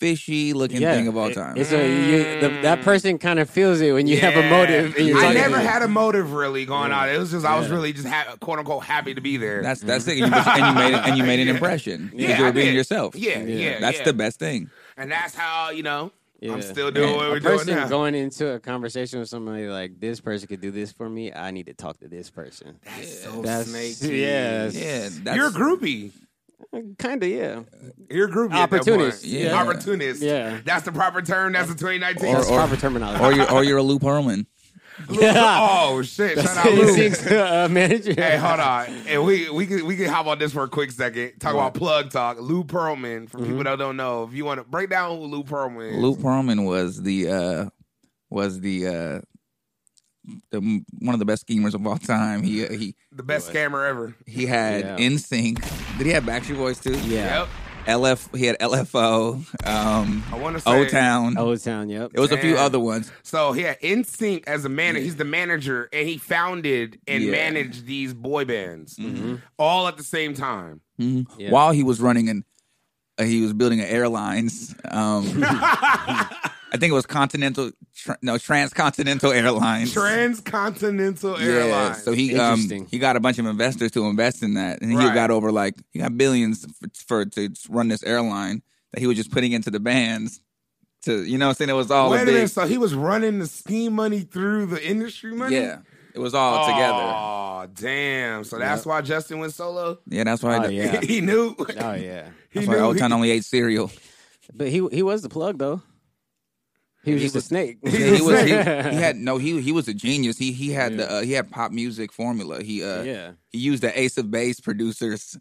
S5: fishy looking thing of all
S3: it-
S5: time. Mm.
S3: It's a, you, the, that person kind of feels it when you have a motive. And you're
S4: I
S3: talking
S4: never
S3: to them.
S4: had a motive really going on. It was just I was really just ha- quote unquote happy to be there.
S5: that's that's it, and you, just- and you made and you made an impression because
S4: Mm-hmm. Yeah,
S5: you
S4: I
S5: were being
S4: did.
S5: yourself.
S4: Yeah, yeah,
S5: that's
S4: yeah.
S5: the best thing.
S4: and that's how you know
S3: Yeah.
S4: I'm still doing
S5: Yeah.
S4: what
S5: A
S4: we're
S3: a person
S4: doing now.
S3: going into a conversation with somebody like this person could do this for me. I need to talk to this person.
S4: that's so
S3: That's-
S4: snaky.
S3: yeah, that's-
S5: Yeah, that's,
S4: You're a groupie.
S3: Kind of, yeah.
S4: You're a groupie.
S3: Opportunist.
S4: Opportunist.
S5: Yeah.
S4: Opportunist.
S3: Yeah.
S4: That's the proper term. That's the 2019.
S3: That's
S5: or-
S3: proper terminology.
S5: or you're or you're a Lou Pearlman.
S3: yeah.
S4: oh shit! Shout out
S3: He
S4: Lou.
S3: seeks a manager.
S4: Hey, hold on, and we we can we can hop on this for a quick second. Talk about plug talk. Lou Pearlman. For people that don't know, if you want to break down who Lou Pearlman is,
S5: Mm-hmm. Lou Pearlman was the uh, was the, uh, the one of the best schemers of all time. He he
S4: the best scammer ever.
S5: he had
S3: Yeah.
S5: in sync. Did he have Backstreet Boys too?
S3: Yeah.
S4: Yep.
S5: LF he had LFO. Um,
S4: I wanna say-
S5: O Town.
S3: Old Town, yep.
S5: It was a few
S4: Damn.
S5: other ones.
S4: So yeah, NSYNC as a manager, he's the manager, and he founded and
S5: Yeah. Mm-hmm.
S4: managed these boy bands
S3: Mm-hmm.
S4: all at the same time.
S5: Mhm.
S3: Yeah.
S5: While he was running an, uh, he was building an airlines. Um, I think it was Continental, tr- no Transcontinental Airlines.
S4: Transcontinental
S5: Yeah,
S4: Airlines.
S5: so he um
S3: Interesting.
S5: he got a bunch of investors to invest in that, and he
S4: Right.
S5: got over like he got billions for, for to run this airline that he was just putting into the bands to you know what I'm saying it was all
S4: Wait a
S5: a big
S4: minute. So he was running the scheme money through the industry money.
S5: yeah it was all together
S4: Oh damn! So that's why Justin went solo.
S5: yeah that's why
S3: Oh,
S5: I,
S3: yeah.
S4: he knew.
S3: Oh, yeah.
S4: He
S5: that's why
S4: knew.
S5: Old
S4: he-
S5: Town only ate cereal
S3: But he he was the plug, though. He was just a snake.
S5: Yeah, he was he, he had no he he was a genius he he had the uh, he had pop music formula he uh
S3: Yeah.
S5: he used the Ace of Base producers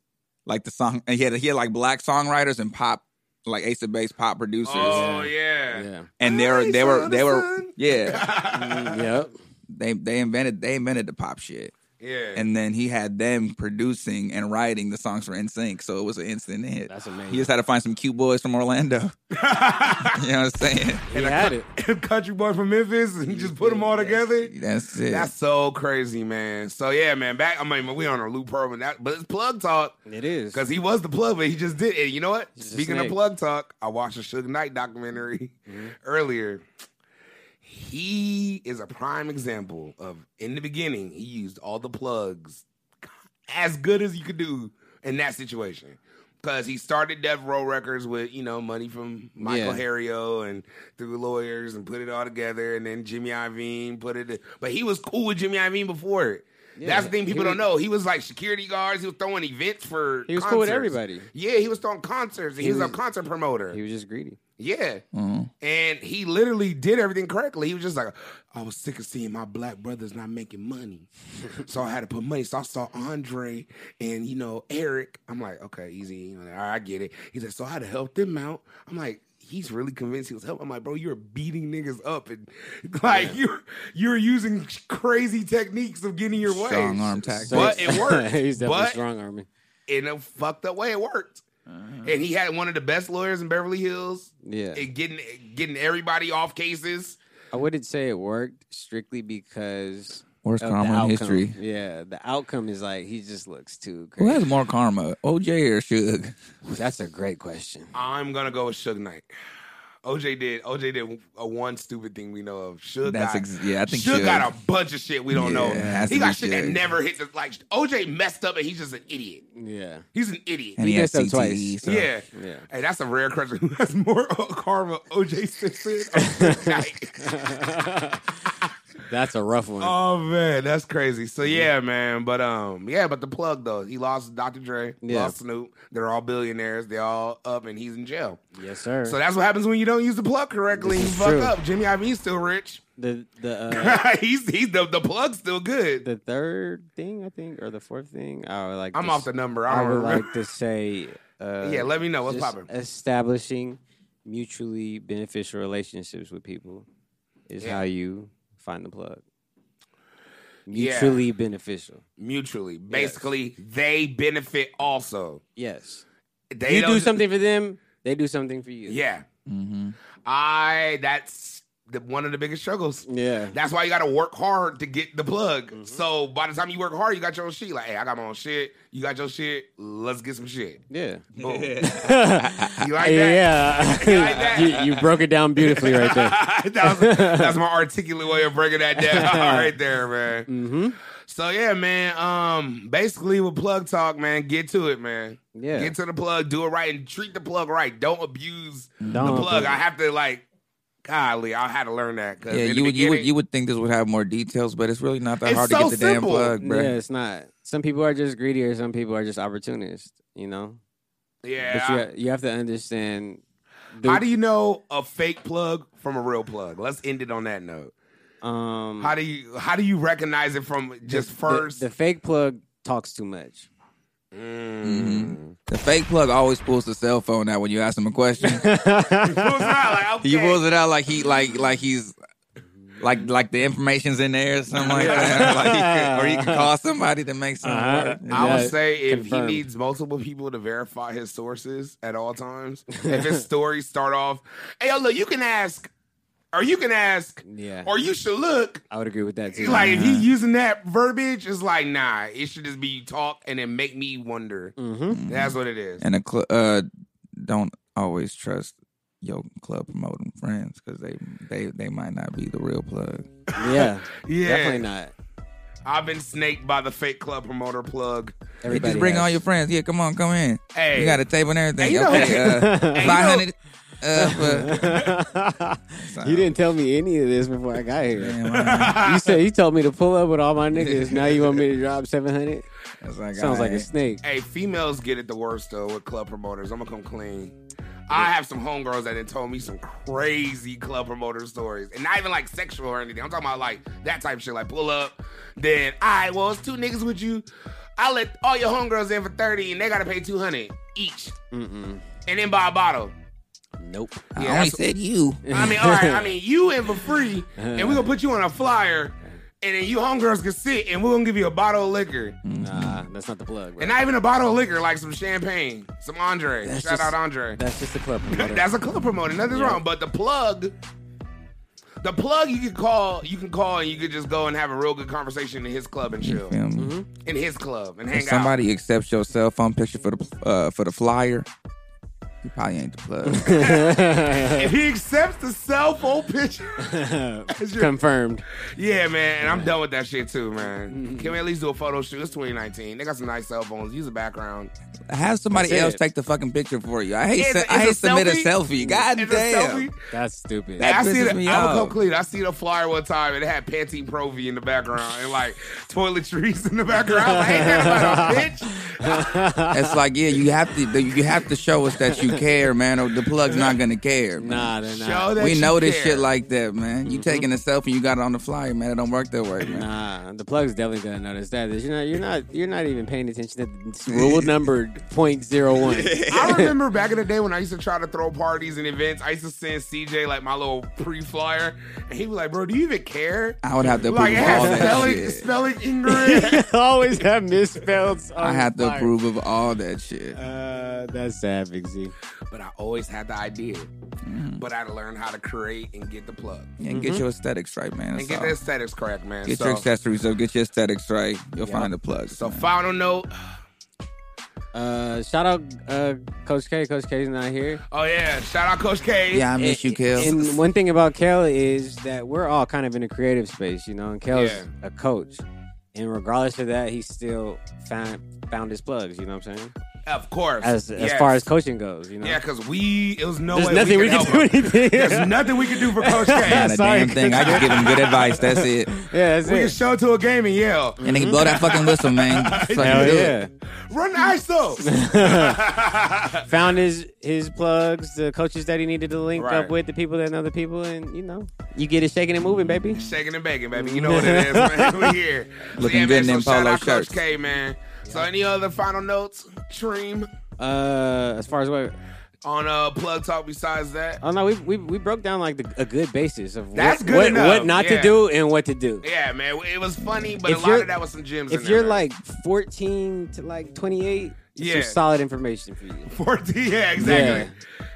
S5: like the song and he had he had like black songwriters and pop like Ace of Base pop producers,
S4: Oh yeah.
S6: Yeah.
S5: and they were they were they were
S4: Son.
S5: yeah
S6: Yep.
S5: they they invented they invented the pop shit,
S4: Yeah.
S5: and then he had them producing and writing the songs for NSYNC, so it was an instant hit.
S6: That's
S5: He
S6: amazing.
S5: just had to find some cute boys from Orlando. you know what I'm saying?
S6: He had it.
S4: country boy from Memphis and just put them all together.
S5: That's it.
S4: That's so crazy, man. So yeah, man. Back, I mean, we on a loop program, that, but it's plug talk
S3: It is.
S4: because he was the plug, but he just did it. You know what?
S3: He's a
S4: Speaking of
S3: snake.
S4: plug talk, I watched the Suge Knight documentary earlier. He is a prime example of in the beginning he used all the plugs as good as you could do in that situation. Because he started Death Row Records with, you know, money from Michael
S6: Yeah.
S4: Harrio and through lawyers and put it all together. And then Jimmy Iovine put it. But he was cool with Jimmy Iovine before it. That's the thing people don't know. He was like security guards. He was throwing events for.
S3: He was cool with
S4: concerts.
S3: everybody.
S4: Yeah, he was throwing concerts. And he,
S3: He
S4: was, a
S3: was-
S4: concert promoter.
S3: He was just greedy.
S4: yeah,
S5: Mhm.
S4: and he literally did everything correctly. He was just like, I was sick of seeing my black brothers not making money. so I had to put money. So I saw Andre and, you know, Eric. I'm like, okay, easy. You know, all right, I get it. He's like, so I had to help them out. I'm like, he's really convinced he was helping. I'm like, bro, you're beating niggas up and like you're you're using crazy techniques of getting your way.
S5: strong arm tactics.
S4: But it worked.
S3: He's definitely
S4: But-
S3: strong army.
S4: in a fucked up way, it worked.
S5: Uh-huh.
S4: And he had one of the best lawyers in Beverly Hills.
S3: Yeah.
S4: And getting getting everybody off cases.
S3: I wouldn't say it worked strictly because
S5: Worst
S3: of the
S5: karma in
S3: outcome.
S5: history.
S3: Yeah, the outcome is like he just looks too
S5: Who
S3: crazy.
S5: has more karma, OJ or Suge?
S3: That's a great question.
S4: I'm gonna go with Suge Knight. OJ did. OJ did a one stupid thing we know of. Suge
S5: That's
S4: got.
S5: ex- yeah, I think
S4: Suge
S5: Suge.
S4: got a bunch of shit we don't
S5: Yeah, it
S4: know.
S5: has
S4: He
S5: to
S4: got
S5: be
S4: shit that
S5: Suge.
S4: never hit the like. OJ messed up and he's just an idiot.
S3: Yeah.
S4: He's an idiot.
S5: And
S3: He
S5: he, had
S3: messed up
S5: CTE,
S3: twice.
S5: E, so-
S4: yeah.
S3: Yeah.
S4: Hey, that's a rare question. Who has more karma, OJ Simpson or Suge Knight?
S3: That's a rough one.
S4: Oh man, that's crazy. So yeah, man. But um, yeah, but the plug though, he lost Dr. Dre,
S3: Yeah.
S4: lost Snoop. They're all billionaires. They're all up, and he's in jail.
S3: yes, sir.
S4: So that's what happens when you don't use the plug correctly. You
S3: This is
S4: fuck
S3: true.
S4: up. Jimmy Iovine's still rich.
S3: the the uh,
S4: he's he's the, the plug's still good.
S3: the third thing I think or the fourth thing I would like.
S4: I'm
S3: to
S4: off
S3: s-
S4: the number. I
S3: I
S4: don't
S3: would
S4: remember.
S3: like to say. Uh,
S4: yeah, let me know what's
S3: just
S4: popping.
S3: Establishing mutually beneficial relationships with people is
S4: Yeah.
S3: how you find the plug.
S4: Yeah.
S3: Mutually beneficial.
S4: Mutually, basically, they benefit also.
S3: Yes.
S4: They
S3: you
S4: don't
S3: do
S4: ju-
S3: something for them, they do something for you.
S4: Yeah,
S5: Mhm.
S4: I. That's the, one of the biggest struggles.
S3: Yeah.
S4: That's why you got to work hard to get the plug. So by the time you work hard, you got your own shit. Like, hey, I got my own shit. You got your shit. Let's get some shit.
S3: Yeah.
S4: Boom.
S3: you
S4: You like
S3: Yeah.
S4: You like that?
S3: you, you broke it down beautifully right there.
S4: that? was, that's my articulate way of breaking that down right there, man.
S3: Mm-hmm.
S4: So yeah, man. Um, basically with plug talk, man, get to it, man.
S3: Yeah.
S4: Get to the plug, do it right, and treat the plug right. Don't abuse
S3: Don't
S4: the plug.
S3: abuse
S4: I
S3: it.
S4: have to like, golly, I had to learn that. 'cause
S5: Yeah,
S4: in the
S5: you would, you would
S4: beginning-
S5: you would think this would have more details, but it's really not that
S4: It's
S5: hard
S4: so
S5: to get the
S4: simple.
S5: damn plug, bro.
S3: Yeah, it's not. Some people are just greedy or some people are just opportunists, you know?
S4: yeah. I-
S3: But you, you have to understand. the-
S4: How do you know a fake plug from a real plug? Let's end it on that note.
S3: um,
S4: How do you how do you recognize it from just
S3: the-
S4: first?
S3: The, fake plug talks too much.
S4: Mm.
S5: The fake plug always pulls the cell phone out when you ask him a question.
S4: Well, it's not like, okay.
S5: He pulls it out like he like like he's like like the information's in there or something like that. Like he could, or he could call somebody to make something
S3: Uh-huh.
S5: work.
S4: I
S3: Yeah,
S4: would say if
S3: confirmed.
S4: he needs multiple people to verify his sources at all times, if his stories start off, hey, yo, look, you can ask, or you can ask,
S3: Yeah.
S4: or you should look.
S3: I would agree with that too.
S4: Like if he using that verbiage, it's like nah. It should just be you talk and then make me wonder.
S3: mm-hmm.
S4: That's what it is.
S5: And a cl- uh, don't always trust your club promoting friends because they they they might not be the real plug.
S3: Mm-hmm. Yeah.
S4: Yeah,
S3: Definitely not.
S4: I've been snaked by the fake club promoter plug.
S5: They
S3: Everybody
S5: just bring
S3: has.
S5: all your friends. Yeah, come on, come in.
S4: Hey.
S5: You got a table and
S4: Hey,
S5: everything.
S4: you know-
S5: okay, uh,
S4: Hey, you
S5: five
S4: know-
S5: hundred. Uh, for-
S3: uh, you didn't tell me any of this before I got here.
S5: Damn, I-
S3: you said you told me to pull up with all my niggas. Now you want me to drop seven hundred?
S5: it's like,
S3: Sounds like a
S5: alright.
S3: snake.
S4: Hey, females get it the worst though with club promoters. I'm gonna come clean. I have some homegirls that done told me some crazy club promoter stories, and not even like sexual or anything. I'm talking about like that type of shit, like pull up. Then, all right, well, it's two niggas with you. I let all your homegirls in for thirty, and they gotta pay two hundred each,
S3: Mm-mm.
S4: and then buy a bottle.
S3: Nope.
S4: Yeah,
S5: I only
S4: that's-
S5: said you.
S4: I mean, all right. I mean, you in for free, and we're gonna put you on a flyer, and then you homegirls can sit, and we're gonna give you a bottle of liquor,
S3: Nah,
S5: Mm-hmm.
S3: that's not the plug. Bro.
S4: and not even a bottle of liquor, like some champagne, some Andre.
S3: That's
S4: Shout out
S3: just-
S4: Andre.
S3: That's just the club. promoter.
S4: That's a club promoter. Nothing's wrong. But the plug, the plug, you can call. You can call, and you could just go and have a real good conversation in his club and
S5: You
S4: chill.
S5: feel me?
S4: In his club and Mm-hmm. hang
S5: If somebody accepts your cell phone picture for the uh, for the flyer, you probably ain't the plug.
S4: out. If he accepts the cell phone picture, your-
S3: Confirmed.
S4: yeah, man. And I'm done with that shit too, man. Can we at least do a photo shoot? It's 2019. They got some nice cell phones. Use a background.
S5: Have somebody
S3: That's it.
S5: else take the fucking picture for you. I hate
S4: It's
S5: se-
S4: a-
S5: I hate
S4: it's a
S5: submit a
S4: selfie?
S5: selfie. God
S4: It's a
S5: damn.
S4: selfie.
S3: That's stupid.
S5: That
S4: I see
S5: pisses
S4: the,
S5: me
S4: I would
S5: off.
S4: come clean. I see the flyer one time and it had Pantene Pro V in the background and like toiletries in the background. I was like, ain't that about a bitch?
S5: It's like yeah, you have to you have to show us that you care, man. Or the plug's not gonna care. man.
S3: Nah, they're
S4: Show
S3: not.
S4: that
S5: we
S4: you
S5: know this
S4: care. Mm-hmm.
S5: shit like that, man. You taking a selfie, you got it on the flyer, man. It don't work that way, man.
S3: Nah, the plug's definitely gonna notice that. You're not. You're not. You're not even paying attention to the rule number point zero one.
S4: I remember back in the day when I used to try to throw parties and events, I used to send CJ like my little pre flyer, and he was like, "Bro, do you even care?"
S5: I would have to approve
S4: Like, it
S5: of all
S4: had
S5: that
S4: spelling,
S5: shit.
S4: spelling ignorant.
S3: Always have misspells.
S5: I have to approve of all that shit.
S3: Uh, that's sad, Big Z.
S4: but I always had the idea.
S5: Mm.
S4: But I had to learn how to create and get the plug
S5: And get your aesthetics right,
S4: mm-hmm.
S5: man.
S4: and
S5: That's
S4: get
S5: all.
S4: the aesthetics correct, man.
S5: Get
S4: so,
S5: your accessories up. Get your aesthetics right. You'll
S4: Yeah.
S5: find the plugs.
S4: so
S5: man.
S4: final note.
S3: Uh, shout out uh, Coach K. Coach K's not here.
S4: Oh yeah, shout out Coach K.
S5: yeah, I miss you, Kel.
S3: And one thing about Kel is that we're all kind of in a creative space, you know, and Kel's
S4: Yeah.
S3: a coach. And regardless of that, he still found found his plugs, you know what I'm saying?
S4: of course.
S3: As as
S4: Yes.
S3: far as coaching goes, you know.
S4: yeah, because we it was no
S3: There's
S4: way
S3: nothing we
S4: could
S3: can
S4: help
S3: do
S4: him.
S3: anything.
S4: There's nothing we can do for Coach K.
S5: Not a
S3: Sorry,
S5: damn thing. I just give him good advice. That's it.
S3: yeah, that's
S4: we can
S3: it.
S4: show to a game and yell.
S5: And then blow that fucking whistle, man. Fucking
S3: Hell
S5: do it.
S3: yeah.
S4: Run the ISO.
S3: Found his his plugs, the coaches that he needed to link
S4: Right.
S3: up with, the people that know the people, and you know, you get it shaking and moving, baby.
S4: Shaking and baking, baby. You know what it is, man. We here. So,
S5: Looking
S4: yeah,
S5: good in
S4: man,
S5: them
S4: so shout
S5: polo
S4: out Coach
S5: shirts.
S4: K, man. So any other final notes, Treem,
S3: Uh, as far as what
S4: on uh plug talk besides that?
S3: Oh no, we we, we broke down like the, a good basis of
S4: That's
S3: what,
S4: good
S3: what,
S4: enough,
S3: what not
S4: yeah.
S3: to do and what to do.
S4: Yeah, man. It was funny, but
S3: If
S4: a lot
S3: you're-
S4: of that was some gems. in
S3: If
S4: there,
S3: you're
S4: man.
S3: like 14 to like 28, yeah,
S4: Yeah.
S3: some solid information for you.
S4: 14, yeah, exactly.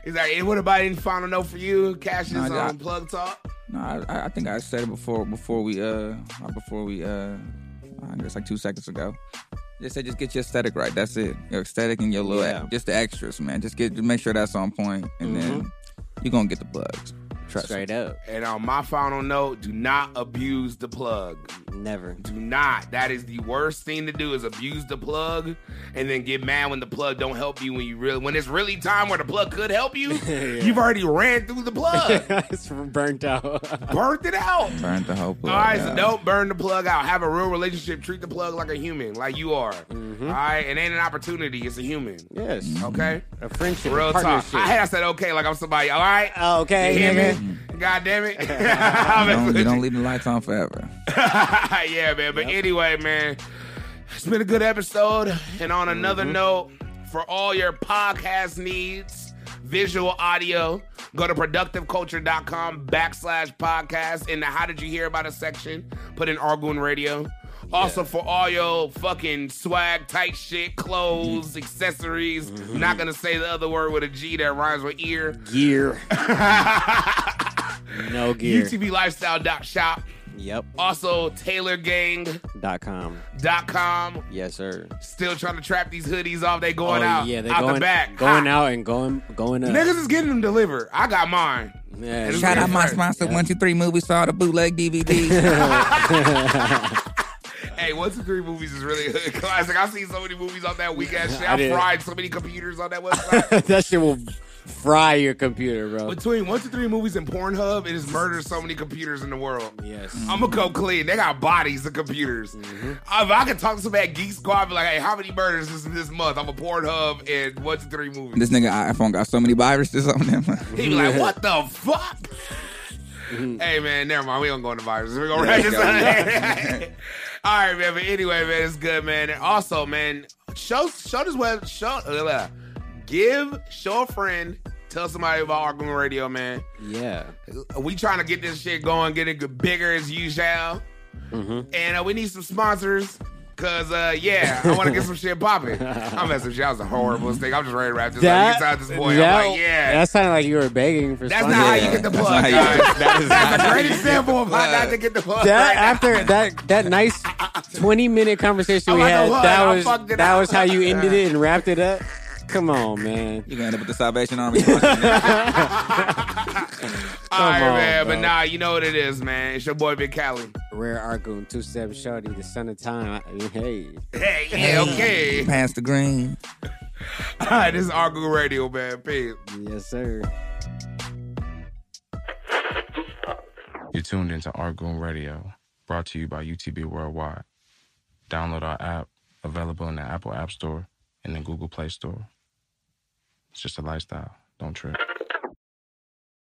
S4: Exactly. And what about any final note for you? Cash is
S5: Nah, I-
S4: on plug talk.
S5: No, I- I, I think I said it before before we uh before we uh I guess like two seconds ago. Just said just get your aesthetic right. That's it. Your aesthetic and your little
S3: Yeah.
S5: just the extras, man. Just get just make sure that's on point, and then
S4: Mm-hmm.
S5: you're gonna get the plugs. Trust me.
S3: Straight up,
S4: And on my final note, do not abuse the plug.
S3: never.
S4: Do not. That is the worst thing to do is abuse the plug and then get mad when the plug don't help you when you really when it's really time where the plug could help you. You've already ran through the plug.
S3: it's burnt out.
S4: Burnt it out.
S5: Burn the whole plug.
S4: All right, so
S5: out.
S4: don't burn the plug out. Have a real relationship. Treat the plug like a human, like you are. All right, it ain't an opportunity. It's a human.
S3: yes,
S4: Okay,
S3: a friendship, a
S4: real talk.
S3: partnership.
S4: I had said okay, like I'm somebody. All right,
S3: okay,
S4: you hear
S3: nigga.
S4: me? God damn it.
S5: You don't, you don't leave the lights on forever.
S4: yeah, man. But anyway, man, it's been a good episode. And on another note, for all your podcast needs, visual audio, go to productiveculture.com backslash podcast in the How Did You Hear About Us section. Put in Argoon Radio. Also, for all your fucking swag, tight shit, clothes, accessories, not gonna say the other word with a G that rhymes with ear.
S3: Gear, no gear.
S4: UTBLifestyle.shop.
S3: Yep.
S4: Oh. Also, TaylorGang.com.
S3: Dot com. Yes, sir.
S4: Still trying to trap these hoodies off. They going
S3: oh
S4: out,
S3: yeah, they
S4: out
S3: going
S4: the back,
S3: going
S4: Hot.
S3: out and going going up.
S4: Niggas is getting them delivered. I got mine.
S3: Yeah,
S4: Shout
S5: Shout out my
S4: Right.
S5: sponsor, One Two Three Movie Saw the bootleg DVD.
S4: Hey, one two three movies is really a hood classic. I've seen so many movies on that weak ass shit.
S3: I
S4: I
S3: did.
S4: fried so many computers on that website.
S3: that shit will fry your computer, bro.
S4: Between one two three movies and Pornhub, it has murdered so many computers in the world.
S3: yes.
S4: I'm gonna go clean. They got bodies of computers.
S3: Mm-hmm.
S4: If I could talk to some at Geek Squad, I'd be like, hey, how many murders is this month? I'm a Pornhub and one two three movies.
S5: this nigga iPhone got so many viruses on them.
S4: He be like, "What the fuck?" hey man, never mind. We don't go into viruses. We gonna wrap this up. All right, man. But anyway, man, it's good, man. And also, man, show show this web show. uh, give show a friend. Tell somebody about Arkham Radio, man.
S3: Yeah.
S4: We trying to get this shit going, get it bigger as usual. And uh, we need some sponsors. Cause uh, yeah, I want to get some shit popping. I'm messing with you. That was a horrible mistake. I'm just ready to wrap this up. Inside this boy, I'm like, yeah.
S3: That sounded like you were begging for.
S4: That's
S3: sponsors.
S4: not how you get the plug,
S5: how you-
S4: guys. That is a great
S5: you get
S4: example of how
S5: plug.
S4: not to get the plug.
S3: That
S4: right now.
S3: after that that nice twenty minute conversation
S4: I'm
S3: we
S4: like,
S3: had,
S4: "What?
S3: that
S4: I
S3: was
S4: fucked it
S3: that
S4: up."
S3: was how you ended it and wrapped it up. Come on, man.
S5: You're gonna end up with the Salvation Army. That's
S4: All right,
S3: Come on,
S4: man. But
S3: bro.
S4: nah, you know what it is, man. It's your boy Big Cali.
S3: Rare Argoon, two step shorty, the son of time. I- Hey,
S4: Hey, yeah, okay.
S5: Past the green.
S4: All right, this is Argo Radio, man. Peace.
S3: yes sir.
S1: You're tuned into Argoon Radio, brought to you by UTB Worldwide. Download our app, available in the Apple App Store and the Google Play Store. It's just a lifestyle. Don't trip.